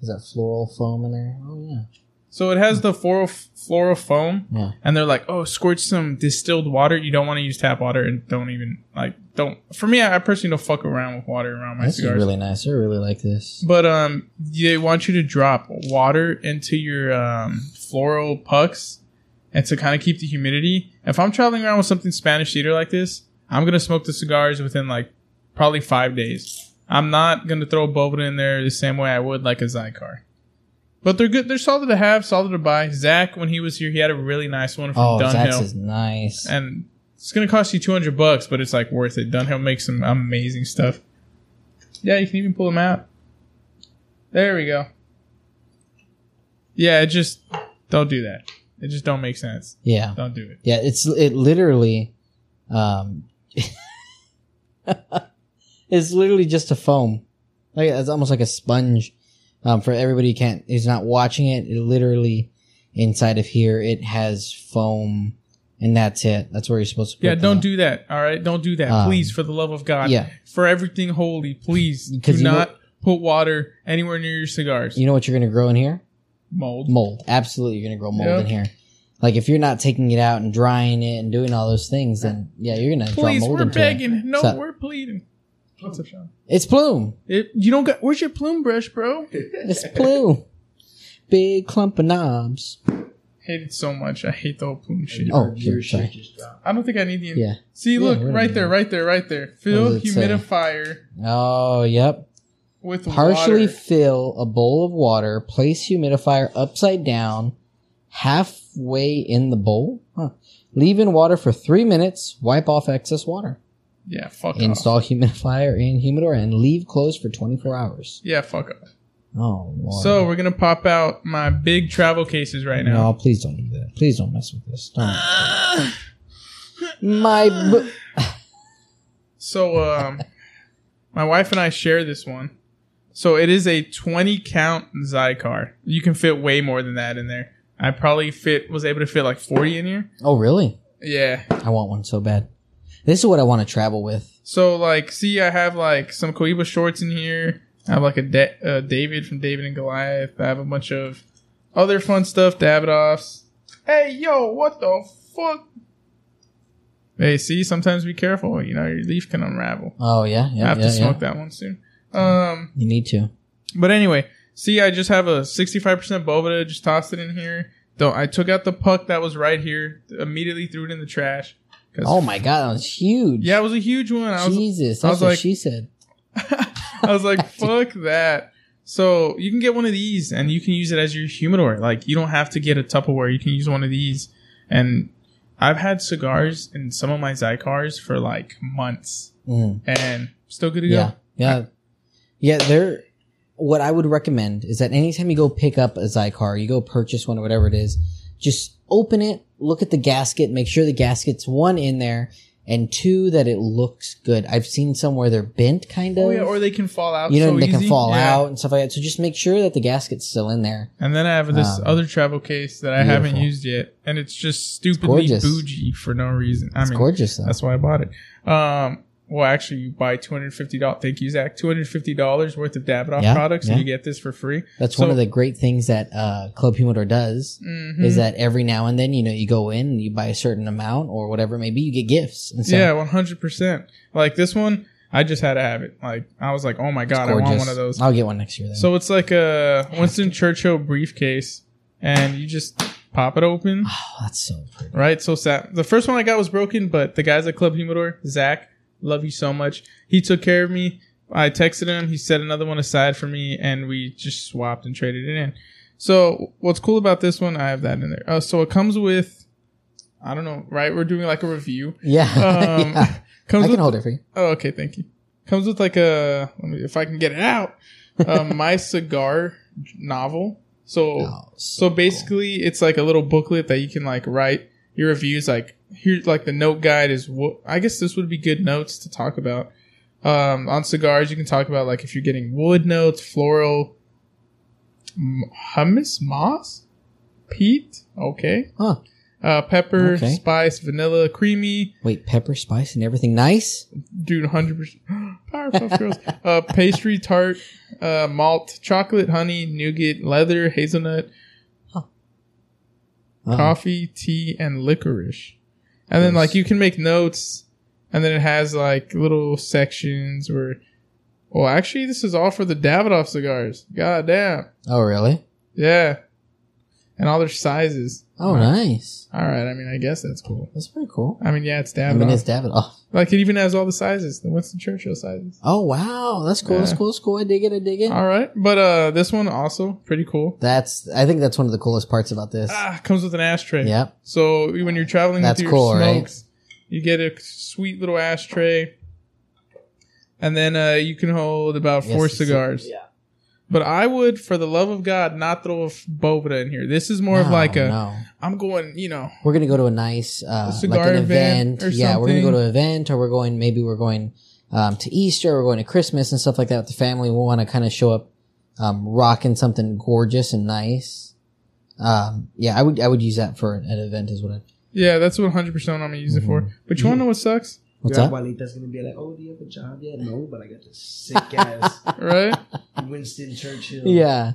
Speaker 1: Is that floral foam in there? Oh yeah.
Speaker 2: So it has the floral, floral foam,
Speaker 1: Yeah.
Speaker 2: and they're like, "Oh, squirt some distilled water. You don't want to use tap water, and don't even like don't." For me, I, I personally don't fuck around with water around my
Speaker 1: this
Speaker 2: cigars.
Speaker 1: is really nice. I really like this.
Speaker 2: but um, they want you to drop water into your um, floral pucks, and to kind of keep the humidity. If I'm traveling around with something Spanish cedar like this, I'm gonna smoke the cigars within like probably five days. I'm not gonna throw a Boveda in there the same way I would like a Zycar. But they're good. They're solid to have, solid to buy. Zach, when he was here, he had a really nice one from
Speaker 1: Oh,
Speaker 2: Dunhill,
Speaker 1: Zax is nice.
Speaker 2: and it's gonna cost you 200 bucks, but it's like worth it. Dunhill makes some amazing stuff. Yeah, you can even pull them out. There we go. Yeah, it just don't do that. It just don't make sense.
Speaker 1: yeah.
Speaker 2: Don't do it.
Speaker 1: Yeah, it's it literally, um, it's literally just a foam. Like it's almost like a sponge. Um, for everybody who can't who's not watching it, it literally inside of here it has foam, and that's it. That's where you're supposed to. Put
Speaker 2: Yeah,
Speaker 1: the-
Speaker 2: don't do that. All right, don't do that,
Speaker 1: uh, Um,
Speaker 2: please. For the love of God,
Speaker 1: yeah.
Speaker 2: For everything holy, please do
Speaker 1: 'Cause you know-
Speaker 2: not put water anywhere near your cigars.
Speaker 1: You know what you're gonna grow in here?
Speaker 2: Mold.
Speaker 1: Mold. Absolutely, you're gonna grow mold
Speaker 2: Yep.
Speaker 1: in here. Like if you're not taking it out and drying it and doing all those things, then yeah, you're gonna
Speaker 2: Please,
Speaker 1: draw mold
Speaker 2: we're
Speaker 1: into it.
Speaker 2: begging. No,
Speaker 1: So-
Speaker 2: we're pleading. What's up, Sean?
Speaker 1: It's plume.
Speaker 2: It, you don't got. Where's your plume brush, bro?
Speaker 1: It's plume. Big clump of knobs.
Speaker 2: Hate it so much. I hate the whole plume shit.
Speaker 1: Oh,
Speaker 3: Your
Speaker 1: sure,
Speaker 3: shit
Speaker 1: sorry.
Speaker 3: just dropped.
Speaker 2: I don't think I need the.
Speaker 1: Yeah.
Speaker 2: See, look
Speaker 1: we're
Speaker 2: right
Speaker 1: good.
Speaker 2: there, right there, right there. Fill
Speaker 1: does it say?
Speaker 2: humidifier
Speaker 1: Oh, yep.
Speaker 2: with
Speaker 1: Partially
Speaker 2: water.
Speaker 1: fill a bowl of water, place humidifier upside down, halfway in the bowl. Huh. Leave in water for three minutes, wipe off excess water.
Speaker 2: Yeah, fuck off.
Speaker 1: Install humidifier in humidor and leave closed for 24 hours.
Speaker 2: Yeah, fuck off.
Speaker 1: Oh, Lord.
Speaker 2: So we're gonna pop out my big travel cases right now.
Speaker 1: No, please don't do that. Please don't mess with this. Don't. My. Bu-
Speaker 2: So um, my wife and I share this one. So it is a 20 count Zycar. You can fit way more than that in there. I probably fit was able to fit like 40 in here.
Speaker 1: oh, really?
Speaker 2: Yeah.
Speaker 1: I want one so bad. This is what I want to travel with.
Speaker 2: So like, see, I have like some Cohiba shorts in here. I have like a da- uh, David from David and Goliath. I have a bunch of other fun stuff. Davidoffs. Hey, yo, what the fuck? Hey, see, sometimes be careful. You know, your leaf can unravel.
Speaker 1: Oh, yeah.
Speaker 2: I
Speaker 1: Yeah.
Speaker 2: have
Speaker 1: yeah,
Speaker 2: to
Speaker 1: yeah.
Speaker 2: smoke that one soon. Um,
Speaker 1: You need to.
Speaker 2: But anyway, see, I just have a 65% Boveda. Just tossed it in here. Though I took out the puck that was right here, immediately threw it in the trash. 'Cause-
Speaker 1: Oh, my God. That was huge.
Speaker 2: Yeah, it was a huge one. I was,
Speaker 1: Jesus,
Speaker 2: I
Speaker 1: that's
Speaker 2: was
Speaker 1: what
Speaker 2: like-
Speaker 1: she said.
Speaker 2: I was like, fuck that. So you can get one of these, and you can use it as your humidor. Like you don't have to get a Tupperware. You can use one of these, and I've had cigars in some of my Zycars for like months
Speaker 1: Mm.
Speaker 2: and still good to
Speaker 1: Yeah.
Speaker 2: go.
Speaker 1: Yeah. Yeah. They're, what I would recommend is that anytime you go pick up a Zycar, you go purchase one or whatever it is, just open it, look at the gasket, make sure the gasket's one in there and two that it looks good. I've seen some where they're bent kind of.
Speaker 2: Oh yeah, or they can fall out.
Speaker 1: you know,
Speaker 2: so
Speaker 1: they can
Speaker 2: easy.
Speaker 1: fall
Speaker 2: Yeah.
Speaker 1: out and stuff like that. So just make sure that the gasket's still in there.
Speaker 2: And then I have this
Speaker 1: Um,
Speaker 2: other travel case that I haven't
Speaker 1: beautiful.
Speaker 2: used yet, and it's just stupidly
Speaker 1: gorgeous.
Speaker 2: bougie for no reason. I
Speaker 1: It's
Speaker 2: mean,
Speaker 1: gorgeous though.
Speaker 2: that's why I bought it. Um, well, actually, you buy two hundred fifty dollars. Thank you, Zach. Two hundred fifty dollars worth of Davidoff
Speaker 1: Yeah,
Speaker 2: products, and
Speaker 1: yeah.
Speaker 2: you get this for free.
Speaker 1: That's
Speaker 2: So-
Speaker 1: one of the great things that uh, Club Humidor does
Speaker 2: Mhm.
Speaker 1: is that every now and then, you know, you go in and you buy a certain amount or whatever it may be, you get gifts. And so,
Speaker 2: yeah, one hundred percent. Like this one, I just had to have it. Like I was like, oh my god, I want one of those.
Speaker 1: I'll get one next year. Then.
Speaker 2: So it's like a Winston Churchill briefcase, and you just pop it open.
Speaker 1: oh, that's so pretty.
Speaker 2: Right, so sad. The first one I got was broken, but the guys at Club Humidor, Zach, love you so much. He took care of me. I texted him. He set another one aside for me, and we just swapped and traded it in. So what's cool about this one? I have that in there. Uh, so it comes with, I don't know, right? We're doing like a review.
Speaker 1: Yeah.
Speaker 2: Um,
Speaker 1: yeah. I
Speaker 2: Comes
Speaker 1: can
Speaker 2: with,
Speaker 1: hold it for you.
Speaker 2: oh, okay, thank you. Comes with like a, let me, if I can get it out, uh, my cigar novel. So
Speaker 1: Oh,
Speaker 2: so basically, it's like a little booklet that you can like write your reviews. Like here's like the note guide is what I guess this would be good notes to talk about. Um, on cigars, you can talk about like if you're getting wood notes, floral, m- hummus, moss, peat, okay,
Speaker 1: Huh.
Speaker 2: uh, pepper,
Speaker 1: Okay.
Speaker 2: spice, vanilla, creamy,
Speaker 1: Wait, pepper, spice, and everything nice?
Speaker 2: dude, hundred percent Powerpuff Girls, uh, pastry, tart, uh, malt, chocolate, honey, nougat, leather, hazelnut,
Speaker 1: Uh-oh.
Speaker 2: coffee, tea, and licorice. And then
Speaker 1: Uh-huh. Yes.
Speaker 2: like you can make notes, and then it has like little sections where. Well, actually, this is all for the Davidoff cigars. God damn,
Speaker 1: Oh, really?
Speaker 2: yeah, and all their sizes.
Speaker 1: Oh, nice.
Speaker 2: All right, I mean, I guess that's cool.
Speaker 1: That's pretty cool.
Speaker 2: I mean, yeah, it's
Speaker 1: I
Speaker 2: Davidoff.
Speaker 1: mean, it's Davidoff.
Speaker 2: like it even has all the sizes, the Winston Churchill sizes.
Speaker 1: Oh, wow. That's cool. That's
Speaker 2: Yeah.
Speaker 1: cool. That's cool. I dig it. I dig it.
Speaker 2: All right, but uh, this one also pretty cool.
Speaker 1: That's, I think that's one of the coolest parts about this.
Speaker 2: Ah, comes with an ashtray.
Speaker 1: Yep.
Speaker 2: So when you're traveling
Speaker 1: That's
Speaker 2: with your
Speaker 1: cool, right?
Speaker 2: smokes, you get a sweet little ashtray, and then uh, you can hold about
Speaker 1: Yes,
Speaker 2: four
Speaker 1: it's a-
Speaker 2: cigars.
Speaker 1: yeah.
Speaker 2: But I would, for the love of God, not throw a f- Boveda in here. This is more of
Speaker 1: No,
Speaker 2: like a
Speaker 1: no.
Speaker 2: am going, you know,
Speaker 1: we're gonna go to a nice uh,
Speaker 2: cigar
Speaker 1: like an
Speaker 2: event
Speaker 1: event.
Speaker 2: or
Speaker 1: yeah, we're gonna go
Speaker 2: something.
Speaker 1: to an event, or we're going maybe we're going um, to Easter, we're going to Christmas and stuff like that with the family. We want to kind of show up um, rocking something gorgeous and nice. Um, yeah, I would I would use that for an event is what I.
Speaker 2: yeah, that's 100 percent I'm gonna use it
Speaker 1: Mm-hmm.
Speaker 2: for. But you want to know what sucks,
Speaker 1: What's
Speaker 3: Your
Speaker 1: up?
Speaker 3: Juanita's gonna be like, "Oh, do you have a job yet?" No, but I got this sick ass
Speaker 2: right?
Speaker 3: Winston Churchill.
Speaker 1: Yeah.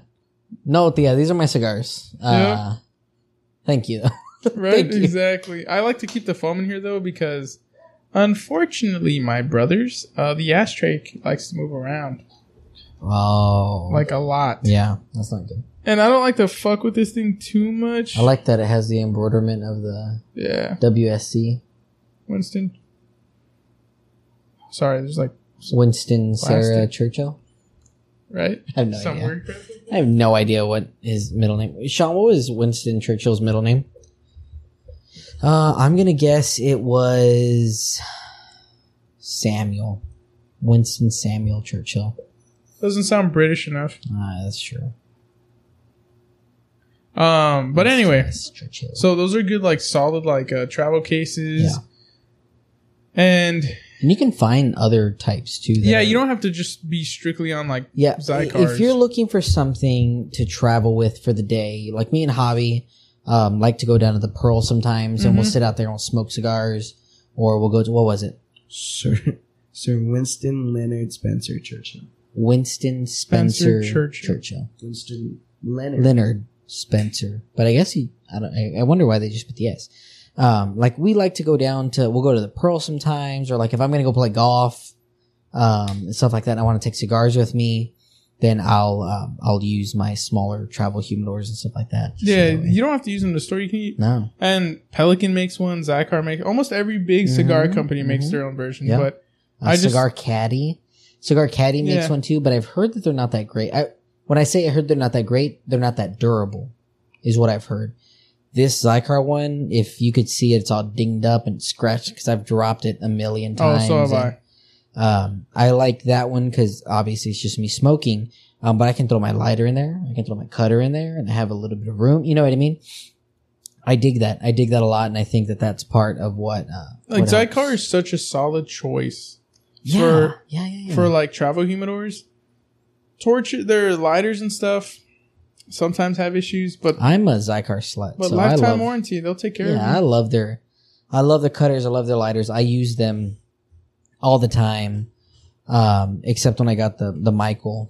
Speaker 1: No, yeah, these are my cigars. Uh,
Speaker 2: Yeah.
Speaker 1: Thank you.
Speaker 2: right,
Speaker 1: Thank you.
Speaker 2: exactly. I like to keep the foam in here though because, unfortunately, my brothers, uh, the ashtray likes to move around
Speaker 1: Oh,
Speaker 2: like a lot.
Speaker 1: yeah, that's not good.
Speaker 2: And I don't like to fuck with this thing too much.
Speaker 1: I like that it has the embroiderment of the
Speaker 2: yeah,
Speaker 1: WSC
Speaker 2: Winston. Sorry, there's like
Speaker 1: Winston Sarah
Speaker 2: Plastic.
Speaker 1: Churchill.
Speaker 2: right
Speaker 1: I have no
Speaker 2: some
Speaker 1: idea.
Speaker 2: weird crap.
Speaker 1: I have no idea what his middle name. Sean, what was Winston Churchill's middle name? Uh, I'm gonna guess it was Samuel, Winston Samuel Churchill.
Speaker 2: Doesn't sound British enough.
Speaker 1: Ah, that's true.
Speaker 2: Um, but anyway,
Speaker 1: Yes, Churchill.
Speaker 2: so those are good, like solid, like uh, travel cases.
Speaker 1: Yeah.
Speaker 2: And
Speaker 1: and you can find other types too. that
Speaker 2: yeah,
Speaker 1: are-
Speaker 2: you don't have to just be strictly on like
Speaker 1: Yeah,
Speaker 2: Zycars.
Speaker 1: if you're looking for something to travel with for the day, like me and Hobby, um, like to go down to the Pearl sometimes, and we'll
Speaker 2: Mhm.
Speaker 1: sit out there and we'll smoke cigars, or we'll go to what was it?
Speaker 3: Sir Sir Winston Leonard Spencer Churchill.
Speaker 1: Winston Spencer,
Speaker 2: Spencer Churchill.
Speaker 1: Churchill.
Speaker 3: Winston Leonard.
Speaker 1: Leonard Spencer. But I guess he. I don't. I, I wonder why they just put the S. Um, like we like to go down to. We'll go to the Pearl sometimes, or like if I'm gonna go play golf, um, and stuff like that. And I want to take cigars with me. Then I'll um, I'll use my smaller travel humidors and stuff like that. So
Speaker 2: yeah,
Speaker 1: that way-
Speaker 2: you don't have to use them in the store. You can eat.
Speaker 1: no.
Speaker 2: And Pelican makes one. Zycar makes almost every big cigar
Speaker 1: Mhm,
Speaker 2: company makes
Speaker 1: mhm.
Speaker 2: their own version.
Speaker 1: Yeah.
Speaker 2: But
Speaker 1: Uh,
Speaker 2: I just-
Speaker 1: cigar caddy. Cigar caddy makes
Speaker 2: Yeah.
Speaker 1: one too, but I've heard that they're not that great. I when I say I heard they're not that great, they're not that durable, is what I've heard. This Zycar one, if you could see it, it's all dinged up and scratched because I've dropped it a million
Speaker 2: Oh,
Speaker 1: times.
Speaker 2: so have
Speaker 1: and-
Speaker 2: I.
Speaker 1: um, I like that one because obviously it's just me smoking. Um, but I can throw my lighter in there. I can throw my cutter in there and have a little bit of room. You know what I mean? I dig that. I dig that a lot. And I think that that's part of what, uh,
Speaker 2: Like
Speaker 1: what helps.
Speaker 2: Zycar is such a solid choice
Speaker 1: yeah,
Speaker 2: for-
Speaker 1: yeah, yeah, yeah.
Speaker 2: for like travel humidors. Torch their lighters and stuff sometimes have issues, but
Speaker 1: I'm a Zycar slut.
Speaker 2: but
Speaker 1: so I
Speaker 2: lifetime
Speaker 1: love,
Speaker 2: warranty, they'll take care
Speaker 1: Yeah, I
Speaker 2: of you.
Speaker 1: love their, I love their cutters. I love their lighters. I use them all the time. Um, except when I got the, the Michael,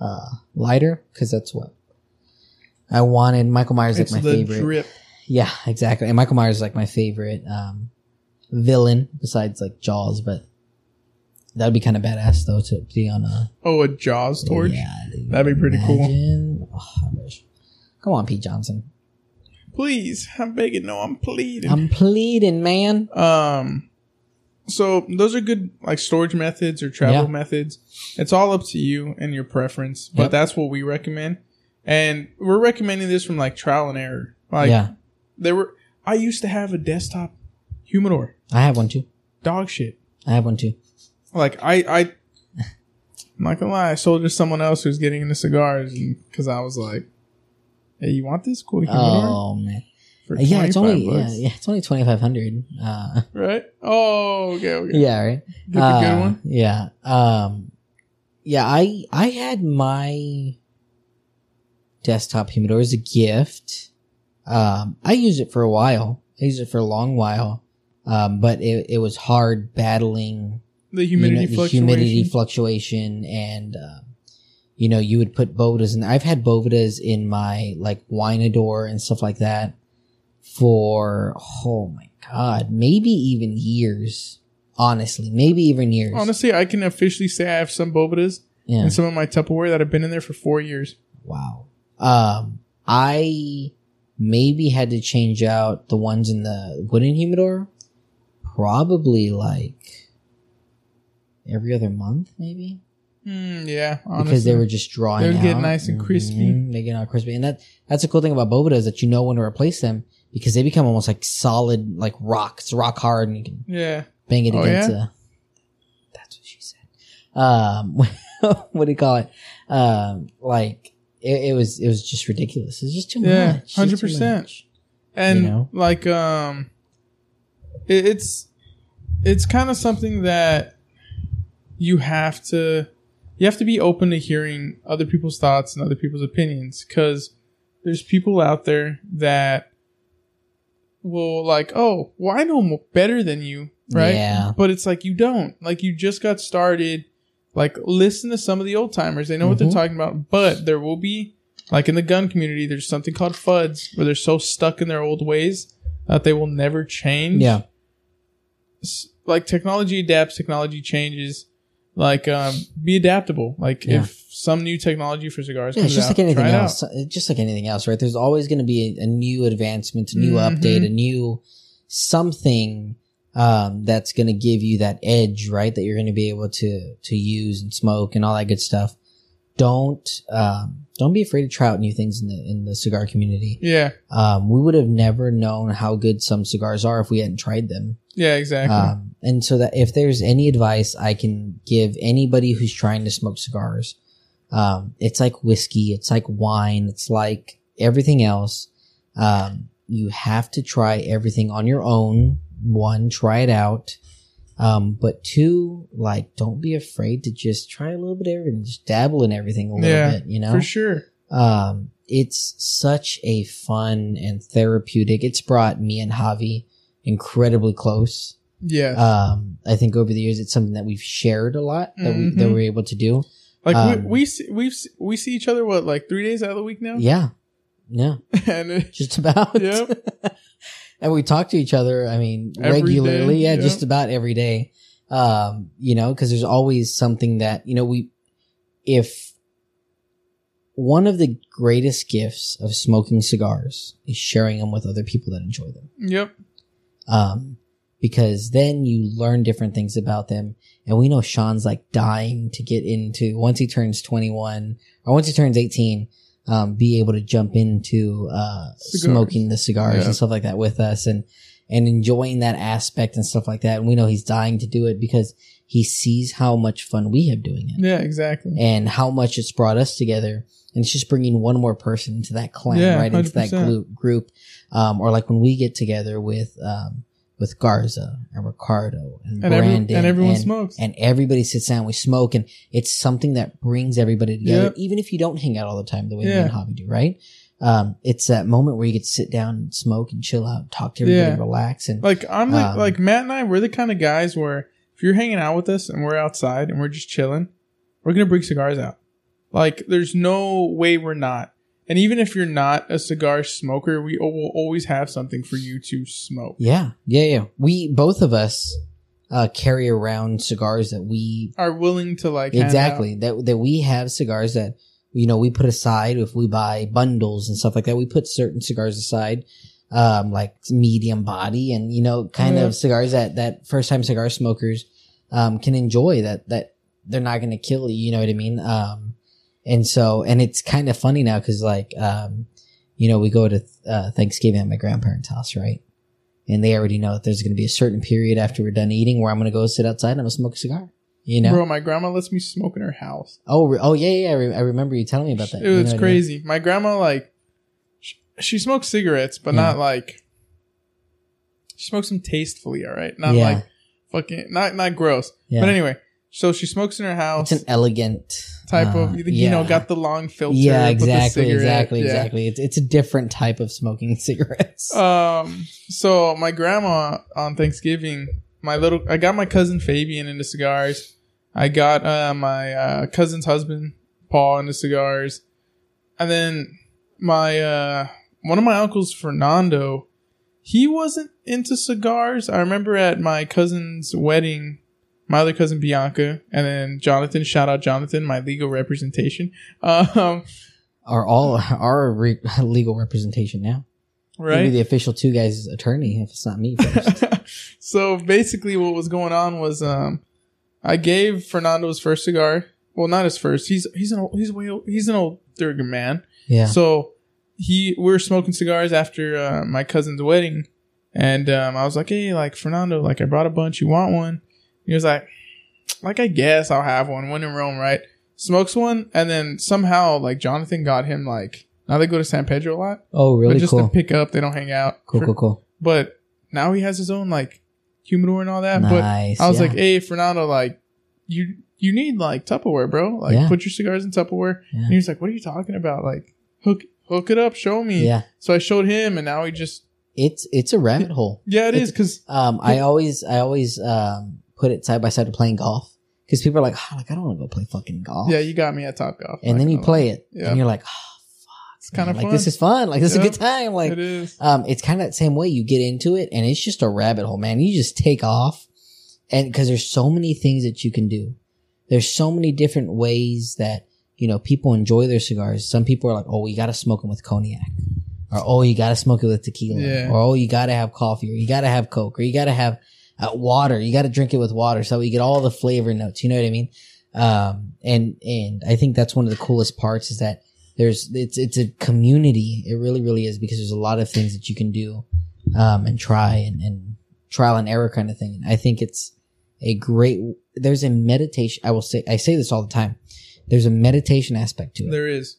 Speaker 1: uh, lighter. Cause that's what I wanted. Michael Myers is
Speaker 2: It's
Speaker 1: like my
Speaker 2: the
Speaker 1: favorite.
Speaker 2: drip.
Speaker 1: Yeah, exactly. And Michael Myers is like my favorite um, villain besides like Jaws, but that would be kind of badass though to be on a
Speaker 2: Oh, a Jaws torch.
Speaker 1: Yeah, dude.
Speaker 2: That'd be pretty cool.
Speaker 1: Imagine- Oh, I wish. Come on, Pete Johnson.
Speaker 2: Please, I'm begging. No, I'm pleading.
Speaker 1: I'm pleading, man.
Speaker 2: Um, so those are good like storage methods or travel
Speaker 1: Yeah.
Speaker 2: methods. It's all up to you and your preference, but
Speaker 1: Yep.
Speaker 2: that's what we recommend. And we're recommending this from like trial and error. Like
Speaker 1: yeah,
Speaker 2: there were, I used to have a desktop humidor,
Speaker 1: I have one too.
Speaker 2: dog shit.
Speaker 1: I have one too.
Speaker 2: Like I, I, I'm not gonna lie, I sold it to someone else who's getting into cigars because I was like, "Hey, you want this cool humidor
Speaker 1: Oh man,
Speaker 2: for
Speaker 1: yeah, it's only yeah,
Speaker 2: bucks,
Speaker 1: yeah, it's only twenty five hundred. Uh,
Speaker 2: right? Oh, okay, okay,
Speaker 1: yeah, right.
Speaker 2: Get the good
Speaker 1: Uh,
Speaker 2: one.
Speaker 1: Yeah. Um yeah, I I had my desktop humidor as a gift. Um I used it for a while. I used it for a long while. Um but it it was hard battling
Speaker 2: The
Speaker 1: you know,
Speaker 2: humidity
Speaker 1: the
Speaker 2: fluctuation.
Speaker 1: humidity fluctuation and um you know, you would put bovitas in. I've had bovitas in my like winador and stuff like that for oh my god, maybe even years. Honestly, maybe even years.
Speaker 2: Honestly, I can officially say I have some Bovitas
Speaker 1: Yeah.
Speaker 2: and some of my Tupperware that have been in there for four years.
Speaker 1: Wow. Um, I maybe had to change out the ones in the wooden humidor, probably like every other month, maybe
Speaker 2: Mm, yeah, honestly.
Speaker 1: because they were just drawing.
Speaker 2: They would
Speaker 1: out.
Speaker 2: get nice and crispy.
Speaker 1: Mhm, They get all crispy, and that that's the cool thing about Bovitas that you know when to replace them because they become almost like solid, like rocks, rock hard, and you can
Speaker 2: Yeah.
Speaker 1: bang it
Speaker 2: Oh,
Speaker 1: against a. That's what she said. Um, what do you call it? Um, like it, it was, it was just ridiculous. It's just too
Speaker 2: Yeah,
Speaker 1: much. It's just too
Speaker 2: 100%.
Speaker 1: much.
Speaker 2: And
Speaker 1: You know?
Speaker 2: like um it, it's it's kind of something that you have to you have to be open to hearing other people's thoughts and other people's opinions cuz there's people out there that will like, "Oh, well I know mo- better than you." Right?
Speaker 1: Yeah.
Speaker 2: But it's like you don't. Like you just got started. Like listen to some of the old timers. They know what they're
Speaker 1: Mhm.
Speaker 2: talking about. But there will be like in the gun community, there's something called FUDs where they're so stuck in their old ways that they will never change.
Speaker 1: Yeah.
Speaker 2: S- Like technology adapts, technology changes. Like um, be adaptable. Like
Speaker 1: Yeah.
Speaker 2: if some new technology for cigars
Speaker 1: Yeah, it's
Speaker 2: comes
Speaker 1: just
Speaker 2: out,
Speaker 1: like anything
Speaker 2: try it out.
Speaker 1: else. It's Just like anything else, right? There's always going to be a, a new advancement, a new
Speaker 2: Mhm.
Speaker 1: update, a new something um, that's going to give you that edge, right? That you're going to be able to to use and smoke and all that good stuff. Don't um, don't be afraid to try out new things in the in the cigar community.
Speaker 2: Yeah.
Speaker 1: Um, we would have never known how good some cigars are if we hadn't tried them.
Speaker 2: Yeah. Exactly.
Speaker 1: Um, and so that if there's any advice I can give anybody who's trying to smoke cigars, um, it's like whiskey, it's like wine, it's like everything else. Um, you have to try everything on your own. One, try it out. Um, but two, like, don't be afraid to just try a little bit of everything, just dabble in everything a little
Speaker 2: Yeah,
Speaker 1: bit, you know?
Speaker 2: For sure.
Speaker 1: um, it's such a fun and therapeutic. It's brought me and Javi incredibly close.
Speaker 2: Yeah.
Speaker 1: Um, I think over the years, it's something that we've shared a lot that, we, that
Speaker 2: Mhm.
Speaker 1: we're able to do.
Speaker 2: like
Speaker 1: um,
Speaker 2: we we see, we've se- we see each other what like three days out of the week now.
Speaker 1: Yeah. Yeah.
Speaker 2: and uh, it,
Speaker 1: Just about.
Speaker 2: Yep.
Speaker 1: and we talk to each other, I mean,
Speaker 2: Every
Speaker 1: regularly.
Speaker 2: day,
Speaker 1: yeah,
Speaker 2: yeah.
Speaker 1: Just about every day. Um, you know, cause there's always something that, you know, we, if one of the greatest gifts of smoking cigars is sharing them with other people that enjoy them.
Speaker 2: yep.
Speaker 1: um, because then you learn different things about them. And we know Sean's like dying to get into once he turns 21 or once he turns 18. um, be able to jump into uh,
Speaker 2: Cigars.
Speaker 1: smoking the cigars
Speaker 4: Yeah.
Speaker 1: and stuff like that with us and and enjoying that aspect and stuff like that. And we know he's dying to do it because he sees how much fun we have doing it
Speaker 2: Yeah, exactly.
Speaker 1: and how much it's brought us together. And it's just bringing one more person into that clan,
Speaker 2: Yeah,
Speaker 1: right into that
Speaker 2: 100%.
Speaker 1: group. group. Um, or like when we get together with um, with Garza and Ricardo and,
Speaker 2: And, every,
Speaker 1: Brandon
Speaker 2: and everyone smokes.
Speaker 1: and everybody sits down, we smoke, and it's something that brings everybody together,
Speaker 2: Yep.
Speaker 1: even if you don't hang out all the time the way
Speaker 2: Yeah.
Speaker 1: me and Hobby do, right? Um, it's that moment where you get to sit down and smoke and chill out, talk to everybody,
Speaker 2: Yeah.
Speaker 1: relax, and
Speaker 2: Like I'm like
Speaker 1: Um,
Speaker 2: like Matt and I, we're the kind of guys where if you're hanging out with us and we're outside and we're just chilling, we're gonna bring cigars out. Like there's no way we're not. And even if you're not a cigar smoker, we al- will always have something for you to smoke.
Speaker 1: yeah, yeah, yeah. We both of us uh, carry around cigars that we
Speaker 2: Are willing to like hand out.
Speaker 1: exactly that that we have cigars that you know we put aside if we buy bundles and stuff like that. We put certain cigars aside, um, like medium body and you know kind
Speaker 2: Yeah.
Speaker 1: of cigars that that first time cigar smokers um, can enjoy that that they're not going to kill you. You know what I mean? Um, and so and it's kind of funny now because like um, you know we go to uh, Thanksgiving at my grandparents' house, right? And they already know that there's going to be a certain period after we're done eating where I'm going to go sit outside and I'm going to smoke a cigar. You know,
Speaker 2: Bro, my grandma lets me smoke in her house.
Speaker 1: Oh, re- oh yeah, yeah. I, re- I remember you telling me about that.
Speaker 2: It
Speaker 1: You know
Speaker 2: was
Speaker 1: what I mean?
Speaker 2: crazy. My grandma like she, she smokes cigarettes, but
Speaker 1: Yeah.
Speaker 2: not like she smokes them tastefully, all right? Not
Speaker 1: Yeah.
Speaker 2: like fucking not not gross.
Speaker 1: Yeah.
Speaker 2: But anyway, so she smokes in her house.
Speaker 1: it's an elegant
Speaker 2: type
Speaker 1: uh,
Speaker 2: of you, you know
Speaker 1: yeah.
Speaker 2: got the long filter.
Speaker 1: yeah,
Speaker 2: with the
Speaker 1: exactly,
Speaker 2: cigarette,
Speaker 1: exactly,
Speaker 2: yeah.
Speaker 1: exactly. It's it's a different type of smoking cigarettes.
Speaker 2: Um, so my grandma on Thanksgiving, my little, I got my cousin Fabian into cigars. I got uh, my uh, cousin's husband Paul into cigars, and then my uh, one of my uncles Fernando, he wasn't into cigars. I remember at my cousin's wedding. My other cousin Bianca, and then Jonathan. Shout out Jonathan, my legal representation. Um,
Speaker 1: Are all our re- legal representation now? You'll be
Speaker 2: right?
Speaker 1: the official two guys attorney if it's not me. first.
Speaker 2: so basically, what was going on was um, I gave Fernando his first cigar. Well, not his first. He's he's an old, he's way old, he's an older man.
Speaker 1: yeah.
Speaker 2: So he we were smoking cigars after uh, my cousin's wedding, and um, I was like, hey, like Fernando, like I brought a bunch. You want one? He was like, like I guess I'll have one. When in Rome, right? Smokes one, and then somehow like Jonathan got him like now they go to San Pedro a lot,
Speaker 1: oh,
Speaker 2: but
Speaker 1: really
Speaker 2: just
Speaker 1: cool.
Speaker 2: to pick up. They don't hang out.
Speaker 1: cool,
Speaker 2: For-
Speaker 1: cool, cool.
Speaker 2: but now he has his own like humidor and all that.
Speaker 1: Nice.
Speaker 2: But I was
Speaker 1: yeah.
Speaker 2: like, hey, Fernando, like you you need like Tupperware, bro. Like
Speaker 1: Yeah.
Speaker 2: put your cigars in Tupperware.
Speaker 1: Yeah.
Speaker 2: And he was like, what are you talking about? Like hook hook it up, show me.
Speaker 1: yeah,
Speaker 2: So I showed him, and now he just
Speaker 1: it's it's a rabbit hole.
Speaker 2: yeah, it is because
Speaker 1: Um, I always I always um put it side by side to playing golf because people are like, oh, like I don't want to go play fucking golf.
Speaker 2: yeah, you got me at Top Golf.
Speaker 1: and then you play it,
Speaker 2: Yeah.
Speaker 1: and you're like, oh,
Speaker 2: It's kind of
Speaker 1: like
Speaker 2: fun.
Speaker 1: this is fun. Like this
Speaker 2: Yeah.
Speaker 1: is a good time. Like
Speaker 2: it is.
Speaker 1: um, it's kind of that same way. You get into it, and it's just a rabbit hole, man. You just take off, and because there's so many things that you can do. There's so many different ways that you know people enjoy their cigars. Some people are like, oh, you got to smoke them with cognac, or oh, you got to smoke it with tequila,
Speaker 2: Yeah.
Speaker 1: or oh, you got to have coffee, or you got to have coke, or you got to have uh, water. You got to drink it with water, so you get all the flavor notes. You know what I mean? Um, and and I think that's one of the coolest parts is that there's it's it's a community. It really, really is because there's a lot of things that you can do um, and try and, and trial and error kind of thing. I think it's a great. There's a meditation. I will say I say this all the time. There's a meditation aspect to it.
Speaker 2: There is.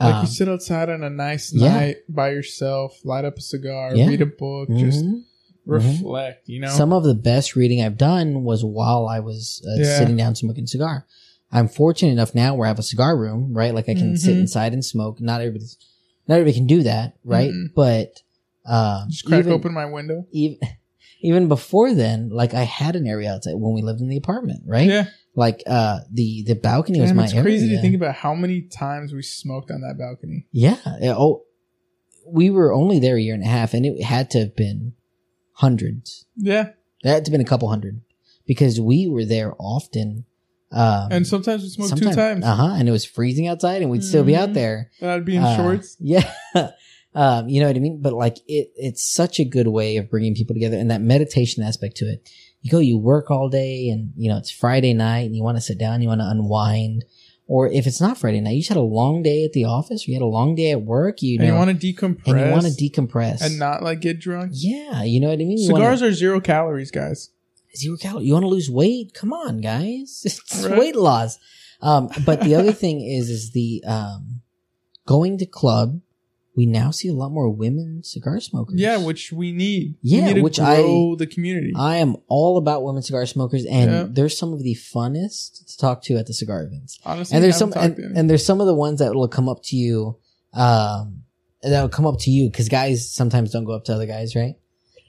Speaker 2: Like
Speaker 1: Um,
Speaker 2: you sit outside on a nice
Speaker 1: yeah.
Speaker 2: night by yourself, light up a cigar,
Speaker 1: Yeah.
Speaker 2: read a book, just
Speaker 1: mhm.
Speaker 2: reflect. You know,
Speaker 1: Some of the best reading I've done was while I was uh,
Speaker 2: Yeah.
Speaker 1: sitting down smoking cigar. I'm fortunate enough now where I have a cigar room, right? Like I can sit
Speaker 2: Mhm.
Speaker 1: inside and smoke. Not everybody's, not everybody can do that, right?
Speaker 2: Mm-mm.
Speaker 1: But um,
Speaker 2: Mm-hmm. just crack
Speaker 1: even-
Speaker 2: open my window.
Speaker 1: even even before then, like I had an area outside when we lived in the apartment, right?
Speaker 2: Yeah.
Speaker 1: Like uh the the balcony was
Speaker 2: Damn,
Speaker 1: my
Speaker 2: it's
Speaker 1: area.
Speaker 2: crazy to think about how many times we smoked on that balcony.
Speaker 1: yeah. yeah, Oh, we were only there a year and a half, and it had to have been hundreds.
Speaker 2: Yeah,
Speaker 1: That had to have been a couple hundred because we were there often. Um,
Speaker 2: and sometimes we smoked two times,
Speaker 1: Uh huh. And it was freezing outside, and we'd still be out
Speaker 2: Mhm.
Speaker 1: there.
Speaker 2: and I'd be in
Speaker 1: Uh,
Speaker 2: shorts.
Speaker 1: Yeah. um, you know what I mean? But like it, it's such a good way of bringing people together and that meditation aspect to it. You go, you work all day and you know, it's Friday night and you want to sit down, you want to unwind or if it's not Friday night, you just had a long day at the office, or you had a long day at work, you
Speaker 2: and
Speaker 1: know,
Speaker 2: you want to decompress
Speaker 1: and you want to
Speaker 2: decompress
Speaker 1: decompress.
Speaker 2: and not like get drunk.
Speaker 1: yeah, you know what I mean. You
Speaker 2: Cigars
Speaker 1: wanna,
Speaker 2: are zero calories, guys.
Speaker 1: zero calorie. You want to lose weight? Come on, guys, it's
Speaker 2: Right.
Speaker 1: weight loss. Um, but the other thing is, is the um, going to club. We now see a lot more women cigar smokers.
Speaker 2: Yeah, which we need.
Speaker 1: Yeah,
Speaker 2: we need to
Speaker 1: which I-
Speaker 2: grow the community.
Speaker 1: I am all about women cigar smokers, and
Speaker 2: Yeah.
Speaker 1: they're some of the funnest to talk to at the cigar events.
Speaker 2: Honestly,
Speaker 1: And there's
Speaker 2: I
Speaker 1: some,
Speaker 2: haven't
Speaker 1: and,
Speaker 2: talked to any.
Speaker 1: and there's some of the ones that will come up to you, um, that will come up to you because guys sometimes don't go up to other guys, right?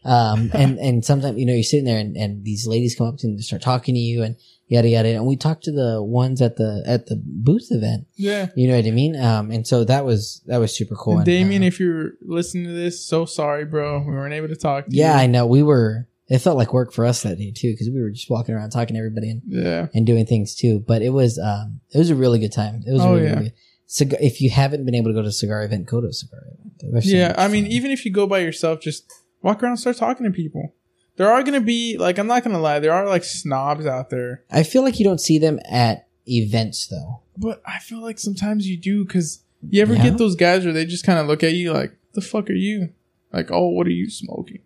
Speaker 1: Um, and and sometimes you know you're sitting there, and, and these ladies come up to you and start talking to you, and yada yada. And we talked to the ones at the at the booth event.
Speaker 2: yeah.
Speaker 1: You know what I mean? Um, and so that was that was super cool.
Speaker 2: And Damien,
Speaker 1: uh,
Speaker 2: if you're listening to this, so sorry, bro. We weren't able to talk to
Speaker 1: yeah,
Speaker 2: you.
Speaker 1: I know we were. It felt like work for us that day too because we were just walking around talking to everybody and.
Speaker 2: Yeah.
Speaker 1: and doing things too. But it was um it was a really good time. It was a
Speaker 2: Oh,
Speaker 1: really,
Speaker 2: yeah.
Speaker 1: really good. Cigar, if you haven't been able to go to a cigar event, go to a cigar event. They're so
Speaker 2: Yeah.
Speaker 1: much
Speaker 2: I mean,
Speaker 1: fun.
Speaker 2: even if you go by yourself, just walk around and start talking to people. There are going to be, like, I'm not going to lie, there are, like, snobs out there.
Speaker 1: I feel like you don't see them at events though.
Speaker 2: But I feel like sometimes you do because you ever
Speaker 1: Yeah.
Speaker 2: get those guys where they just kind of look at you like, the fuck are you? Like, oh, what are you smoking?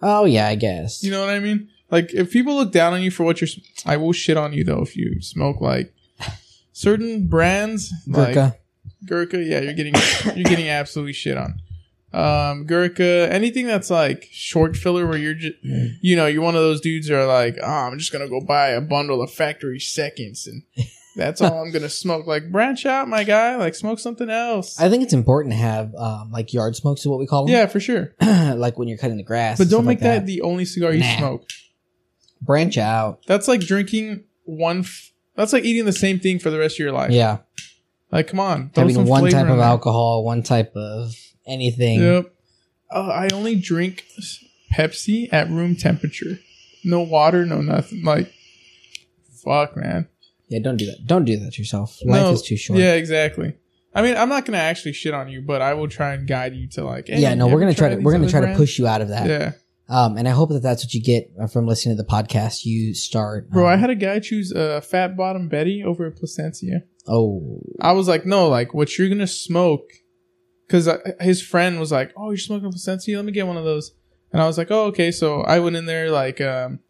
Speaker 1: Oh yeah, I guess.
Speaker 2: You know what I mean? Like, if people look down on you for what you're, sm- I will shit on you though if you smoke like certain brands, like
Speaker 1: Gurkha.
Speaker 2: Gurkha, yeah, you're getting you're getting absolutely shit on. Um, Gurkha, anything that's like short filler where you're just, you know, you're one of those dudes that are like, oh, I'm just gonna go buy a bundle of factory seconds and that's all I'm gonna smoke. Like branch out, my guy. Like smoke something else.
Speaker 1: I think it's important to have um like yard smokes is what we call them.
Speaker 2: yeah, for sure.
Speaker 1: like when you're cutting the grass.
Speaker 2: But
Speaker 1: and
Speaker 2: don't
Speaker 1: stuff
Speaker 2: make
Speaker 1: like
Speaker 2: that, the only cigar you
Speaker 1: Nah.
Speaker 2: smoke.
Speaker 1: branch out.
Speaker 2: That's like drinking one. F- that's like eating the same thing for the rest of your life.
Speaker 1: Yeah.
Speaker 2: Like, come on. throw
Speaker 1: Having
Speaker 2: some
Speaker 1: one
Speaker 2: flavor
Speaker 1: type
Speaker 2: in
Speaker 1: of
Speaker 2: there.
Speaker 1: alcohol, one type of anything.
Speaker 2: Yep. Uh, I only drink Pepsi at room temperature. No water, no nothing. Like, fuck, man.
Speaker 1: Yeah, don't do that. Don't do that to yourself. Life
Speaker 2: No,
Speaker 1: is too short.
Speaker 2: Yeah, exactly. I mean, I'm not gonna actually shit on you, but I will try and guide you to like. hey,
Speaker 1: Yeah, no,
Speaker 2: you
Speaker 1: we're
Speaker 2: ever
Speaker 1: gonna try to
Speaker 2: tried
Speaker 1: we're gonna
Speaker 2: these
Speaker 1: try
Speaker 2: other
Speaker 1: to
Speaker 2: brands?
Speaker 1: push you out of that.
Speaker 2: Yeah,
Speaker 1: Um, and I hope that that's what you get uh, from listening to the podcast. You start,
Speaker 2: bro. I
Speaker 1: um,
Speaker 2: had a guy choose a uh, fat bottom Betty over a Placencia.
Speaker 1: oh,
Speaker 2: I was like, no, like what you're gonna smoke, because his friend was like, oh, you're smoking Placencia. Let me get one of those. And I was like, oh, okay. So I went in there like, um,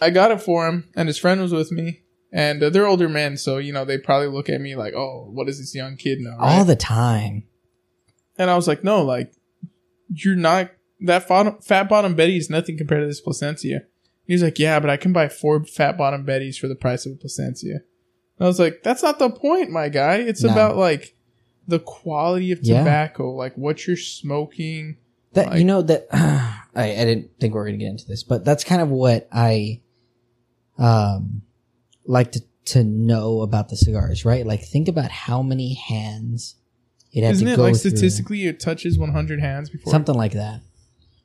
Speaker 2: I got it for him, and his friend was with me, and uh, they're older men, so you know they probably look at me like, oh, what does this young kid know?
Speaker 1: all
Speaker 2: right?
Speaker 1: the time.
Speaker 2: and I was like, no, like you're not that fat, fat bottom Betty is nothing compared to this Placencia. And he's like, yeah, but I can buy four fat bottom Bettys for the price of a Placencia. And I was like, that's not the point, my guy. It's
Speaker 1: No.
Speaker 2: about like the quality of
Speaker 1: Yeah.
Speaker 2: tobacco, like what you're smoking.
Speaker 1: That you
Speaker 2: Like-
Speaker 1: know that I, I didn't think we were gonna get into this, but that's kind of what I um like to to know about the cigars, right? Like think about how many hands it has
Speaker 2: Isn't
Speaker 1: to
Speaker 2: it
Speaker 1: go
Speaker 2: like
Speaker 1: through.
Speaker 2: statistically it touches 100 hands before?
Speaker 1: something like that.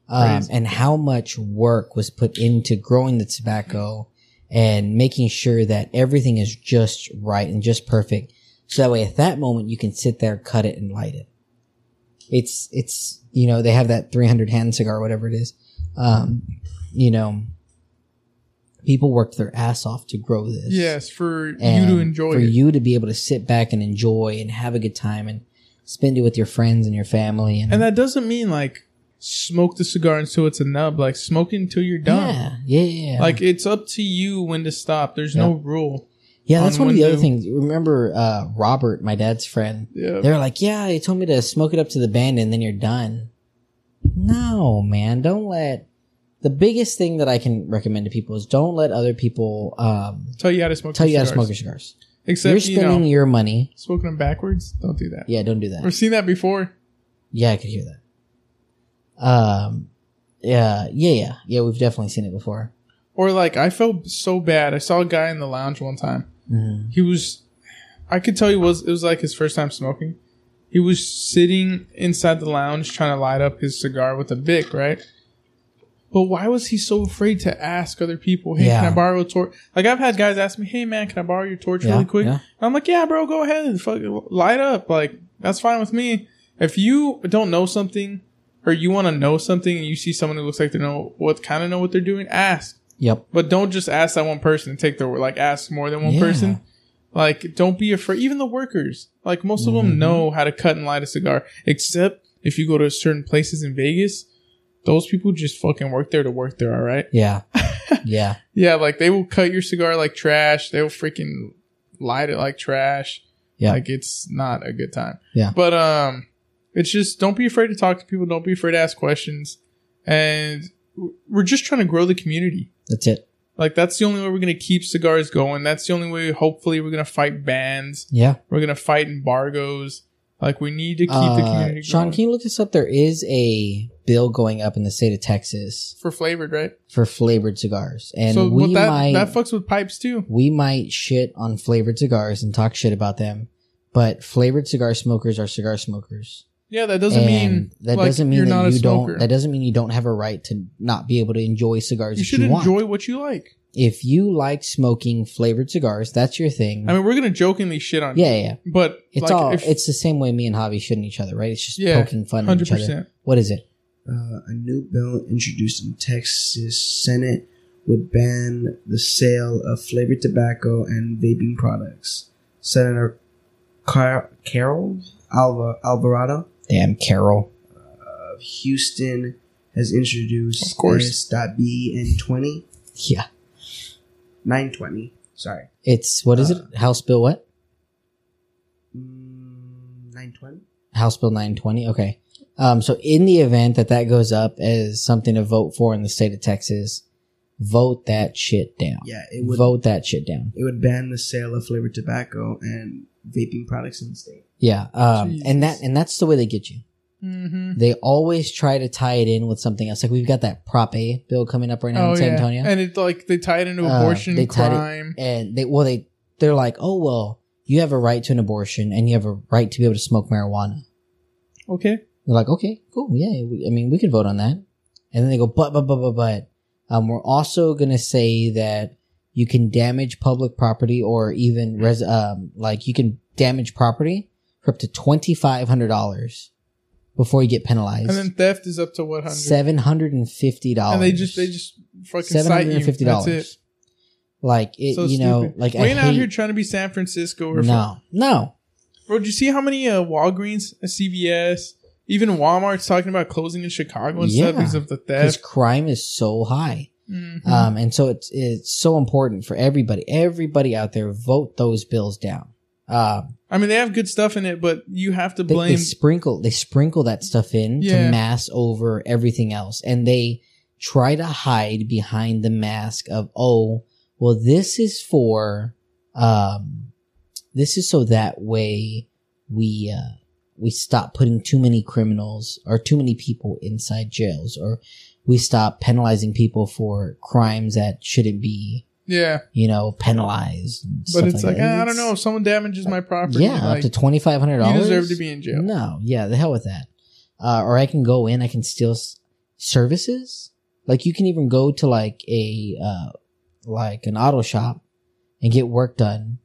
Speaker 1: Um,
Speaker 2: Crazy.
Speaker 1: and how much work was put into growing the tobacco and making sure that everything is just right and just perfect. So that way at that moment you can sit there, cut it and light it. It's, it's, you know, they have that 300 hand cigar, whatever it is. Um, you know, people worked their ass off to grow this
Speaker 2: Yes, for
Speaker 1: and
Speaker 2: you to enjoy
Speaker 1: for
Speaker 2: it.
Speaker 1: you to be able to sit back and enjoy and have a good time and spend it with your friends and your family and,
Speaker 2: And that doesn't mean like smoke the cigar until it's a nub. Like smoke it until you're done.
Speaker 1: Yeah, yeah, yeah, yeah.
Speaker 2: Like it's up to you when to stop. There's no rule.
Speaker 1: yeah, that's
Speaker 2: on
Speaker 1: one of the
Speaker 2: one
Speaker 1: other
Speaker 2: new-
Speaker 1: things. Remember uh, Robert, my dad's friend?
Speaker 2: Yeah.
Speaker 1: They're like, yeah, he told me to smoke it up to the band and then you're done. No, man, don't let. The biggest thing that I can recommend to people is don't let other people um,
Speaker 2: Tell you how to smoke.
Speaker 1: tell
Speaker 2: your
Speaker 1: you how to
Speaker 2: cigars.
Speaker 1: smoke your cigars.
Speaker 2: Except
Speaker 1: you're
Speaker 2: you
Speaker 1: spending
Speaker 2: know,
Speaker 1: your money.
Speaker 2: smoking them backwards. Don't do that.
Speaker 1: Yeah, don't do that.
Speaker 2: We've seen that before.
Speaker 1: Yeah, I could hear that. Um, yeah, yeah, yeah, yeah. We've definitely seen it before.
Speaker 2: Or like I felt so bad. I saw a guy in the lounge one time.
Speaker 1: Mhm.
Speaker 2: He was, I could tell he was. It was like his first time smoking. He was sitting inside the lounge trying to light up his cigar with a Bic, right? But why was he so afraid to ask other people, "Hey,
Speaker 1: Yeah.
Speaker 2: can I borrow a torch?" Like I've had guys ask me, "Hey, man, can I borrow your torch
Speaker 1: Yeah,
Speaker 2: really quick?"
Speaker 1: yeah.
Speaker 2: I'm like, "Yeah, bro, go ahead and fuck, light up. Like that's fine with me. If you don't know something or you want to know something and you see someone who looks like they know what kind of know what they're doing, ask.
Speaker 1: Yep.
Speaker 2: But don't just ask that one person and take their word. Like ask more than one
Speaker 1: Yeah.
Speaker 2: person. Like, don't be afraid. Even the workers, like most of them, know how to cut and light a cigar. Except if you go to certain places in Vegas, those people just fucking work there to work there. All right.
Speaker 1: Yeah. yeah.
Speaker 2: Yeah, like they will cut your cigar like trash. They will freaking light it like trash.
Speaker 1: Yeah.
Speaker 2: Like it's not a good time.
Speaker 1: Yeah.
Speaker 2: But um it's just don't be afraid to talk to people, don't be afraid to ask questions. And w- we're just trying to grow the community.
Speaker 1: That's it.
Speaker 2: Like that's the only way we're going to keep cigars going. That's the only way hopefully we're going to fight bans.
Speaker 1: Yeah.
Speaker 2: We're going to fight embargoes. Like we need to keep the
Speaker 1: Uh,
Speaker 2: community
Speaker 1: Sean,
Speaker 2: growing.
Speaker 1: can you look this up? There is a bill going up in the state of Texas
Speaker 2: for flavored, right?
Speaker 1: for flavored cigars, and
Speaker 2: so
Speaker 1: we
Speaker 2: but that
Speaker 1: might
Speaker 2: that fucks with pipes too.
Speaker 1: we might shit on flavored cigars and talk shit about them, but flavored cigar smokers are cigar smokers.
Speaker 2: Yeah, that doesn't
Speaker 1: and
Speaker 2: mean
Speaker 1: that
Speaker 2: like,
Speaker 1: doesn't mean
Speaker 2: you're
Speaker 1: that
Speaker 2: not a
Speaker 1: you
Speaker 2: smoker.
Speaker 1: don't. That doesn't mean you don't have a right to not be able to enjoy cigars.
Speaker 2: you
Speaker 1: that
Speaker 2: should
Speaker 1: you want.
Speaker 2: enjoy what you like.
Speaker 1: If you like smoking flavored cigars, that's your thing.
Speaker 2: I mean, we're gonna jokingly shit on,
Speaker 1: yeah, yeah, yeah.
Speaker 2: you, but
Speaker 1: It's
Speaker 2: like,
Speaker 1: all.
Speaker 2: if,
Speaker 1: it's the same way me and Javi shouldn't each other, right? It's just
Speaker 2: Yeah,
Speaker 1: poking fun at
Speaker 2: hundred
Speaker 1: each other.
Speaker 2: percent.
Speaker 1: What is it?
Speaker 3: Uh, a new bill introduced in Texas Senate would ban the sale of flavored tobacco and vaping products. Senator Car- Carol Alva- Alvarado
Speaker 1: Damn, Carol.
Speaker 3: of Houston has introduced
Speaker 2: Of course.
Speaker 3: S.B and 20,
Speaker 1: Yeah,
Speaker 3: 920, sorry.
Speaker 1: it's what is
Speaker 2: Uh,
Speaker 1: it? House Bill what?
Speaker 3: Mm, 920?
Speaker 1: House Bill 920. Okay. Um, so in the event that that goes up as something to vote for in the state of Texas, vote that shit down.
Speaker 3: Yeah, it would,
Speaker 1: vote that shit down.
Speaker 3: it would ban the sale of flavored tobacco and vaping products in the state.
Speaker 1: Yeah. Um, and that,
Speaker 2: Jesus.
Speaker 1: and that's the way they get you.
Speaker 2: Mm-hmm.
Speaker 1: They always try to tie it in with something else. Like we've got that Prop A bill coming up right now
Speaker 2: Oh
Speaker 1: in San
Speaker 2: yeah,
Speaker 1: Antonio.
Speaker 2: and it like they tie it into
Speaker 1: Uh,
Speaker 2: abortion,
Speaker 1: they tied it-
Speaker 2: crime.
Speaker 1: and they well they they're like oh well you have a right to an abortion and you have a right to be able to smoke marijuana
Speaker 2: okay,
Speaker 1: they're like okay cool yeah we, i mean we could vote on that and then they go but but but but but um, we're also going to say that you can damage public property or even res um, like you can damage property for up to $2500 before you get penalized
Speaker 2: and then theft is up to what hundred?
Speaker 1: $750
Speaker 2: And they just they just fucking cite you.
Speaker 1: $750
Speaker 2: That's it.
Speaker 1: like it
Speaker 2: So
Speaker 1: you know
Speaker 2: stupid.
Speaker 1: like
Speaker 2: we ain't
Speaker 1: I
Speaker 2: out
Speaker 1: hate-
Speaker 2: here trying to be San Francisco or
Speaker 1: no no
Speaker 2: Bro, did you see how many uh, Walgreens, CVS, even Walmart's talking about closing in Chicago and stuff
Speaker 1: Yeah.
Speaker 2: because of the
Speaker 1: because
Speaker 2: theft?
Speaker 1: crime is so high
Speaker 2: Mhm.
Speaker 1: Um, and so it's it's so important for everybody, everybody out there, vote those bills down. Um,
Speaker 2: I mean, they have good stuff in it, but you have to
Speaker 1: they, they
Speaker 2: blame.
Speaker 1: sprinkle they sprinkle that stuff in
Speaker 2: Yeah.
Speaker 1: to mask over everything else, and they try to hide behind the mask of oh, well, this is for um, this is so that way we uh, we stop putting too many criminals or too many people inside jails, or we stop penalizing people for crimes that shouldn't be
Speaker 2: yeah.
Speaker 1: you know, penalized. and
Speaker 2: But
Speaker 1: stuff
Speaker 2: it's like,
Speaker 1: that.
Speaker 2: ah, I don't know. If someone damages my property,
Speaker 1: Yeah, up
Speaker 2: like,
Speaker 1: to twenty five hundred
Speaker 2: you
Speaker 1: dollars. Mm-hmm.
Speaker 2: deserve to be in jail.
Speaker 1: No, yeah, the hell with that. Uh, or I can go in. I can steal s- services. Like you can even go to like a uh, like an auto shop and get work done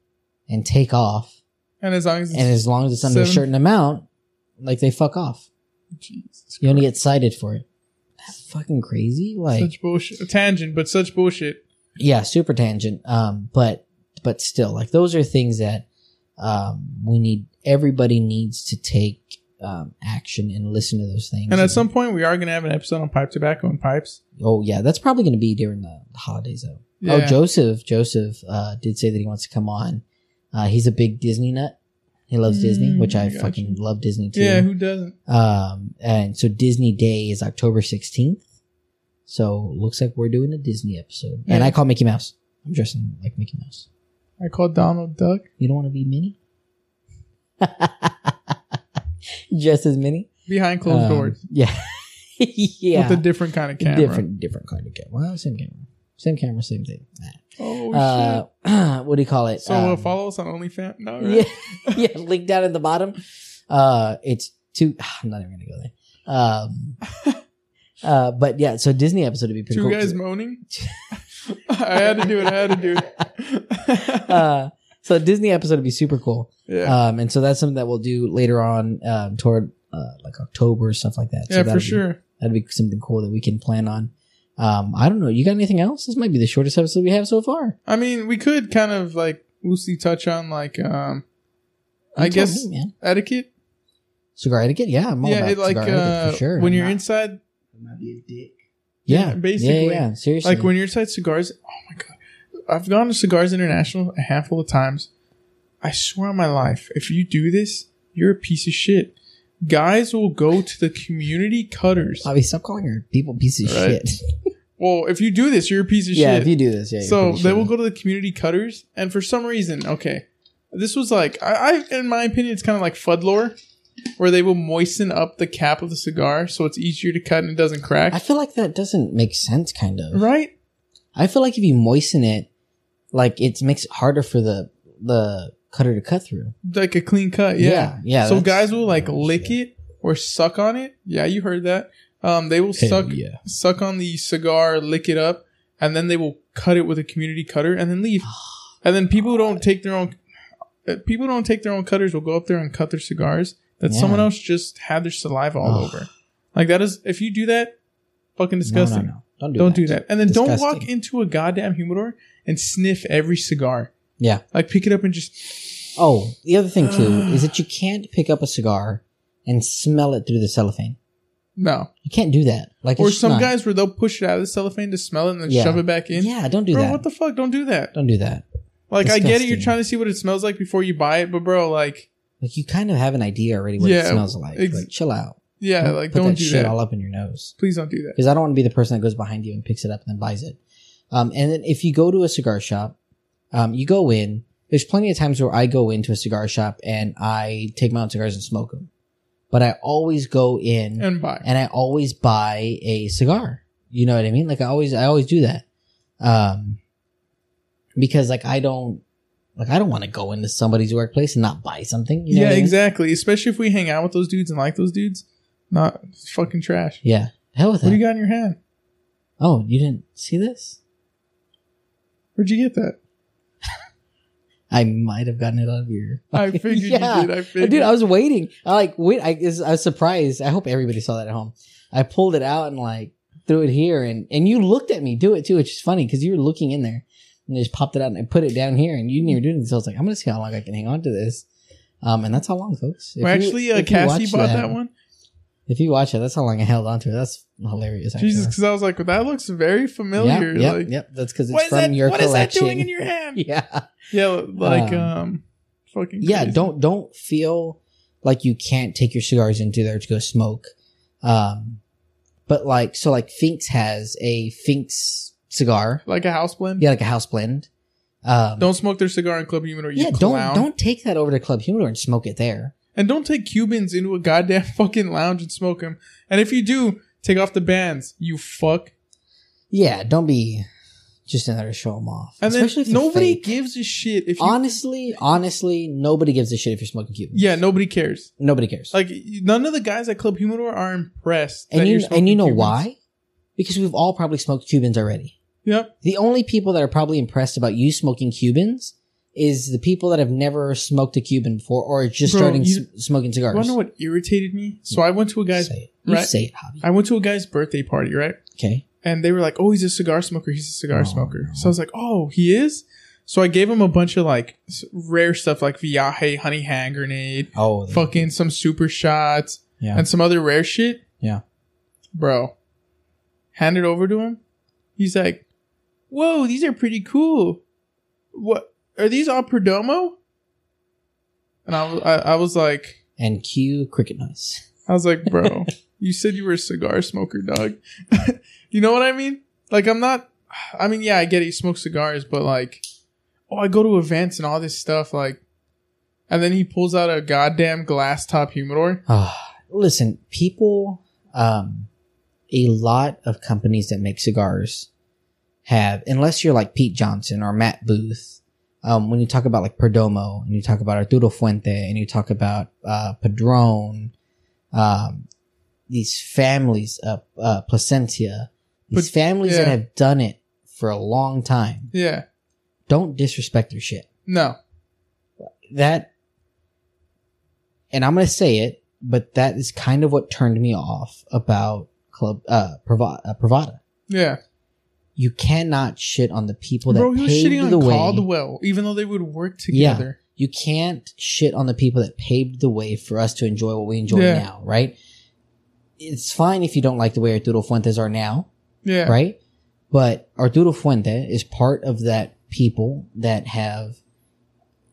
Speaker 1: and take off.
Speaker 2: And as long as it's,
Speaker 1: And as long as it's under a
Speaker 2: Seven-
Speaker 1: certain amount, like they fuck off.
Speaker 2: Jesus
Speaker 1: You only get cited for it. That fucking crazy. Like
Speaker 2: such bullshit, a tangent, but such bullshit.
Speaker 1: yeah super tangent um but but still like those are things that um we need everybody needs to take um action and listen to those things
Speaker 2: And at some point, we are gonna have an episode on pipe tobacco and pipes.
Speaker 1: oh yeah that's probably going to be during the holidays though oh
Speaker 2: Yeah.
Speaker 1: joseph joseph uh did say that he wants to come on uh he's a big disney nut he loves disney
Speaker 2: Mm,
Speaker 1: which i
Speaker 2: gotcha.
Speaker 1: fucking love disney too
Speaker 2: yeah, who doesn't?
Speaker 1: um and so disney day is october 16th so looks like we're doing a disney episode and
Speaker 2: Yeah.
Speaker 1: i call mickey mouse i'm dressing like mickey mouse
Speaker 2: I call Donald Duck.
Speaker 1: You don't want to be Minnie? Just as Minnie?
Speaker 2: Behind closed
Speaker 1: Um,
Speaker 2: doors
Speaker 1: Yeah. yeah.
Speaker 2: with a different kind of camera.
Speaker 1: Different different kind of camera. Well, same camera. Same camera, same thing.
Speaker 2: Oh shit!
Speaker 1: Uh, what do you call it?
Speaker 2: So uh,
Speaker 1: Um,
Speaker 2: follow us on OnlyFans. No,
Speaker 1: Yeah,
Speaker 2: right?
Speaker 1: yeah, link down at the bottom. Uh it's two I'm not even gonna go there. Um uh but yeah, so Disney episode would be pretty
Speaker 2: two
Speaker 1: cool.
Speaker 2: guys moaning. I had to do it. I had to do it.
Speaker 1: uh so Disney episode would be super cool.
Speaker 2: yeah,
Speaker 1: Um, and so that's something that we'll do later on um, toward uh, like October stuff like that. So
Speaker 2: yeah,
Speaker 1: that'll
Speaker 2: for
Speaker 1: be-
Speaker 2: sure.
Speaker 1: That'd be something cool that we can plan on. Um, I don't know. You got anything else? This might be the shortest episode we have so far.
Speaker 2: I mean, we could kind of like loosely touch on like um,
Speaker 1: You
Speaker 2: I
Speaker 1: tell
Speaker 2: guess
Speaker 1: me, man.
Speaker 2: etiquette?
Speaker 1: cigar etiquette. Yeah, I'm all
Speaker 2: yeah,
Speaker 1: about
Speaker 2: it, like
Speaker 1: cigar etiquette
Speaker 2: uh,
Speaker 1: for sure.
Speaker 2: when you're
Speaker 3: Not-
Speaker 2: inside,
Speaker 3: I'm not being a dick.
Speaker 1: yeah, yeah,
Speaker 2: basically,
Speaker 1: yeah, seriously,
Speaker 2: like when you're inside cigars. Oh my god, I've gone to Cigars International a handful of times. I swear on my life, if you do this, you're a piece of shit. Guys will go to the community cutters.
Speaker 1: Bobby, stop calling your people pieces of
Speaker 2: Right.
Speaker 1: shit.
Speaker 2: Well, if you do this, you're a piece of
Speaker 1: yeah,
Speaker 2: shit.
Speaker 1: if you do this, yeah. you're
Speaker 2: so
Speaker 1: pretty
Speaker 2: they
Speaker 1: shitty.
Speaker 2: will go to the community cutters, and for some reason, okay, this was like I, I in my opinion, it's kind of like Fudlore, where they will moisten up the cap of the cigar so it's easier to cut and it doesn't crack.
Speaker 1: I feel like that doesn't make sense. Kind of.
Speaker 2: right?
Speaker 1: I feel like if you moisten it, like it makes it harder for the the cutter to cut through.
Speaker 2: Like a clean cut. Yeah.
Speaker 1: yeah. yeah,
Speaker 2: so
Speaker 1: that's-
Speaker 2: guys will like lick it or suck on it. Yeah, you heard that. Um, they will
Speaker 1: Hell
Speaker 2: suck
Speaker 1: yeah.
Speaker 2: suck on the cigar, lick it up, and then they will cut it with a community cutter and then leave. And then people who don't take their own uh, people who don't take their own cutters will go up there and cut their cigars that
Speaker 1: Yeah.
Speaker 2: someone else just had their saliva all
Speaker 1: Ugh.
Speaker 2: over. Like that is if you do that, fucking
Speaker 1: No, no,
Speaker 2: disgusting.
Speaker 1: no. Don't do
Speaker 2: Don't
Speaker 1: that.
Speaker 2: do that. And then don't walk
Speaker 1: Disgusting.
Speaker 2: into a goddamn humidor and sniff every cigar.
Speaker 1: Yeah.
Speaker 2: Like pick it up and just
Speaker 1: Oh, the other thing too is that you can't pick up a cigar and smell it through the cellophane.
Speaker 2: no.
Speaker 1: You can't do that. Like
Speaker 2: Or
Speaker 1: it's just
Speaker 2: some
Speaker 1: not-
Speaker 2: guys where they'll push it out of the cellophane to smell it and then
Speaker 1: Yeah.
Speaker 2: shove it back in.
Speaker 1: Yeah, don't do
Speaker 2: bro,
Speaker 1: that.
Speaker 2: what the fuck? Don't do that.
Speaker 1: don't do that.
Speaker 2: Like I get it, you're
Speaker 1: Disgusting.
Speaker 2: trying to see what it smells like before you buy it, but bro, like
Speaker 1: Like you kind of have an idea already what it
Speaker 2: Yeah,
Speaker 1: smells like.
Speaker 2: ex-
Speaker 1: like chill out.
Speaker 2: yeah,
Speaker 1: Don't
Speaker 2: like
Speaker 1: put
Speaker 2: don't
Speaker 1: that
Speaker 2: do
Speaker 1: shit
Speaker 2: that.
Speaker 1: all up in your nose.
Speaker 2: Please don't do that.
Speaker 1: Because I don't want to be the person that goes behind you and picks it up and then buys it. Um, and then if you go to a cigar shop, um, you go in. There's plenty of times where I go into a cigar shop and I take my own cigars and smoke them, but I always go in
Speaker 2: And buy.
Speaker 1: and I always buy a cigar. You know what I mean? Like I always, I always do that, um, because like I don't, like I don't want to go into somebody's workplace and not buy something. You know
Speaker 2: yeah,
Speaker 1: what I mean?
Speaker 2: exactly. Especially if we hang out with those dudes and like those dudes. Not it's fucking trash.
Speaker 1: Yeah, hell with
Speaker 2: What do
Speaker 1: that.
Speaker 2: you got in your hand?
Speaker 1: oh, you didn't see this?
Speaker 2: Where'd you get that?
Speaker 1: I might have gotten it out of your.
Speaker 2: I figured
Speaker 1: Yeah.
Speaker 2: you did. I figured.
Speaker 1: Dude, I was waiting. I like wait. I, is- I was surprised. I hope everybody saw that at home. I pulled it out and like threw it here, and and you looked at me do it too, which is funny because you were looking in there and I just popped it out and I put it down here, and you didn't even do anything. So I was like, I'm gonna see how long I can hang on to this. Um, and that's how long, folks. If
Speaker 2: Well,
Speaker 1: you-
Speaker 2: actually, uh,
Speaker 1: if you
Speaker 2: Cassie
Speaker 1: watch
Speaker 2: bought that, one.
Speaker 1: If you watch it, that's how long I held on to it. That's hilarious. Actually.
Speaker 2: Jesus, because I was like, well, that looks very familiar.
Speaker 1: Yeah, yep,
Speaker 2: like,
Speaker 1: yep. That's because
Speaker 2: what
Speaker 1: it's
Speaker 2: is
Speaker 1: from
Speaker 2: that?
Speaker 1: your
Speaker 2: what is
Speaker 1: collection.
Speaker 2: that doing in your hand?
Speaker 1: yeah.
Speaker 2: Yeah, like
Speaker 1: Um,
Speaker 2: um, fucking.
Speaker 1: yeah
Speaker 2: crazy.
Speaker 1: don't don't feel like you can't take your cigars into there to go smoke um but like so like finks has a finks cigar
Speaker 2: like a house blend.
Speaker 1: yeah like a house blend um
Speaker 2: Don't smoke their cigar in Club Humidor. You
Speaker 1: yeah don't
Speaker 2: clown.
Speaker 1: don't take that over to club humidor and smoke it there
Speaker 2: And don't take Cubans into a goddamn fucking lounge and smoke them. And if you do, take off the bands, you fuck.
Speaker 1: yeah don't be just in there to show them off
Speaker 2: And
Speaker 1: Especially if
Speaker 2: then
Speaker 1: they're
Speaker 2: nobody
Speaker 1: fake.
Speaker 2: gives a shit if you.
Speaker 1: honestly honestly nobody gives a shit if you're smoking cuban
Speaker 2: yeah, nobody cares.
Speaker 1: nobody cares
Speaker 2: Like you- none of the guys at Club Humidor are impressed. that
Speaker 1: and you
Speaker 2: you're smoking
Speaker 1: and you know
Speaker 2: Cubans.
Speaker 1: why because we've all probably smoked cubans already
Speaker 2: Yep.
Speaker 1: the only people that are probably impressed about you smoking Cubans is the people that have never smoked a Cuban before or are just
Speaker 2: Bro,
Speaker 1: starting
Speaker 2: you-
Speaker 1: s- smoking
Speaker 2: You
Speaker 1: cigars.
Speaker 2: wanna know what irritated me? So I went to a guy's.
Speaker 1: Mm. say it. You
Speaker 2: right?
Speaker 1: say it, Hobby.
Speaker 2: I went to a guy's birthday party, right?
Speaker 1: Okay.
Speaker 2: and they were like, "Oh, he's a cigar smoker. He's a cigar
Speaker 1: Oh,
Speaker 2: smoker."
Speaker 1: no.
Speaker 2: So I was like, "Oh, he is." So I gave him a bunch of like s- rare stuff, like Viaje honey hand grenade,
Speaker 1: Oh,
Speaker 2: fucking some super shots,
Speaker 1: Yeah.
Speaker 2: and some other rare shit.
Speaker 1: Yeah.
Speaker 2: bro. Hand it over to him. He's like, "Whoa, these are pretty cool. What are these all Perdomo?" And I, wa- I, I was like,
Speaker 1: And cue cricket noise.
Speaker 2: I was like, bro, you said you were a cigar smoker, dog. you know what I mean? Like, I'm not. I mean, yeah, I get it. You smoke cigars, but like, oh, I go to events and all this stuff. Like, and then he pulls out a goddamn glass top humidor.
Speaker 1: Ah, listen, people, um, a lot of companies that make cigars have, unless you're like Pete Johnson or Matt Booth, um, when you talk about like Perdomo and you talk about Arturo Fuente and you talk about uh, Padron, um, these families of uh, Placentia, these
Speaker 2: But-
Speaker 1: families that
Speaker 2: yeah.
Speaker 1: have done it for a long time,
Speaker 2: Yeah,
Speaker 1: don't disrespect their shit
Speaker 2: no,
Speaker 1: that and I'm gonna say it, but that is kind of what turned me off about Club uh, Prova- uh Pravada.
Speaker 2: yeah,
Speaker 1: you cannot shit on the people that
Speaker 2: Bro, he was
Speaker 1: paved
Speaker 2: shitting
Speaker 1: the
Speaker 2: on
Speaker 1: way.
Speaker 2: Caldwell, even though they would work
Speaker 1: Yeah.
Speaker 2: together.
Speaker 1: You can't shit on the people that paved the way for us to enjoy what we enjoy
Speaker 2: Yeah.
Speaker 1: now, right? It's fine if you don't like the way Arturo Fuentes are now,
Speaker 2: Yeah.
Speaker 1: right? But Arturo Fuente is part of that people that have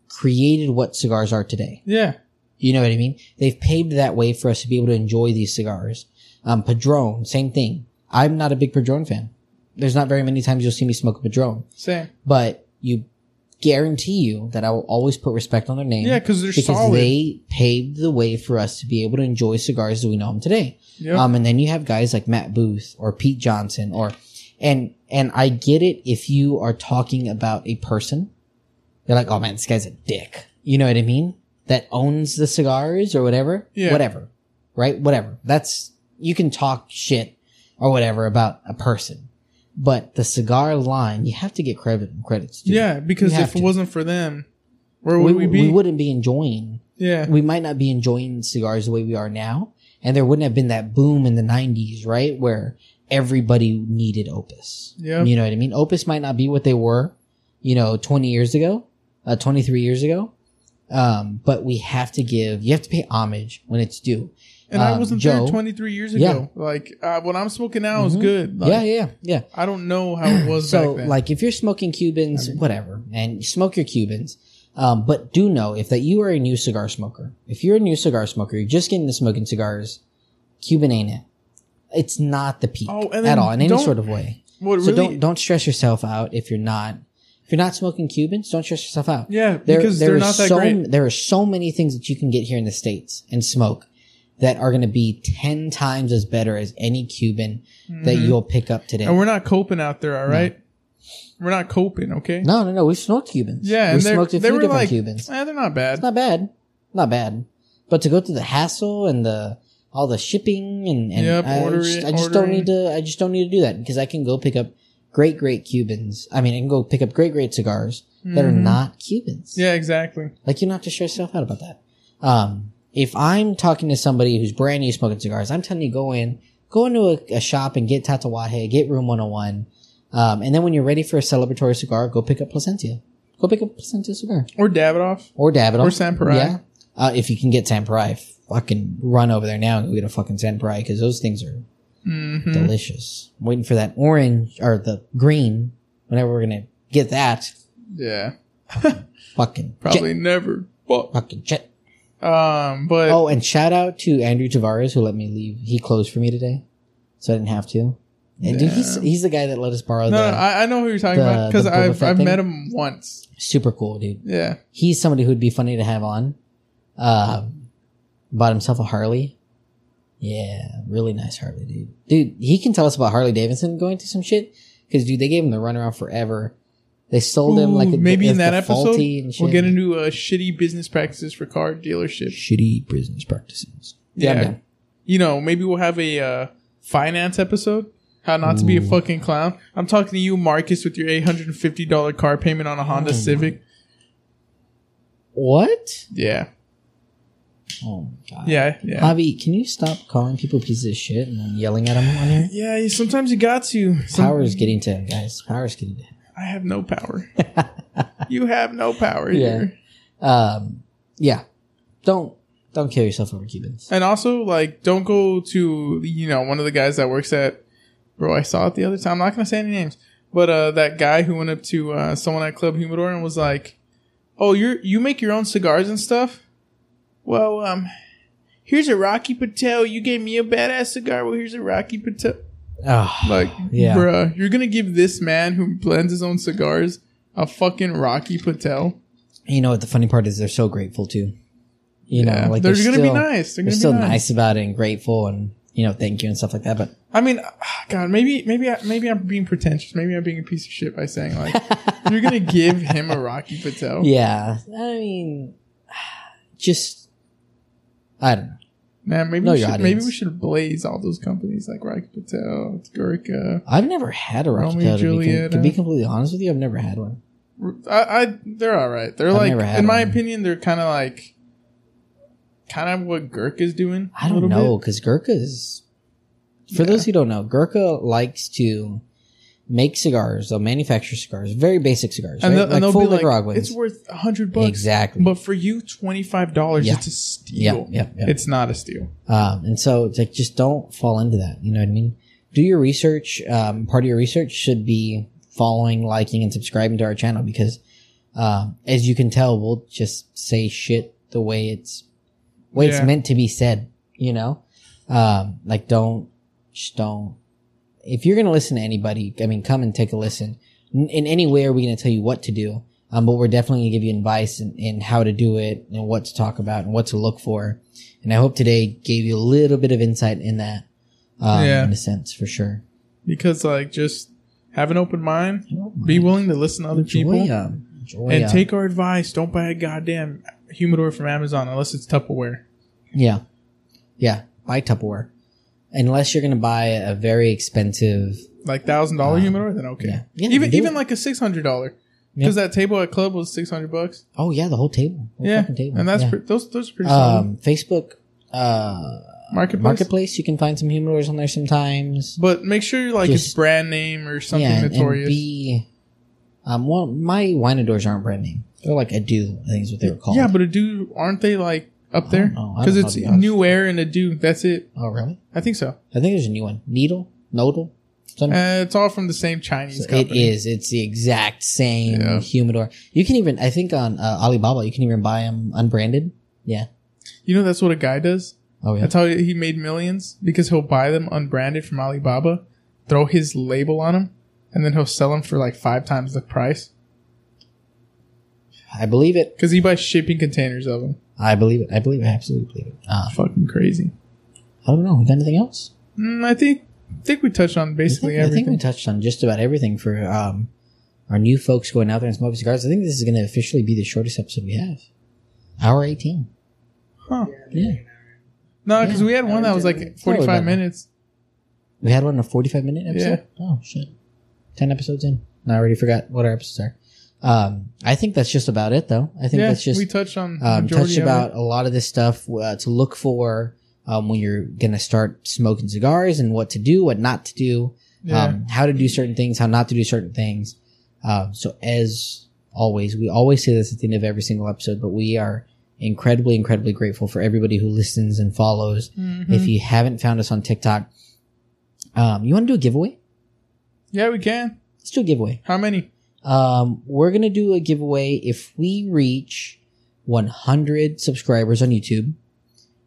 Speaker 1: created what cigars are today.
Speaker 2: Yeah.
Speaker 1: You know what I mean? They've paved that way for us to be able to enjoy these cigars. Um, Padron, same thing. I'm not a big Padron fan. There's not very many times you'll see me smoke a Padron,
Speaker 2: Same.
Speaker 1: but you guarantee you that I will always put respect on their name
Speaker 2: Yeah, because they're
Speaker 1: because
Speaker 2: solid.
Speaker 1: they paved the way for us to be able to enjoy cigars that we know them today.
Speaker 2: Yep.
Speaker 1: Um, and then you have guys like Matt Booth or Pete Johnson or, and, and I get it if you are talking about a person, you're like, oh man, this guy's a dick. You know what I mean? That owns the cigars or whatever.
Speaker 2: Yeah.
Speaker 1: Whatever. Right? Whatever. That's, you can talk shit or whatever about a person, but the cigar line, you have to get credit, credits. to.
Speaker 2: yeah, because
Speaker 1: You have
Speaker 2: if it
Speaker 1: to.
Speaker 2: wasn't for them, where
Speaker 1: We,
Speaker 2: would we, be?
Speaker 1: we wouldn't be enjoying
Speaker 2: yeah.
Speaker 1: we might not be enjoying cigars the way we are now. And there wouldn't have been that boom in the 90s, right? Where everybody needed Opus.
Speaker 2: Yep.
Speaker 1: You know what I mean? Opus might not be what they were, you know, 20 years ago, uh, 23 years ago. Um, but we have to give, you have to pay homage when it's due.
Speaker 2: and I
Speaker 1: um,
Speaker 2: wasn't
Speaker 1: Joe-
Speaker 2: there 23 years
Speaker 1: Yeah.
Speaker 2: ago. Like, uh, what I'm smoking now is
Speaker 1: Mhm.
Speaker 2: good. Like,
Speaker 1: yeah, yeah, yeah.
Speaker 2: I don't know how it was
Speaker 1: So,
Speaker 2: back then.
Speaker 1: like, if you're smoking Cubans, whatever, and you smoke your Cubans, um, but do know if that you are a new cigar smoker. If you're a new cigar smoker, you're just getting into smoking cigars. Cuban ain't it. It's not the peak
Speaker 2: Oh, and
Speaker 1: at
Speaker 2: then
Speaker 1: all in any
Speaker 2: don't-
Speaker 1: sort of way.
Speaker 2: what
Speaker 1: So
Speaker 2: really?
Speaker 1: don't don't stress yourself out if you're not if you're not smoking Cubans. Don't stress yourself out.
Speaker 2: yeah,
Speaker 1: There,
Speaker 2: because
Speaker 1: there
Speaker 2: they're
Speaker 1: is
Speaker 2: not that
Speaker 1: so
Speaker 2: great.
Speaker 1: there are so many things that you can get here in the states and smoke that are going to be ten times as better as any Cuban that
Speaker 2: Mhm.
Speaker 1: you'll pick up today.
Speaker 2: And we're not coping out there, all right? We're not coping, okay?
Speaker 1: No, no, no. We've smoked Cubans.
Speaker 2: Yeah,
Speaker 1: we
Speaker 2: and they're-
Speaker 1: smoked a
Speaker 2: they
Speaker 1: few
Speaker 2: were
Speaker 1: different
Speaker 2: like-
Speaker 1: Cubans.
Speaker 2: Eh, they're not bad.
Speaker 1: It's not bad, not bad. But to go through the hassle and the all the shipping and, and
Speaker 2: Yep,
Speaker 1: I,
Speaker 2: order-
Speaker 1: just, I just don't
Speaker 2: ordering.
Speaker 1: need to. I just don't need to do that because I can go pick up great, great Cubans. I mean, I can go pick up great, great cigars that are
Speaker 2: Mhm.
Speaker 1: not Cubans.
Speaker 2: Yeah, exactly.
Speaker 1: Like you don't have to stress yourself out about that. Um, if I'm talking to somebody who's brand new smoking cigars, I'm telling you go in, go into a, a shop and get Tatawahe, get Room 101. Um, and then when you're ready for a celebratory cigar, go pick up Placentia. Go pick up a Placentia cigar
Speaker 2: Or Davidoff.
Speaker 1: or Davidoff
Speaker 2: Or Samparai.
Speaker 1: Yeah, uh, if you can get Samparai, fucking run over there now and go get a fucking Samparai because those things are
Speaker 2: Mhm.
Speaker 1: delicious. I'm waiting for that orange or the green. Whenever we're gonna get that
Speaker 2: Yeah,
Speaker 1: fucking jet,
Speaker 2: probably never. But
Speaker 1: fucking jet.
Speaker 2: um, but
Speaker 1: Oh, and shout out to Andrew Tavares who let me leave. He closed for me today, so I didn't have to. And dude, he's
Speaker 2: Damn.
Speaker 1: he's the guy that let us borrow
Speaker 2: no,
Speaker 1: the
Speaker 2: no, I, I know who you're talking
Speaker 1: the-
Speaker 2: about because
Speaker 1: the Boba
Speaker 2: I've
Speaker 1: Fett
Speaker 2: I've
Speaker 1: thing?
Speaker 2: met him once.
Speaker 1: super cool dude.
Speaker 2: Yeah,
Speaker 1: He's somebody who'd be funny to have on. Um, bought himself a Harley. Yeah, really nice Harley, dude. Dude, he can tell us about Harley Davidson going through some shit because dude, they gave him the runaround forever. They sold him like
Speaker 2: Ooh,
Speaker 1: a,
Speaker 2: maybe in
Speaker 1: the
Speaker 2: that episode
Speaker 1: faulty and
Speaker 2: we'll
Speaker 1: shit.
Speaker 2: get into uh, shitty business practices for car dealerships.
Speaker 1: shitty business practices. Yeah, I'm
Speaker 2: Yeah.
Speaker 1: down.
Speaker 2: You know, maybe we'll have a uh, finance episode. How not to be a
Speaker 1: Ooh.
Speaker 2: fucking clown. I'm talking to you, Marcus, with your $850 car payment on a Honda
Speaker 1: Oh.
Speaker 2: Civic.
Speaker 1: what?
Speaker 2: Yeah,
Speaker 1: Oh my god.
Speaker 2: yeah, yeah.
Speaker 1: Javi, can you stop calling people pieces of shit and then yelling at them on here?
Speaker 2: Yeah, you- sometimes you got to. Some-
Speaker 1: Power is getting to him, guys. Power is getting to him.
Speaker 2: I have no power. you have no power
Speaker 1: Yeah.
Speaker 2: here.
Speaker 1: Um, yeah. Don't don't kill yourself over Cubans.
Speaker 2: And also, like, don't go to you know one of the guys that works at. Bro, I saw it the other time. I'm not gonna say any names, but uh, that guy who went up to uh, someone at Club Humidor and was like, "Oh, you're you make your own cigars and stuff." Well, um, here's a Rocky Patel. You gave me a badass cigar. Well, here's a Rocky Patel.
Speaker 1: Oh,
Speaker 2: Like,
Speaker 1: Yeah.
Speaker 2: bruh, you're gonna give this man who blends his own cigars a fucking Rocky Patel?
Speaker 1: you know what the funny part is? They're so grateful too. You know,
Speaker 2: Yeah,
Speaker 1: like
Speaker 2: they're,
Speaker 1: they're,
Speaker 2: gonna
Speaker 1: still,
Speaker 2: be nice. They're
Speaker 1: They're
Speaker 2: gonna
Speaker 1: still
Speaker 2: be nice.
Speaker 1: nice about it and grateful and you know thank you and stuff like that. But
Speaker 2: I mean, ah, God, maybe, maybe, I, maybe I'm being pretentious. Maybe I'm being a piece of shit by saying like you're gonna give him a Rocky Patel.
Speaker 1: yeah, I mean, just I don't know.
Speaker 2: Man, maybe
Speaker 1: Know
Speaker 2: we
Speaker 1: your
Speaker 2: should,
Speaker 1: audience.
Speaker 2: maybe we should blaze all those companies like Rocky Patel, Gorica.
Speaker 1: I've never had a
Speaker 2: Romeo
Speaker 1: rocket to, be com-
Speaker 2: Juliet,
Speaker 1: to be
Speaker 2: uh,
Speaker 1: completely honest with you, I've never had one.
Speaker 2: I, I they're all right. They're
Speaker 1: I've
Speaker 2: like,
Speaker 1: never had
Speaker 2: in my
Speaker 1: one.
Speaker 2: opinion, they're kind of like, kind of what Gurkha's doing.
Speaker 1: I
Speaker 2: a
Speaker 1: don't
Speaker 2: little
Speaker 1: know because Gurkha's. For
Speaker 2: Yeah.
Speaker 1: those who don't know, Gurkha likes to make cigars. They'll manufacture cigars, very basic cigars,
Speaker 2: and,
Speaker 1: right?
Speaker 2: they'll- and
Speaker 1: like
Speaker 2: they'll
Speaker 1: full
Speaker 2: be like,
Speaker 1: Nicaraguans.
Speaker 2: it's worth a hundred bucks.
Speaker 1: exactly.
Speaker 2: But for you, twenty five dollars
Speaker 1: Yeah.
Speaker 2: is a steal.
Speaker 1: Yeah, yeah, yeah.
Speaker 2: It's not a steal.
Speaker 1: Um, and so it's like, just don't fall into that. You know what I mean? Do your research. Um, part of your research should be following, liking, and subscribing to our channel because, um, as you can tell, we'll just say shit the way it's, way
Speaker 2: Yeah.
Speaker 1: it's meant to be said, you know? Um, like don't, just don't. If you're going to listen to anybody, I mean, come and take a listen. N- In any way are we going to tell you what to do? Um, but we're definitely going to give you advice in, in how to do it and what to talk about and what to look for. And I hope today gave you a little bit of insight in that, um,
Speaker 2: Yeah.
Speaker 1: in a sense, for sure.
Speaker 2: Because like just have an open mind, be willing to listen to other people,
Speaker 1: Oh Enjoy 'em. Enjoy um,
Speaker 2: and
Speaker 1: 'em.
Speaker 2: take our advice. Don't buy a goddamn humidor from Amazon unless it's Tupperware.
Speaker 1: Yeah. Yeah. Buy Tupperware. Unless you're going to buy a very expensive.
Speaker 2: Like thousand dollar
Speaker 1: Um,
Speaker 2: humidor, then okay.
Speaker 1: yeah. Yeah,
Speaker 2: even
Speaker 1: do
Speaker 2: even
Speaker 1: it.
Speaker 2: like a six hundred dollar. Because that table at club was six hundred bucks.
Speaker 1: Oh, yeah. The whole table. Whole
Speaker 2: Yeah,
Speaker 1: fucking table.
Speaker 2: and that's
Speaker 1: Yeah.
Speaker 2: pre- those those are pretty solid.
Speaker 1: um, Facebook, uh,
Speaker 2: marketplace.
Speaker 1: marketplace. You can find some humidors on there sometimes.
Speaker 2: But make sure like it's
Speaker 1: Just-
Speaker 2: brand name or something
Speaker 1: yeah, and-
Speaker 2: notorious.
Speaker 1: And be, um, well, my winadors aren't brand name. They're like a do. I think is what they were called.
Speaker 2: Yeah, but a do aren't they like up there?
Speaker 1: know. I
Speaker 2: Because
Speaker 1: don't
Speaker 2: it's
Speaker 1: know the odds.
Speaker 2: new air and a do. That's it.
Speaker 1: oh, really?
Speaker 2: I think so.
Speaker 1: I think there's a new one. Needle, nodal. Some,
Speaker 2: Uh, it's all from the same Chinese
Speaker 1: it
Speaker 2: company.
Speaker 1: is. It's the exact same
Speaker 2: Yeah.
Speaker 1: humidor. You can even, I think, on uh, Alibaba, you can even buy them unbranded. Yeah.
Speaker 2: You know that's what a guy does.
Speaker 1: Oh yeah.
Speaker 2: That's how he made millions because he'll buy them unbranded from Alibaba, throw his label on them, and then he'll sell them for like five times the price
Speaker 1: I believe it.
Speaker 2: because he buys shipping containers of them.
Speaker 1: I believe it. I believe it. I absolutely believe it. Uh,
Speaker 2: Fucking crazy.
Speaker 1: I don't know. We got anything else?
Speaker 2: Mm, I think think we touched on
Speaker 1: I
Speaker 2: basically
Speaker 1: think, I think
Speaker 2: everything.
Speaker 1: we touched on just about everything for um, our new folks going out there and smoking cigars. I think this is going to officially be the shortest episode we have. Hour 18.
Speaker 2: huh?
Speaker 1: Yeah.
Speaker 2: No, because
Speaker 1: Yeah.
Speaker 2: we had one that was like forty
Speaker 1: Probably about-
Speaker 2: five minutes.
Speaker 1: We had one in a 45 minute episode? Oh, shit. 10 episodes in. And I already forgot what our episodes are. Um, I think that's just about it, though. I think
Speaker 2: yeah,
Speaker 1: that's just
Speaker 2: we touched on
Speaker 1: um,
Speaker 2: majority
Speaker 1: touched
Speaker 2: of it.
Speaker 1: about a lot of this stuff uh, to look for um, when you're going to start smoking cigars and what to do, what not to do,
Speaker 2: Yeah.
Speaker 1: um, how to do certain things, how not to do certain things. Um, so, as always, we always say this at the end of every single episode, but we are incredibly, incredibly grateful for everybody who listens and follows.
Speaker 2: Mhm.
Speaker 1: If you haven't found us on TikTok, um, you want to do a giveaway?
Speaker 2: yeah, we can.
Speaker 1: Let's do a giveaway.
Speaker 2: How many?
Speaker 1: Um, we're gonna do a giveaway if we reach 100 subscribers on YouTube.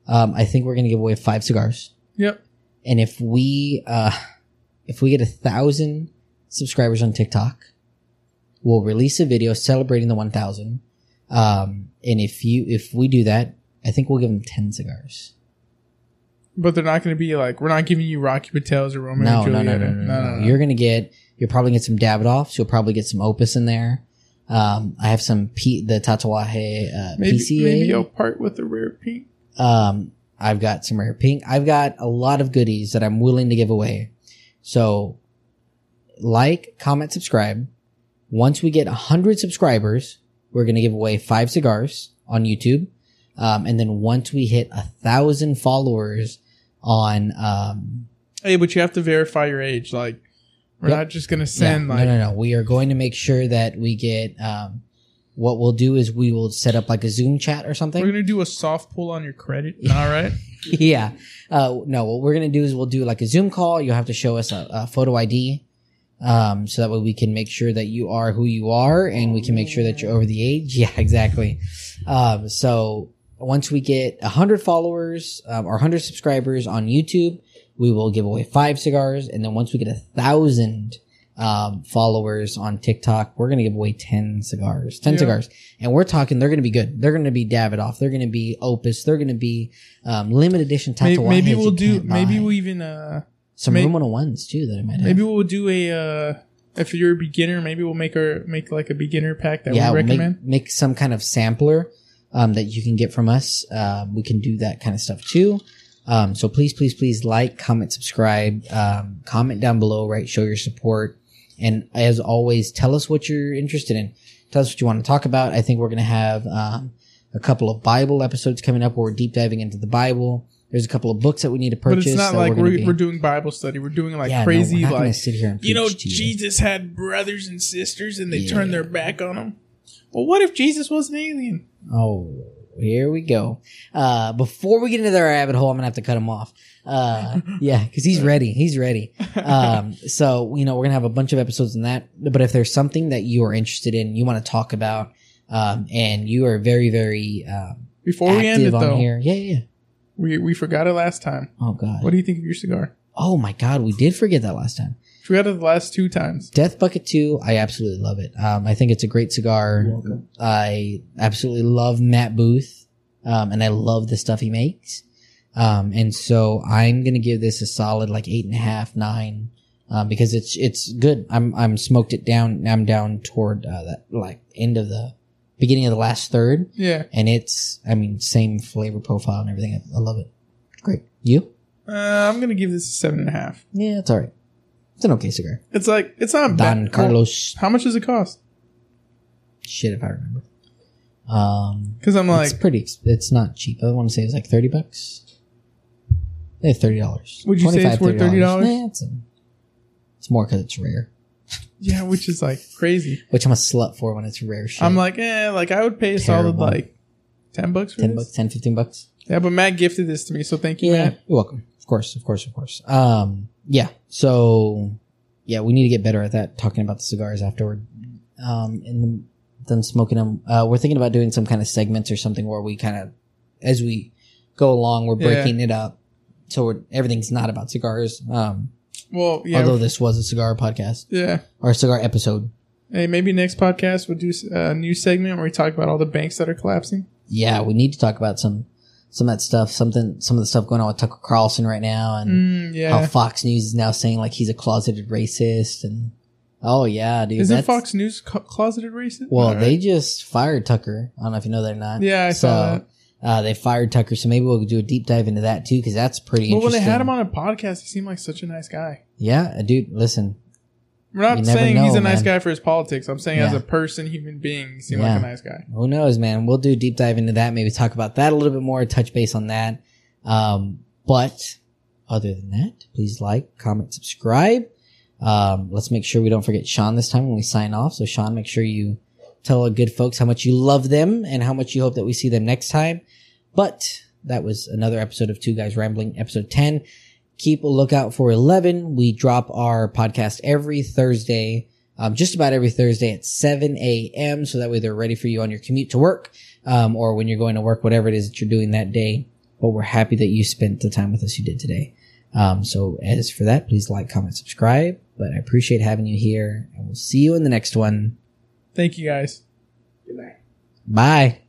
Speaker 1: Um, I think we're gonna give away five cigars,
Speaker 2: Yep.
Speaker 1: and if we uh, if we get a thousand subscribers on TikTok, we'll release a video celebrating the 1,000. Um, and if you if we do that, I think we'll give them 10 cigars.
Speaker 2: But they're not going to be like we're not giving you Rocky Patels or Romeo
Speaker 1: No,
Speaker 2: and
Speaker 1: no,
Speaker 2: Juliet.
Speaker 1: no, no, no, no, no, You're gonna get. You're probably gonna get some Davidoffs. You'll probably get some Opus in there. Um, I have some P, the Tatuaje uh,
Speaker 2: maybe
Speaker 1: PCA.
Speaker 2: maybe I'll part with a rare pink.
Speaker 1: Um, I've got some rare pink. I've got a lot of goodies that I'm willing to give away. So, like, comment, subscribe. Once we get 100 subscribers, we're going to give away five cigars on YouTube. Um, and then once we hit a thousand followers on, um,
Speaker 2: Hey, but you have to verify your age. Like we're
Speaker 1: Yep.
Speaker 2: not just going to
Speaker 1: yeah,
Speaker 2: send
Speaker 1: no,
Speaker 2: like
Speaker 1: no, no, we are going to make sure that we get, um, what we'll do is we will set up like a Zoom chat or something.
Speaker 2: we're going to do a soft pull on your credit. All right.
Speaker 1: yeah. Uh, no, what we're gonna do is we'll do like a Zoom call. You'll have to show us a, a photo ID, um, so that way we can make sure that you are who you are, and we can make sure that you're over the age. Yeah, exactly. Um, so once we get hundred followers um, or hundred subscribers on YouTube, we will give away five cigars, and then once we get a thousand. Um, followers on TikTok, we're gonna give away ten cigars, ten
Speaker 2: Yeah.
Speaker 1: cigars, and we're talking they're gonna be good. They're gonna be Davidoff, they're gonna be Opus, they're gonna be um, limited edition
Speaker 2: Maybe,
Speaker 1: tattoo.
Speaker 2: maybe we'll do. Maybe we even uh
Speaker 1: some
Speaker 2: may-
Speaker 1: room one oh ones too that I might have.
Speaker 2: maybe we'll do a uh if you're a beginner maybe we'll make our make like a beginner pack that
Speaker 1: yeah,
Speaker 2: we
Speaker 1: we'll make-
Speaker 2: recommend.
Speaker 1: make, some kind of sampler um, that you can get from us. Um, we can do that kind of stuff too. Um, so please, please, please like, comment, subscribe, um, comment down below, right? Show your support. And as always, tell us what you're interested in. Tell us what you want to talk about. I think we're going to have um, a couple of Bible episodes coming up where we're deep diving into the Bible. There's a couple of books that we need to
Speaker 2: But
Speaker 1: purchase.
Speaker 2: it's not
Speaker 1: that
Speaker 2: like
Speaker 1: we're,
Speaker 2: we're,
Speaker 1: gonna
Speaker 2: we're,
Speaker 1: be-
Speaker 2: doing Bible study. We're doing like
Speaker 1: Yeah, no,
Speaker 2: crazy,
Speaker 1: we're not gonna
Speaker 2: like
Speaker 1: sit here and
Speaker 2: you know,
Speaker 1: preach to
Speaker 2: Jesus had brothers and sisters, and they
Speaker 1: Yeah.
Speaker 2: turned their back on him. Well, what if Jesus was an alien?
Speaker 1: Oh, here we go. Uh, before we get into the rabbit hole, I'm gonna have to cut him off. Uh, yeah, because he's ready. He's ready. Um, so you know we're gonna have a bunch of episodes on that. But if there's something that you are interested in, you want to talk about, um, and you are very, very um,
Speaker 2: Before we end it
Speaker 1: active on
Speaker 2: though,
Speaker 1: here, yeah, yeah. yeah.
Speaker 2: we we forgot it last time.
Speaker 1: Oh god.
Speaker 2: What do you think of your cigar?
Speaker 1: Oh my god, we did forget that last time.
Speaker 2: Forgot it the last two times.
Speaker 1: Death Bucket 2, I absolutely love it. Um, I think it's a great cigar.
Speaker 3: You're welcome.
Speaker 1: I absolutely love Matt Booth, um, and I love the stuff he makes. Um, and so I'm gonna give this a solid like eight and a half, nine, um, because it's it's good. I'm I'm smoked it down. I'm down toward uh, that like end of the beginning of the last third,
Speaker 2: Yeah.
Speaker 1: and it's I mean same flavor profile and everything. I, I love it. Great. You?
Speaker 2: Uh, I'm gonna give this a seven and a half.
Speaker 1: Yeah, it's all right. It's an okay cigar.
Speaker 2: It's like it's not
Speaker 1: Don
Speaker 2: bad.
Speaker 1: Carlos.
Speaker 2: How much does it cost?
Speaker 1: Shit, if I remember. Um,
Speaker 2: Because I'm like,
Speaker 1: it's pretty. ex- It's not cheap. I want to say it's like thirty bucks. Yeah, thirty dollars.
Speaker 2: Would you say it's worth $30?
Speaker 1: Nah, it's, a- it's more because it's rare,
Speaker 2: yeah, which is like crazy.
Speaker 1: which I'm a slut for when it's rare shit.
Speaker 2: I'm like, eh, like I would pay a solid
Speaker 1: Terrible.
Speaker 2: like ten bucks for
Speaker 1: ten
Speaker 2: this.
Speaker 1: bucks, 10, 15 bucks.
Speaker 2: Yeah, but Matt gifted this to me, so thank you, Matt.
Speaker 1: you're welcome. Of course, of course, of course. Um, yeah. So, yeah, we need to get better at that. Talking about the cigars afterward, um, and the, them smoking them. Uh, we're thinking about doing some kind of segments or something where we kind of, as we go along, we're
Speaker 2: Yeah.
Speaker 1: breaking it up. So we're, everything's not about cigars. Um,
Speaker 2: Well, yeah,
Speaker 1: although this was a cigar podcast
Speaker 2: yeah.
Speaker 1: or a cigar episode.
Speaker 2: Hey, maybe next podcast we'll do s- a new segment where we talk about all the banks that are collapsing.
Speaker 1: Yeah, we need to talk about some some of that stuff. Something, some of the stuff going on with Tucker Carlson right now, and
Speaker 2: Mm,
Speaker 1: how
Speaker 2: yeah,
Speaker 1: Fox News is now saying like he's a closeted racist, and oh yeah, dude,
Speaker 2: isn't
Speaker 1: that's-
Speaker 2: Fox News co- closeted racist?
Speaker 1: Well,
Speaker 2: All right.
Speaker 1: they just fired Tucker. I don't know if you know that or not.
Speaker 2: yeah, I
Speaker 1: so
Speaker 2: saw that.
Speaker 1: Uh, they fired Tucker, so maybe we'll do a deep dive into that too, because that's pretty.
Speaker 2: But when they
Speaker 1: interesting.
Speaker 2: had him on a podcast, he seemed like such a nice guy.
Speaker 1: yeah, uh, dude, listen,
Speaker 2: We're not
Speaker 1: You never
Speaker 2: saying he's
Speaker 1: know,
Speaker 2: a nice
Speaker 1: man.
Speaker 2: guy for his politics. I'm saying as
Speaker 1: Yeah.
Speaker 2: a person, human being, he seemed
Speaker 1: Yeah.
Speaker 2: like a nice guy.
Speaker 1: who knows, man? We'll do a deep dive into that. Maybe talk about that a little bit more, touch base on that. Um, but other than that, please like, comment, subscribe. Um, let's make sure we don't forget Sean this time when we sign off. So Sean, make sure you tell our good folks how much you love them and how much you hope that we see them next time. But that was another episode of Two Guys Rambling, episode 10. Keep a lookout for 11. We drop our podcast every Thursday, um, just about every Thursday at 7 a.m. So that way they're ready for you on your commute to work, um, or when you're going to work, whatever it is that you're doing that day. But we're happy that you spent the time with us you did today. Um, so as for that, please like, comment, subscribe. But I appreciate having you here and we'll see you in the next one.
Speaker 2: Thank you guys.
Speaker 3: Good night.
Speaker 1: Bye.